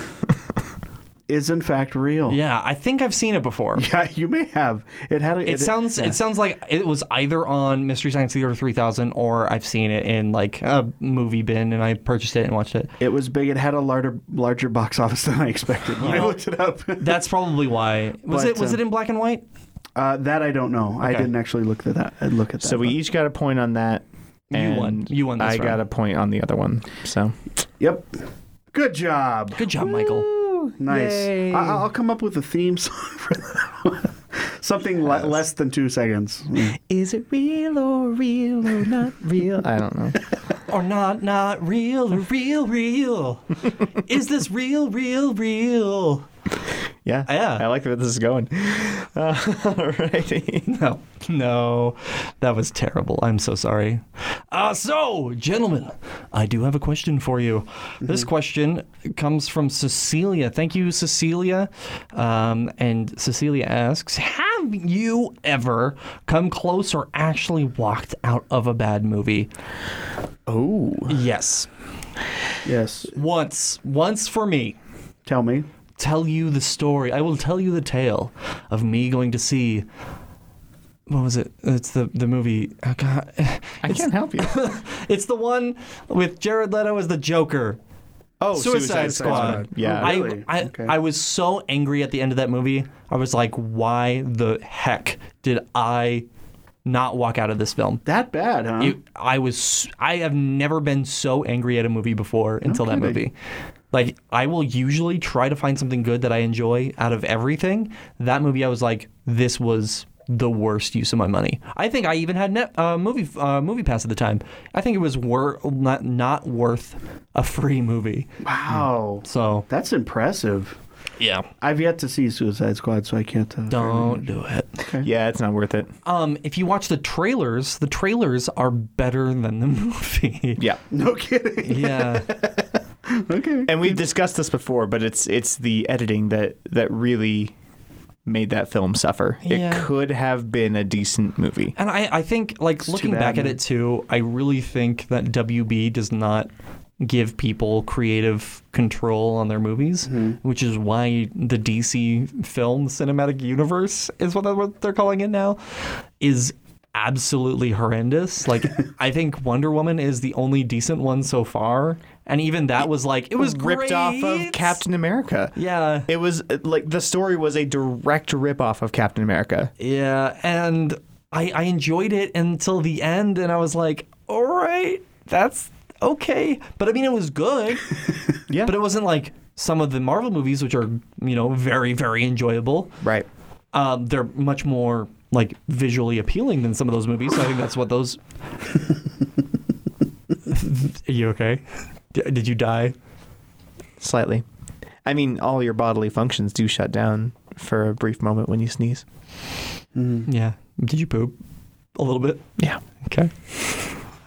[SPEAKER 2] is in fact real.
[SPEAKER 4] Yeah, I think I've seen it before.
[SPEAKER 2] Yeah, you may have. It had. A,
[SPEAKER 4] It sounds it sounds like it was either on Mystery Science Theater 3000 or I've seen it in like a movie bin and I purchased it and watched it.
[SPEAKER 2] It was big. It had a larger larger box office than I expected. I looked it up.
[SPEAKER 4] That's probably why. Was
[SPEAKER 2] But,
[SPEAKER 4] it was
[SPEAKER 2] um,
[SPEAKER 4] it in black and white?
[SPEAKER 2] Uh, that I don't know. I
[SPEAKER 4] Okay.
[SPEAKER 2] didn't actually look at that. I'd Look at that.
[SPEAKER 3] So we
[SPEAKER 2] but-
[SPEAKER 3] each got a point on that.
[SPEAKER 4] You won.
[SPEAKER 3] and
[SPEAKER 4] You won this
[SPEAKER 3] I got
[SPEAKER 4] round.
[SPEAKER 3] a point on the other one. So
[SPEAKER 2] Yep. Good job.
[SPEAKER 4] Good job, Michael.
[SPEAKER 2] Nice. I- I'll come up with a theme song for that. one. Something le- less than two seconds. Mm.
[SPEAKER 3] is it real or real or not real? I don't know.
[SPEAKER 4] Or not not real or real real. is this real real real?
[SPEAKER 3] Yeah.
[SPEAKER 4] Yeah.
[SPEAKER 3] I like where this is going. Uh, alrighty.
[SPEAKER 4] No, no, that was terrible. I'm so sorry. Uh, so, gentlemen, I do have a question for you. This question comes from Cecilia. Thank you, Cecilia. Um, and Cecilia asks Have you ever come close or actually walked out of a bad movie?
[SPEAKER 3] Oh.
[SPEAKER 4] Yes.
[SPEAKER 2] Yes.
[SPEAKER 4] Once. Once for me.
[SPEAKER 2] Tell me.
[SPEAKER 4] tell you the story. I will tell you the tale of me going to see. What was it? It's the the movie. Oh God,
[SPEAKER 3] I can't help you.
[SPEAKER 4] it's the one with Jared Leto as the Joker.
[SPEAKER 3] Oh,
[SPEAKER 4] Suicide, Squad.
[SPEAKER 3] Yeah.
[SPEAKER 4] I,
[SPEAKER 2] Really?
[SPEAKER 4] I,
[SPEAKER 2] Okay.
[SPEAKER 4] I was so angry at the end of that movie. I was like, why the heck did I not walk out of this film.
[SPEAKER 2] That bad, huh?
[SPEAKER 4] It- I was I have never been so angry at a movie before until that
[SPEAKER 2] kidding.
[SPEAKER 4] movie. Like I will usually try to find something good that I enjoy out of everything. That movie, I was like, this was the worst use of my money. I think I even had net, uh, movie uh, movie pass at the time. I think it was wor- not not worth a free movie.
[SPEAKER 2] wow.
[SPEAKER 4] So
[SPEAKER 2] That's impressive.
[SPEAKER 4] yeah,
[SPEAKER 2] I've yet to see Suicide Squad, so I can't. Uh,
[SPEAKER 4] don't do it.
[SPEAKER 3] Yeah, it's not worth it.
[SPEAKER 4] Um, if you watch the trailers, the trailers are better than the movie.
[SPEAKER 3] Yeah.
[SPEAKER 2] No kidding.
[SPEAKER 4] Yeah.
[SPEAKER 2] okay.
[SPEAKER 3] And we've discussed this before, but it's it's the editing that that really made that film suffer.
[SPEAKER 4] Yeah.
[SPEAKER 3] It could have been a decent movie.
[SPEAKER 4] And I, I think, like, looking
[SPEAKER 2] bad,
[SPEAKER 4] back at
[SPEAKER 2] man.
[SPEAKER 4] it too, I really think that WB does not give people creative control on their movies,
[SPEAKER 3] Mm-hmm.
[SPEAKER 4] which is why the DC film cinematic universe is what, they're- what they're calling it now, is absolutely horrendous. Like, I think Wonder Woman is the only decent one so far. And even that was like, it was
[SPEAKER 3] ripped off of
[SPEAKER 4] great.
[SPEAKER 3] Captain America.
[SPEAKER 4] Yeah.
[SPEAKER 3] It was uh, like the story was a direct rip off of Captain America.
[SPEAKER 4] Yeah, and I I enjoyed it until the end, and I was like, all right, that's okay. But I mean, it was good.
[SPEAKER 3] Yeah.
[SPEAKER 4] But it wasn't like some of the Marvel movies, which are you know very very enjoyable.
[SPEAKER 3] Right.
[SPEAKER 4] Um, they're much more like visually appealing than some of those movies. So I think that's what those. are you okay? D- Did you die?
[SPEAKER 3] Slightly. I mean, all your bodily functions do shut down for a brief moment when you sneeze.
[SPEAKER 2] Mm-hmm.
[SPEAKER 4] Yeah. Did you poop? A little bit.
[SPEAKER 3] Yeah.
[SPEAKER 4] Okay.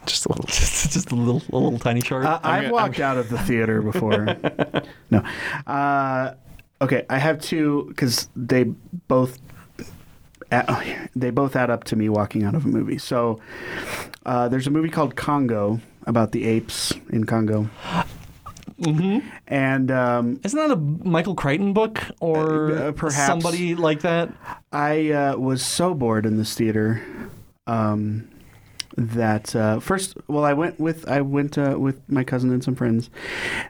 [SPEAKER 3] Just a little.
[SPEAKER 4] Just a little, a little tiny shard.
[SPEAKER 2] Uh, I've
[SPEAKER 3] gonna-
[SPEAKER 2] walked out of the theater before. no. Uh, okay, I have two because they both a- they both add up to me walking out of a movie. So uh, there's a movie called Congo about the apes in Congo,
[SPEAKER 4] mm-hmm.
[SPEAKER 2] and um,
[SPEAKER 4] Isn't that a Michael Crichton book or
[SPEAKER 2] Uh, uh, perhaps.
[SPEAKER 4] somebody like that?
[SPEAKER 2] I uh, was so bored in this theater um, that uh, first, well, I went with I went uh, with my cousin and some friends,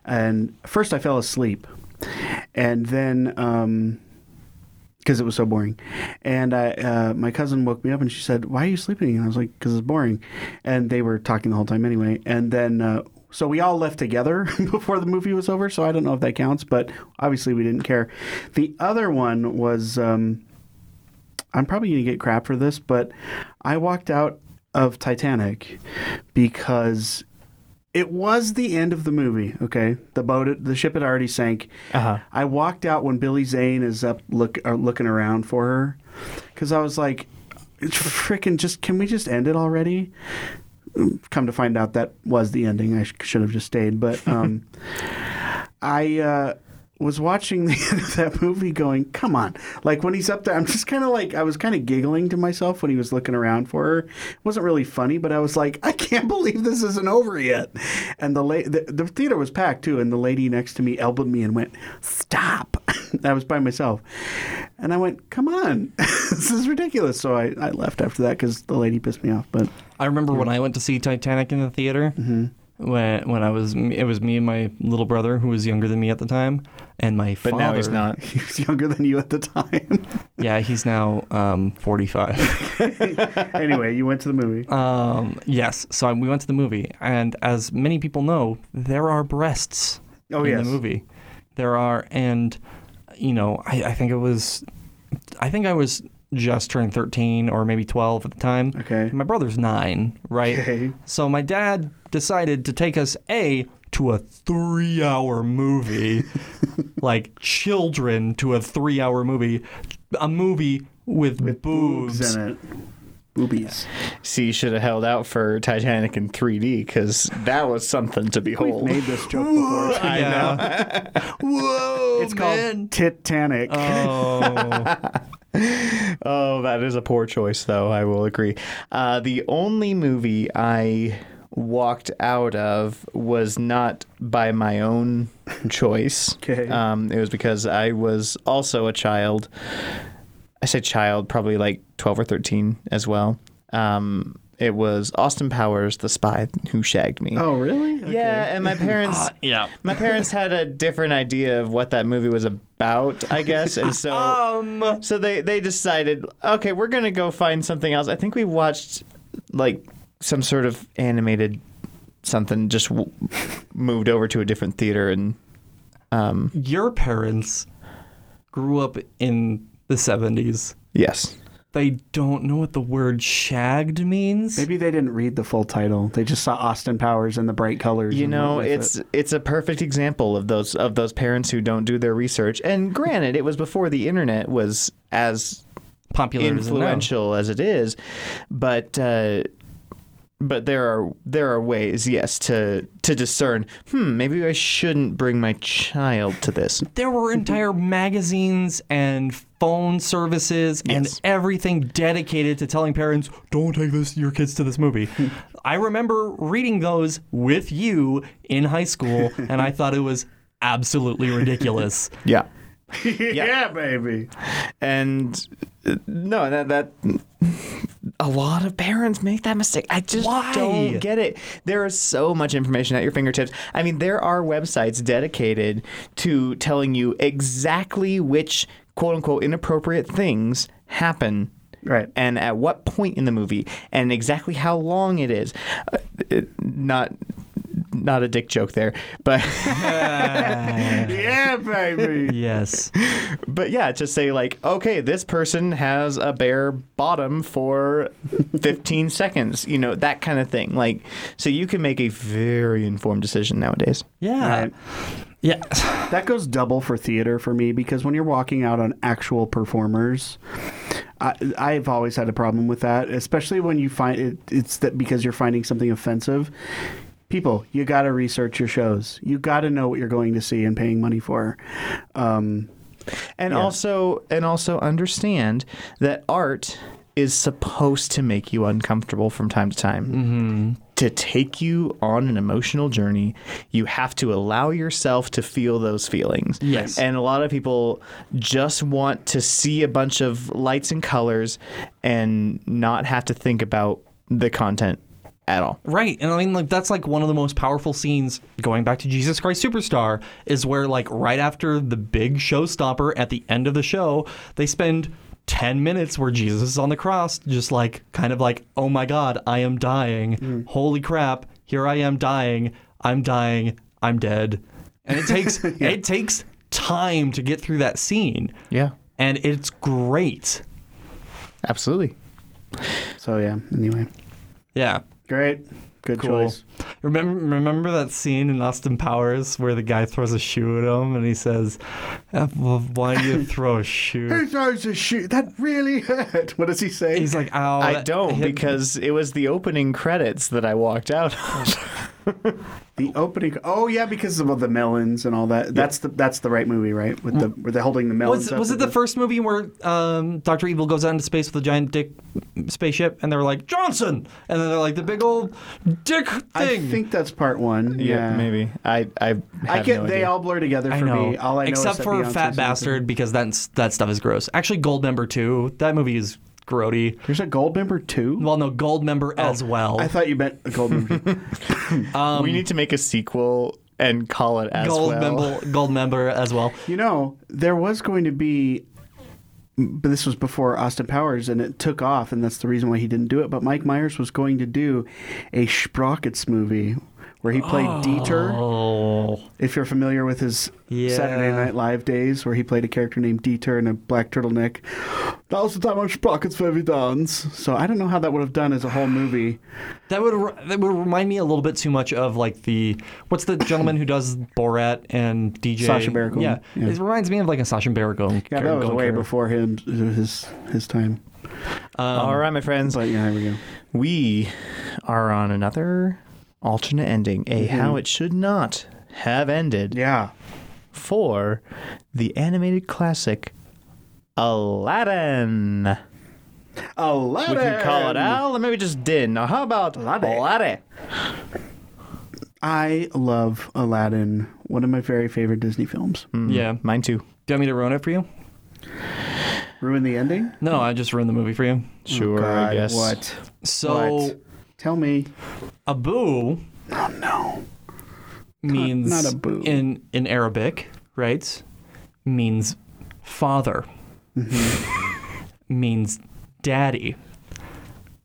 [SPEAKER 2] and first I fell asleep, and then because it was so boring, and I uh, my cousin woke me up and she said, "Why are you sleeping?" And I was like, "Because it's boring," and they were talking the whole time anyway, and then. Uh, so we all left together before the movie was over. So I don't know if that counts, but obviously we didn't care. The other one was um, I'm probably going to get crap for this, but I walked out of Titanic because it was the end of the movie. Okay, the boat, the ship had already sank.
[SPEAKER 3] Uh-huh.
[SPEAKER 2] I walked out when Billy Zane is up look uh, looking around for her because I was like, "Freaking, just can we just end it already?" Mm, Come to find out, that was the ending. I sh- should have just stayed, but. Um, I uh, was watching the end of that movie going, come on. Like when he's up there, I'm just kind of like, I was kind of giggling to myself when he was looking around for her. It wasn't really funny, but I was like, I can't believe this isn't over yet. And the, la- the, the theater was packed too, and the lady next to me elbowed me and went, stop. I was by myself. And I went, come on. this is ridiculous. So I, I left after that because the lady pissed me off. But mm-hmm.
[SPEAKER 4] I remember when I went to see Titanic in the theater.
[SPEAKER 3] Mm-hmm.
[SPEAKER 4] When when I was it was me and my little brother who was younger than me at the time, and my
[SPEAKER 3] But
[SPEAKER 4] father.
[SPEAKER 3] now he's not.
[SPEAKER 2] he was younger than you at the time.
[SPEAKER 4] Yeah, he's now um, forty five.
[SPEAKER 2] anyway, you went to the movie.
[SPEAKER 4] um, yes, so I, we went to the movie, and as many people know, there are breasts
[SPEAKER 2] Oh,
[SPEAKER 4] in
[SPEAKER 2] yes.
[SPEAKER 4] the movie. There are, and you know, I, I think it was, I think I was just turned thirteen or maybe twelve at the time.
[SPEAKER 2] Okay.
[SPEAKER 4] My brother's nine, right?
[SPEAKER 2] Okay.
[SPEAKER 4] So my dad decided to take us a to a three-hour movie, like children to a three-hour movie, a movie with, boobs.
[SPEAKER 2] boobs in it. Boobies.
[SPEAKER 3] See, you should have held out for Titanic in 3D because that was something to
[SPEAKER 2] We've
[SPEAKER 3] behold.
[SPEAKER 2] made this joke before.
[SPEAKER 4] I know. Whoa,
[SPEAKER 2] It's called Titanic.
[SPEAKER 4] Oh,
[SPEAKER 3] Oh, that is a poor choice, though. I will agree. Uh, the only movie I walked out of was not by my own choice.
[SPEAKER 2] 'Kay.
[SPEAKER 3] Um, it was because I was also a child. I say child, probably like 12 or 13 as well. Um, It was Austin Powers, the spy who shagged me.
[SPEAKER 2] Oh, really? Okay. Ah,
[SPEAKER 3] Yeah, and my parents.
[SPEAKER 4] yeah.
[SPEAKER 3] My parents had a different idea of what that movie was about, I guess, and so
[SPEAKER 4] Um.
[SPEAKER 3] so they they decided, okay, we're gonna go find something else. I think we watched like some sort of animated something, just w- moved over to a different theater, and
[SPEAKER 4] Your parents grew up in the 70s.
[SPEAKER 3] yes,
[SPEAKER 4] They don't know what the word shagged means.
[SPEAKER 2] Maybe they didn't read the full title. They just saw Austin Powers and the bright colors.
[SPEAKER 3] you
[SPEAKER 2] and
[SPEAKER 3] know,
[SPEAKER 2] went with
[SPEAKER 3] it's
[SPEAKER 2] it.
[SPEAKER 3] it's a perfect example of those of those parents who don't do their research. And granted, it was before the internet was as
[SPEAKER 4] Popular as it now.
[SPEAKER 3] influential as it is, but uh, but there are there are ways, yes, to to discern. Hmm, maybe I shouldn't bring my child to this.
[SPEAKER 4] There were entire magazines and phone services and
[SPEAKER 3] Yes.
[SPEAKER 4] everything dedicated to telling parents, don't take this your kids to this movie. I remember reading those with you in high school, and I thought it was absolutely ridiculous.
[SPEAKER 3] Yeah,
[SPEAKER 2] yeah, baby.
[SPEAKER 3] and uh, no, that that. A lot of parents make that mistake. I just
[SPEAKER 4] Why?
[SPEAKER 3] don't get it. There is so much information at your fingertips. I mean, there are websites dedicated to telling you exactly which quote unquote inappropriate things happen
[SPEAKER 2] Right.
[SPEAKER 3] and at what point in the movie and exactly how long it is. Uh, it- not not a dick joke there, but
[SPEAKER 2] yeah, baby.
[SPEAKER 4] yes.
[SPEAKER 3] but yeah, just say like, okay, this person has a bare bottom for 15 seconds, you know, that kind of thing. Like so you can make a very informed decision nowadays.
[SPEAKER 4] Yeah.
[SPEAKER 2] Right.
[SPEAKER 4] Yeah.
[SPEAKER 2] That goes double for theater for me because when you're walking out on actual performers, I, I've always had a problem with that, especially when you find it, it's that because you're finding something offensive. People, you got to research your shows. You got to know what you're going to see and paying money for. Um,
[SPEAKER 3] And also and also understand that art is supposed to make you uncomfortable from time to time. To take you on an emotional journey, you have to allow yourself to feel those feelings.
[SPEAKER 4] Yes.
[SPEAKER 3] And a lot of people just want to see a bunch of lights and colors and not have to think about the content at all.
[SPEAKER 4] Right. And I mean like that's like one of the most powerful scenes going back to Jesus Christ Superstar is where like right after the big showstopper at the end of the show, they spend 10 minutes where Jesus is on the cross just like kind of like, "Oh my god, I am dying. Holy crap, here I am dying. I'm dying. I'm dead." And it takes it takes time to get through that scene.
[SPEAKER 3] Yeah.
[SPEAKER 4] And it's great.
[SPEAKER 3] Absolutely.
[SPEAKER 2] so, yeah, anyway.
[SPEAKER 4] Yeah.
[SPEAKER 2] Great. Good
[SPEAKER 4] Cool.
[SPEAKER 2] choice.
[SPEAKER 4] Remember, remember that scene in Austin Powers where the guy throws a shoe at him and he says, "Uh, well, "Why do you throw a shoe?"
[SPEAKER 2] throws a shoe? That really hurt. What does he say?
[SPEAKER 4] He's like, "Ow."
[SPEAKER 3] I
[SPEAKER 4] that
[SPEAKER 3] don't
[SPEAKER 4] hit me."
[SPEAKER 3] because it was the opening credits that I walked out on.
[SPEAKER 2] The opening. Oh yeah, because of the melons and all that. That's the that's the right movie, right? With the where they're holding the melons.
[SPEAKER 4] Hmm.
[SPEAKER 2] up
[SPEAKER 4] Was, was it
[SPEAKER 2] at
[SPEAKER 4] the first movie where um, Doctor Evil goes out into space with a giant dick mm, spaceship, and they're like Johnson, and then they're like the big old dick thing?
[SPEAKER 2] I think that's part one. Yeah,
[SPEAKER 3] maybe. I I have
[SPEAKER 2] I get
[SPEAKER 3] no
[SPEAKER 2] they
[SPEAKER 3] idea.
[SPEAKER 2] all blur together for
[SPEAKER 4] I know.
[SPEAKER 2] me. All I know
[SPEAKER 4] except
[SPEAKER 2] is that
[SPEAKER 4] for
[SPEAKER 2] Beyonce's in
[SPEAKER 4] Fat
[SPEAKER 2] it.
[SPEAKER 4] Bastard because that's that stuff is gross. Actually, Gold Member Two, that movie is grody.
[SPEAKER 2] There's a gold member too.
[SPEAKER 4] Well, no, Gold Member as well.
[SPEAKER 2] Oh, I thought you meant a gold member.
[SPEAKER 3] we need to make a sequel and call it as
[SPEAKER 4] Gold
[SPEAKER 3] well.
[SPEAKER 4] member, gold member as well.
[SPEAKER 2] you know, there was going to be, but this was before Austin Powers, and it took off, and that's the reason why he didn't do it. But Mike Myers was going to do a Sprockets movie where he played Dieter.
[SPEAKER 4] Oh,
[SPEAKER 2] If you're familiar with his
[SPEAKER 4] Yeah.
[SPEAKER 2] Saturday Night Live days, where he played a character named Dieter in a black turtleneck, that was the time I sprockets for every dance. So I don't know how that would have done as a whole movie.
[SPEAKER 4] that would re- that would remind me a little bit too much of like the what's the gentleman who does Borat and DJ
[SPEAKER 2] Sacha Baron Cohen.
[SPEAKER 4] Yeah,
[SPEAKER 2] Yeah.
[SPEAKER 4] it reminds me of like a Sasha Baron Cohen.
[SPEAKER 2] Yeah, that
[SPEAKER 4] Baron
[SPEAKER 2] was
[SPEAKER 4] Cohen
[SPEAKER 2] way
[SPEAKER 4] character.
[SPEAKER 2] before him his his time.
[SPEAKER 3] all right, my friends.
[SPEAKER 2] But yeah, here we go.
[SPEAKER 3] Um, We are on another alternate ending, a how it should not have ended
[SPEAKER 2] Yeah,
[SPEAKER 3] for the animated classic Aladdin.
[SPEAKER 2] Aladdin.
[SPEAKER 3] We can call it Al, or maybe just Din. Now, how about
[SPEAKER 2] Aladdin.
[SPEAKER 3] Aladdin?
[SPEAKER 2] I love Aladdin.
[SPEAKER 3] Hmm.
[SPEAKER 2] One of my very favorite Disney films.
[SPEAKER 4] Yeah, do
[SPEAKER 3] Mine too.
[SPEAKER 4] you want me to ruin it for you?
[SPEAKER 2] Ruin the ending?
[SPEAKER 4] No, I just ruined the movie for you.
[SPEAKER 3] Sure, I
[SPEAKER 2] God,
[SPEAKER 3] guess.
[SPEAKER 2] What?
[SPEAKER 4] So
[SPEAKER 2] What? Tell me. Oh
[SPEAKER 4] Abu
[SPEAKER 2] no.
[SPEAKER 4] means
[SPEAKER 2] not Abu.
[SPEAKER 4] in in Arabic, right? Means father.
[SPEAKER 2] Mm-hmm.
[SPEAKER 4] means daddy.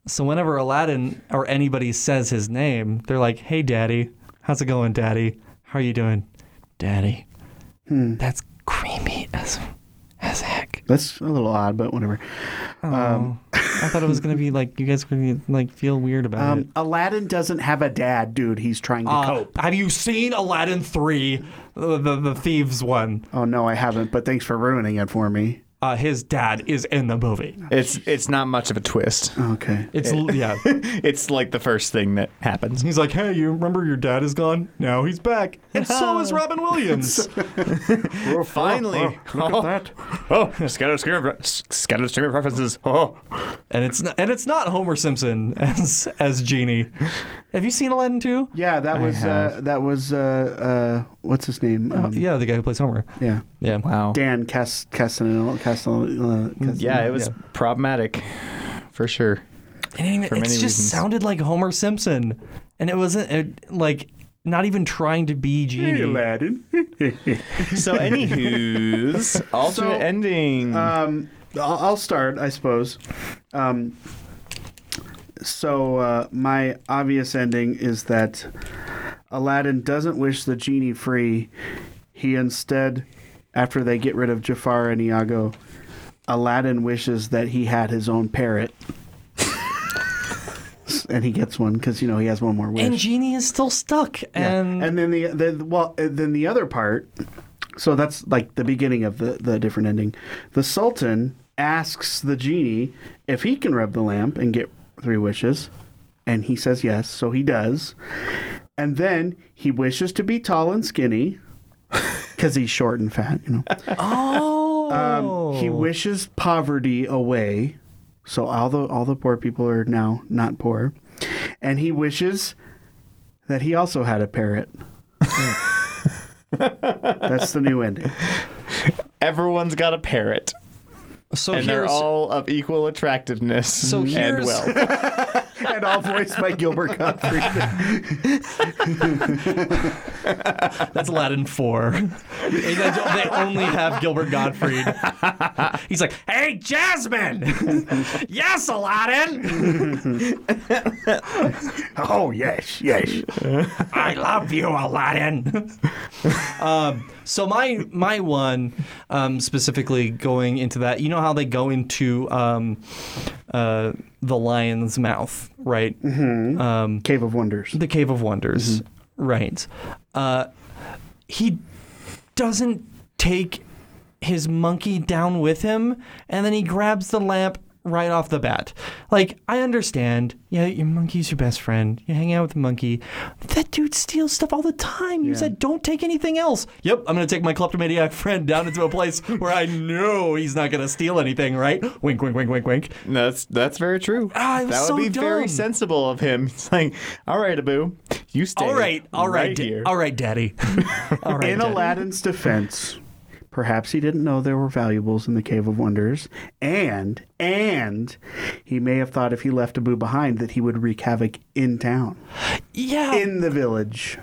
[SPEAKER 4] So whenever Aladdin or anybody says his name, they're like, "Hey, daddy, how's it going, daddy? How are you doing, daddy?"
[SPEAKER 2] Hmm.
[SPEAKER 4] That's creamy as as heck.
[SPEAKER 2] That's a little odd, but whatever.
[SPEAKER 4] Oh, I thought it was gonna be like you guys were gonna like feel weird about it.
[SPEAKER 2] Um, Aladdin doesn't have a dad, dude. He's trying to
[SPEAKER 3] Ah.
[SPEAKER 4] Uh,
[SPEAKER 2] cope.
[SPEAKER 4] Have you seen Aladdin 3, the, the, the thieves one?
[SPEAKER 2] Oh no, I haven't. But thanks for ruining it for me.
[SPEAKER 4] Uh, his dad is in the movie.
[SPEAKER 3] It's it's not much of a twist.
[SPEAKER 2] Okay.
[SPEAKER 4] It's l- yeah.
[SPEAKER 3] It's like the first thing that happens.
[SPEAKER 4] He's like, hey, you remember your dad is gone? Now he's back, and so is Robin Williams.
[SPEAKER 3] Oh, Finally.
[SPEAKER 4] oh,
[SPEAKER 2] Look at
[SPEAKER 3] Oh, scattered stream, of- scattered stream of references. Oh,
[SPEAKER 4] and it's not, and it's not Homer Simpson as as genie. Have you seen Aladdin 2?
[SPEAKER 2] Yeah, that was uh,
[SPEAKER 3] have.
[SPEAKER 2] that was uh, uh, what's his name? Um,
[SPEAKER 4] Yeah, the guy who plays Homer.
[SPEAKER 2] yeah.
[SPEAKER 4] Yeah.
[SPEAKER 3] wow.
[SPEAKER 2] Dan Cas Castanel Castel. Uh, Castan-
[SPEAKER 3] Yeah, it was
[SPEAKER 4] Yeah.
[SPEAKER 3] problematic for sure.
[SPEAKER 4] It, ain't even-
[SPEAKER 3] For
[SPEAKER 4] it's
[SPEAKER 3] many
[SPEAKER 4] just
[SPEAKER 3] reasons.
[SPEAKER 4] sounded like Homer Simpson, and it wasn't it, like not even trying to be genie.
[SPEAKER 2] Aladdin.
[SPEAKER 3] So, anywho's alternate
[SPEAKER 2] So,
[SPEAKER 3] ending.
[SPEAKER 4] uh,
[SPEAKER 2] um, I'll, I'll start, I suppose. Um, so uh, my obvious ending is that Aladdin doesn't wish the genie free. He instead, after they get rid of Jafar and Iago, Aladdin wishes that he had his own parrot. and he gets one because you know he has one more wish.
[SPEAKER 4] and genie is still stuck,
[SPEAKER 2] Yeah.
[SPEAKER 4] and
[SPEAKER 2] and then the, the well uh, then the other part so that's like the beginning of the, the different ending the sultan asks the genie if he can rub the lamp and get three wishes and he says yes so he does and then he wishes to be tall and skinny because he's short and fat you know Um,
[SPEAKER 4] oh,
[SPEAKER 2] he wishes poverty away, so all the all the poor people are now not poor, and he wishes that he also had a parrot. That's the new ending.
[SPEAKER 3] Everyone's got a parrot,
[SPEAKER 4] so
[SPEAKER 3] and they're
[SPEAKER 4] here's-
[SPEAKER 3] all of equal attractiveness
[SPEAKER 4] So
[SPEAKER 3] and
[SPEAKER 4] here's-
[SPEAKER 3] wealth.
[SPEAKER 2] And all voiced by Gilbert Godfrey.
[SPEAKER 4] That's Aladdin 4. they, they only have Gilbert Gottfried. He's like, hey, Jasmine! yes, Aladdin!
[SPEAKER 2] oh yes, yes.
[SPEAKER 4] I love you, Aladdin! um, so my my one, um, specifically going into that, you know how they go into um, uh, the lion's mouth, right?
[SPEAKER 2] Cave of Wonders.
[SPEAKER 4] The Cave of Wonders, right? Uh, he doesn't take his monkey down with him, and then he grabs the lamp right off the bat. Like, I understand. Yeah, your monkey's your best friend. You hang out with the monkey. That dude steals stuff all the time. You said, don't take anything else. Yep, I'm going to take my kleptomaniac friend down into a place where I know he's not going to steal anything, right? Wink, wink, wink, wink, wink.
[SPEAKER 3] No, That's that's very true.
[SPEAKER 4] Ah, it was
[SPEAKER 3] that would
[SPEAKER 4] so
[SPEAKER 3] be very
[SPEAKER 4] dumb.
[SPEAKER 3] sensible of him. He's like, "All right, Abu, you stay.
[SPEAKER 4] All right, all right, da-
[SPEAKER 3] here.
[SPEAKER 4] all right, daddy. All right,
[SPEAKER 2] In
[SPEAKER 4] daddy.
[SPEAKER 2] Aladdin's defense, perhaps he didn't know there were valuables in the Cave of Wonders, and and he may have thought if he left Abu behind that he would wreak havoc in town,
[SPEAKER 4] yeah,
[SPEAKER 2] in the village.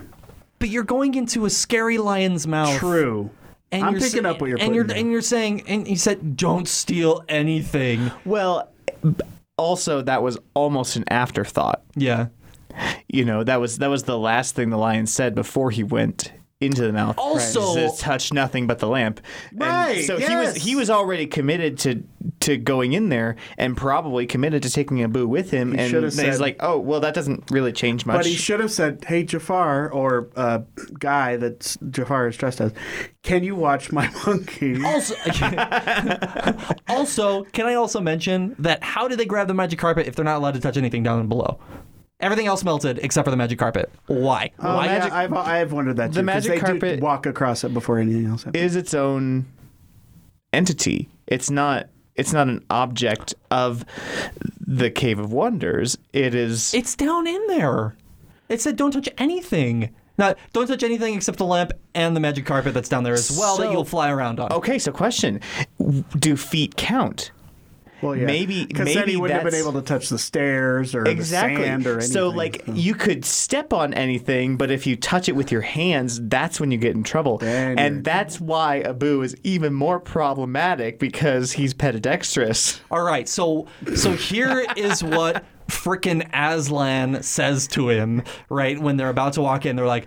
[SPEAKER 4] But you're going into a scary lion's mouth.
[SPEAKER 2] True.
[SPEAKER 4] And
[SPEAKER 2] I'm
[SPEAKER 4] you're
[SPEAKER 2] picking
[SPEAKER 4] sa-
[SPEAKER 2] up what you're
[SPEAKER 4] and
[SPEAKER 2] putting
[SPEAKER 4] you're
[SPEAKER 2] down.
[SPEAKER 4] and you're saying and you said don't steal anything.
[SPEAKER 3] Well, also that was almost an afterthought.
[SPEAKER 4] Yeah.
[SPEAKER 3] You know, that was that was the last thing the lion said before he went into the mouth.
[SPEAKER 4] Also-
[SPEAKER 3] He says, touch nothing but the lamp. And
[SPEAKER 2] Right,
[SPEAKER 3] so he
[SPEAKER 2] yes.
[SPEAKER 3] was he was already committed to to going in there and probably committed to taking Abu with him. and
[SPEAKER 2] should have
[SPEAKER 3] then he's
[SPEAKER 2] said-
[SPEAKER 3] like, oh well, that doesn't really change much.
[SPEAKER 2] But he should have said, "Hey Jafar, or uh, guy that Jafar is dressed as, can you watch my monkey?"
[SPEAKER 4] Also, also, can I also mention that how did they grab the magic carpet if they're not allowed to touch anything down and below? Everything else melted except for the magic carpet. Why?
[SPEAKER 2] Oh,
[SPEAKER 4] Why?
[SPEAKER 2] yeah, I've I've wondered that too.
[SPEAKER 3] The
[SPEAKER 2] 'cause
[SPEAKER 3] magic
[SPEAKER 2] they
[SPEAKER 3] carpet-
[SPEAKER 2] do walk across it before anything else. happens.
[SPEAKER 3] is its own entity. It's not it's not an object of the Cave of Wonders. It is
[SPEAKER 4] It's down in there. It said don't touch anything. Now, don't touch anything except the lamp and the magic carpet that's down there as well that
[SPEAKER 3] So-
[SPEAKER 4] you'll fly around on.
[SPEAKER 3] Okay, so question: Do feet count?
[SPEAKER 2] Well, yeah.
[SPEAKER 3] Maybe-
[SPEAKER 2] because then
[SPEAKER 3] maybe
[SPEAKER 2] he wouldn't have been
[SPEAKER 3] that's-
[SPEAKER 2] able to touch the stairs or the
[SPEAKER 3] Exactly.
[SPEAKER 2] sand or anything.
[SPEAKER 3] so like you could step on anything, but if you touch it with your hands, that's when you get in trouble.
[SPEAKER 2] Then you're in
[SPEAKER 3] and that's why Abu is even more problematic because he's pedidextrous.
[SPEAKER 4] All right, so so here is what frickin' Aslan says to him, right? When they're about to walk in, they're like,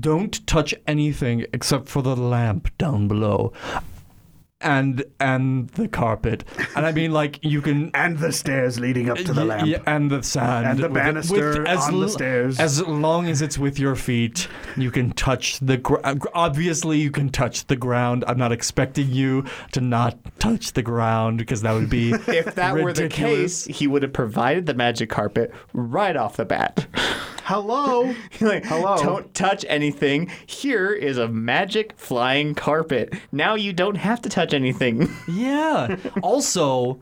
[SPEAKER 4] "Don't touch anything except for the lamp down below." And and the carpet, and I mean like you can
[SPEAKER 2] and the stairs leading up to the
[SPEAKER 4] Y-
[SPEAKER 2] lamp.
[SPEAKER 4] yeah, and the sand
[SPEAKER 2] And the
[SPEAKER 4] with it-
[SPEAKER 2] banister on the
[SPEAKER 4] l-
[SPEAKER 2] stairs.
[SPEAKER 4] As long as it's with your feet, you can touch the gr- uh, gr- obviously you can touch the ground. I'm not expecting you to not touch the ground because that would be
[SPEAKER 3] If that were the case, he would have provided the magic carpet right off the bat.
[SPEAKER 2] Hello.
[SPEAKER 3] like,
[SPEAKER 2] Hello?
[SPEAKER 3] Don't touch anything. Here is a magic flying carpet. Now you don't have to touch anything.
[SPEAKER 4] Yeah. also,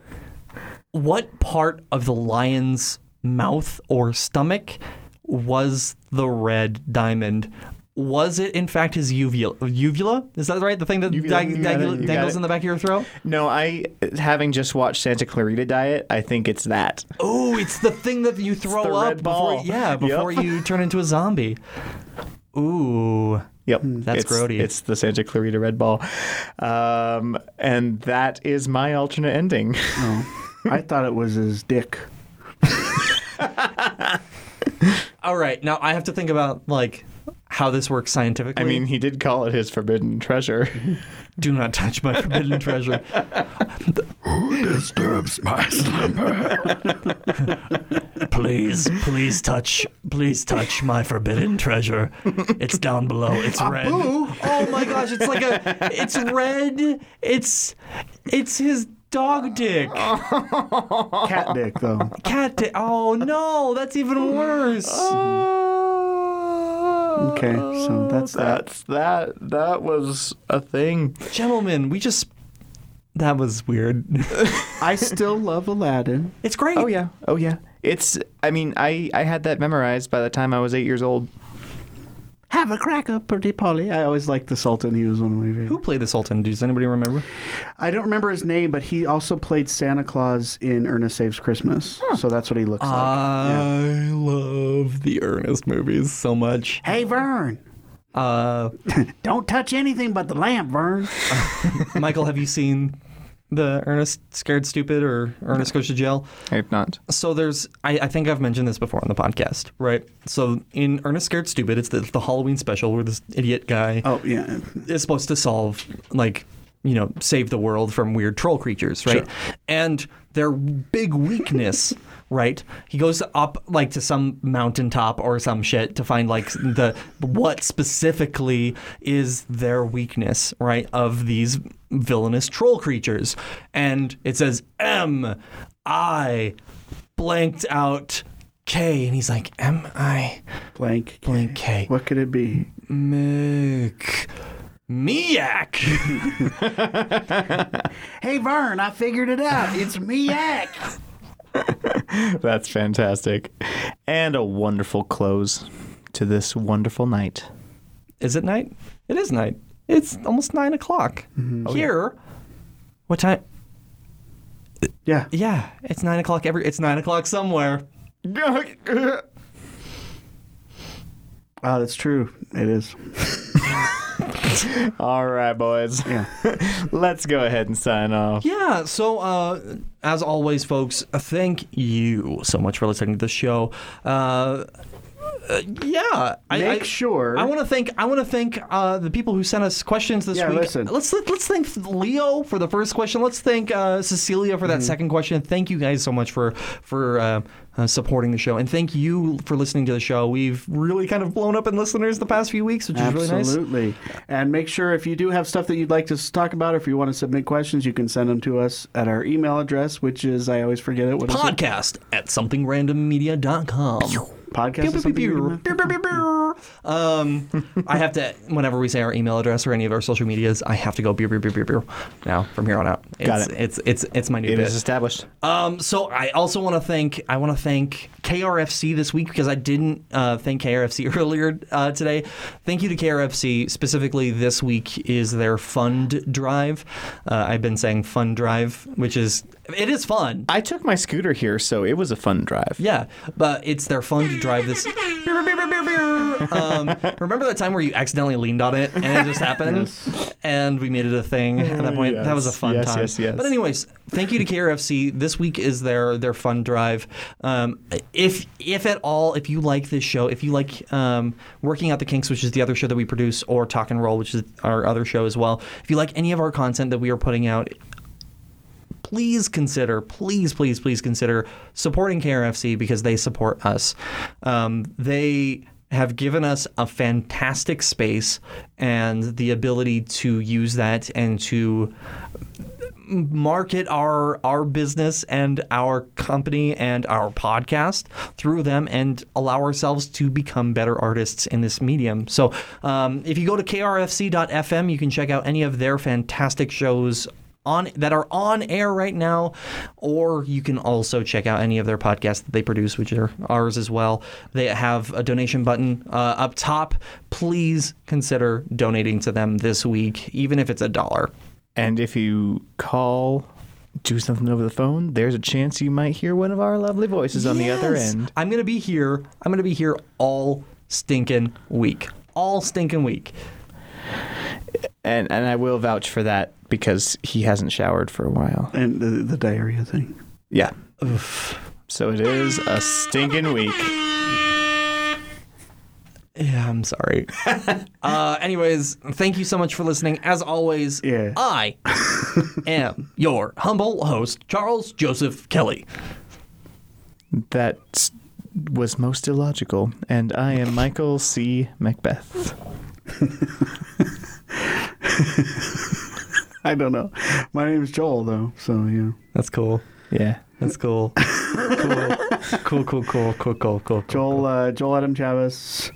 [SPEAKER 4] what part of the lion's mouth or stomach was the red diamond? Was it in fact his uvula? Uvula? Is that right? The thing that dang-
[SPEAKER 3] You got it,
[SPEAKER 4] dangle-
[SPEAKER 3] you got
[SPEAKER 4] dangles
[SPEAKER 3] it.
[SPEAKER 4] in the back of your throat?
[SPEAKER 3] no, I having just watched Santa Clarita Diet, I think it's that.
[SPEAKER 4] Oh, it's the thing that you throw
[SPEAKER 3] the
[SPEAKER 4] up
[SPEAKER 3] red ball.
[SPEAKER 4] before yeah,
[SPEAKER 3] Yep.
[SPEAKER 4] before you turn into a zombie. Ooh.
[SPEAKER 3] Yep,
[SPEAKER 4] That's
[SPEAKER 3] it's,
[SPEAKER 4] grody.
[SPEAKER 3] It's the Santa Clarita Red Ball, um, and that is my alternate ending.
[SPEAKER 2] I thought it was his dick.
[SPEAKER 4] All right. Now I have to think about like how this works scientifically.
[SPEAKER 3] I mean, he did call it his forbidden treasure.
[SPEAKER 4] do not touch my forbidden treasure.
[SPEAKER 2] Disturbs my slumber.
[SPEAKER 4] Please, please touch, please touch my forbidden treasure. It's down below. It's
[SPEAKER 3] Ah,
[SPEAKER 4] red. Oh my gosh, it's like a it's red. It's it's his dog dick.
[SPEAKER 3] Ah.
[SPEAKER 2] Cat dick though.
[SPEAKER 4] Cat dick. Oh no, that's even worse.
[SPEAKER 3] Ah.
[SPEAKER 2] Okay, so that's that.
[SPEAKER 3] That's that. That was a thing.
[SPEAKER 4] Gentlemen, we just that was weird.
[SPEAKER 2] I still love Aladdin.
[SPEAKER 4] It's great.
[SPEAKER 3] Oh yeah. Oh yeah. It's. I mean, I I had that memorized by the time I was eight years old.
[SPEAKER 2] Have a cracker, pretty Polly. I always liked the Sultan. He was one of my favorites.
[SPEAKER 4] Who played the Sultan? Does anybody remember?
[SPEAKER 2] I don't remember his name, but he also played Santa Claus in Ernest Saves Christmas. So that's what he looks
[SPEAKER 4] Uh,
[SPEAKER 2] like.
[SPEAKER 4] I love the Ernest movies so much.
[SPEAKER 2] Yeah. Hey, Vern.
[SPEAKER 4] Uh,
[SPEAKER 2] Don't touch anything but the lamp, Vern.
[SPEAKER 4] Michael, have you seen the Ernest Scared Stupid or Ernest Goes to Jail?
[SPEAKER 3] If not,
[SPEAKER 4] So there's, I, I think I've mentioned this before on the podcast, right? So in Ernest Scared Stupid, it's the, the Halloween special where this idiot guy
[SPEAKER 2] Oh, yeah.
[SPEAKER 4] is supposed to solve like you know save the world from weird troll creatures right and their big weakness right he goes up like to some mountaintop or some shit to find like the what specifically is their weakness right of these villainous troll creatures and it says m i blanked out k and he's like m i
[SPEAKER 2] Blank.
[SPEAKER 4] blank k
[SPEAKER 2] What could it be?
[SPEAKER 4] Mick. Miak.
[SPEAKER 2] Hey, Vern, I figured it out. It's Miak.
[SPEAKER 3] that's fantastic, and a wonderful close to this wonderful night.
[SPEAKER 4] Is it night? It is night. It's almost nine o'clock. Here. What time?
[SPEAKER 2] yeah.
[SPEAKER 4] Yeah, it's nine o'clock every it's nine o'clock somewhere.
[SPEAKER 2] Oh, that's true. It is.
[SPEAKER 3] All right, boys.
[SPEAKER 2] Yeah.
[SPEAKER 3] Let's go ahead and sign off.
[SPEAKER 4] Yeah, so uh, as always, folks, thank you so much for listening to the show. Uh, uh, yeah, I-
[SPEAKER 2] Make
[SPEAKER 4] I-
[SPEAKER 2] sure-
[SPEAKER 4] I want to thank I want to thank uh, the people who sent us questions this
[SPEAKER 2] Yeah,
[SPEAKER 4] week.
[SPEAKER 2] listen.
[SPEAKER 4] Let's let, let's thank Leo for the first question. Let's thank uh, Cecilia
[SPEAKER 2] Mm-hmm.
[SPEAKER 4] for that second question. Thank you guys so much for for. Uh, uh, supporting the show and thank you for listening to the show. We've really kind of blown up in listeners the past few weeks, which is really nice.
[SPEAKER 2] Absolutely. And make sure if you do have stuff that you'd like to s- talk about, or if you want to submit questions, you can send them to us at our email address, which is I always forget it. What is it?
[SPEAKER 4] Podcast at somethingrandom media dot com.
[SPEAKER 2] podcast?
[SPEAKER 4] Pew,
[SPEAKER 2] is
[SPEAKER 4] pew,
[SPEAKER 2] something
[SPEAKER 4] pew,
[SPEAKER 2] we
[SPEAKER 4] pew,
[SPEAKER 2] can-
[SPEAKER 4] pew, pew, pew, pew. Um, I have to whenever we say our email address or any of our social medias, I have to go beer beer beer beer beer now from here on out. It's,
[SPEAKER 3] Got it.
[SPEAKER 4] It's it's it's my new
[SPEAKER 3] It
[SPEAKER 4] bit.
[SPEAKER 3] is established.
[SPEAKER 4] Um, so I also want to thank I want to thank KRFC this week because I didn't uh, thank KRFC earlier uh, today. Thank you to KRFC specifically. This week is their fund drive. Uh, I've been saying fund drive, which is it is fun.
[SPEAKER 3] I took my scooter here, so it was a fun drive.
[SPEAKER 4] Yeah, but it's their fun to drive this. um, remember that time where you accidentally leaned on it and it just happened, and we made it a thing at that point. That was a
[SPEAKER 3] Yes,
[SPEAKER 4] fun
[SPEAKER 3] yes,
[SPEAKER 4] time.
[SPEAKER 3] yes, yes.
[SPEAKER 4] But anyways, thank you to KRFC. This week is their their fun drive. Um, if if at all, if you like this show, if you like um, working out the kinks, which is the other show that we produce, or talk and roll, which is our other show as well. If you like any of our content that we are putting out, please consider, please, please, please consider supporting KRFC because they support us. Um, they have given us a fantastic space and the ability to use that and to market our our business and our company and our podcast through them and allow ourselves to become better artists in this medium. So um, if you go to krfc.fm, you can check out any of their fantastic shows. On, that are on air right now, or you can also check out any of their podcasts that they produce, which are ours as well. They have a donation button uh, up top. Please consider donating to them this week, even if it's a dollar.
[SPEAKER 3] And if you call, do something over the phone, there's a chance you might hear one of our lovely voices on the other
[SPEAKER 4] Yes.
[SPEAKER 3] end.
[SPEAKER 4] I'm gonna be here. I'm gonna be here all stinking week. All stinking week.
[SPEAKER 3] And and I will vouch for that because he hasn't showered for a while.
[SPEAKER 2] And the, the diarrhea thing.
[SPEAKER 3] Yeah. So it is a stinking week.
[SPEAKER 4] Yeah, I'm sorry. uh, anyways, thank you so much for listening. As always,
[SPEAKER 2] Yeah.
[SPEAKER 4] I am your humble host, Charles Joseph Kelly.
[SPEAKER 3] That s- was most illogical. And I am Michael C. Macbeth.
[SPEAKER 2] I don't know. My name's Joel, though. So, yeah.
[SPEAKER 4] That's cool.
[SPEAKER 3] Yeah.
[SPEAKER 4] That's cool. cool. Cool, cool, cool, cool, cool, cool.
[SPEAKER 2] Joel, uh, Joel Adam Chavez.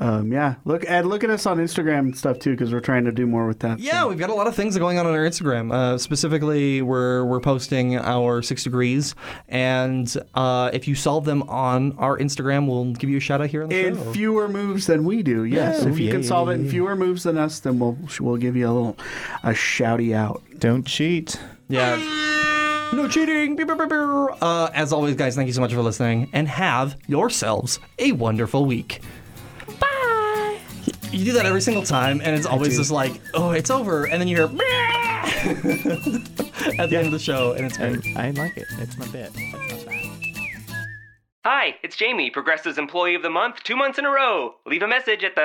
[SPEAKER 2] Um, yeah. Look and look at us on Instagram and stuff, too, because we're trying to do more with that.
[SPEAKER 4] Yeah, we've got a lot of things going on on our Instagram. Uh, specifically, we're we're posting our six degrees, and uh, if you solve them on our Instagram, we'll give you a shout out here on the
[SPEAKER 2] In
[SPEAKER 4] show.
[SPEAKER 2] fewer moves than we do, yes.
[SPEAKER 3] Yeah.
[SPEAKER 2] if you
[SPEAKER 3] Oh,
[SPEAKER 2] can
[SPEAKER 3] yeah,
[SPEAKER 2] solve
[SPEAKER 3] yeah,
[SPEAKER 2] it in
[SPEAKER 3] yeah.
[SPEAKER 2] fewer moves than us, then we'll we'll give you a little a shouty out.
[SPEAKER 3] Don't cheat.
[SPEAKER 4] yeah. No cheating. Beep, beep, beep, beep. Uh, as always, guys, thank you so much for listening, and have yourselves a wonderful week. Bye. You do that every single time, and it's always just like, oh, it's over, and then you hear at the end of the show, and it's great.
[SPEAKER 3] And I like it. It's my bit. That's not bad.
[SPEAKER 5] Hi, it's Jamie, Progressive's Employee of the Month, two months in a row. Leave a message at the.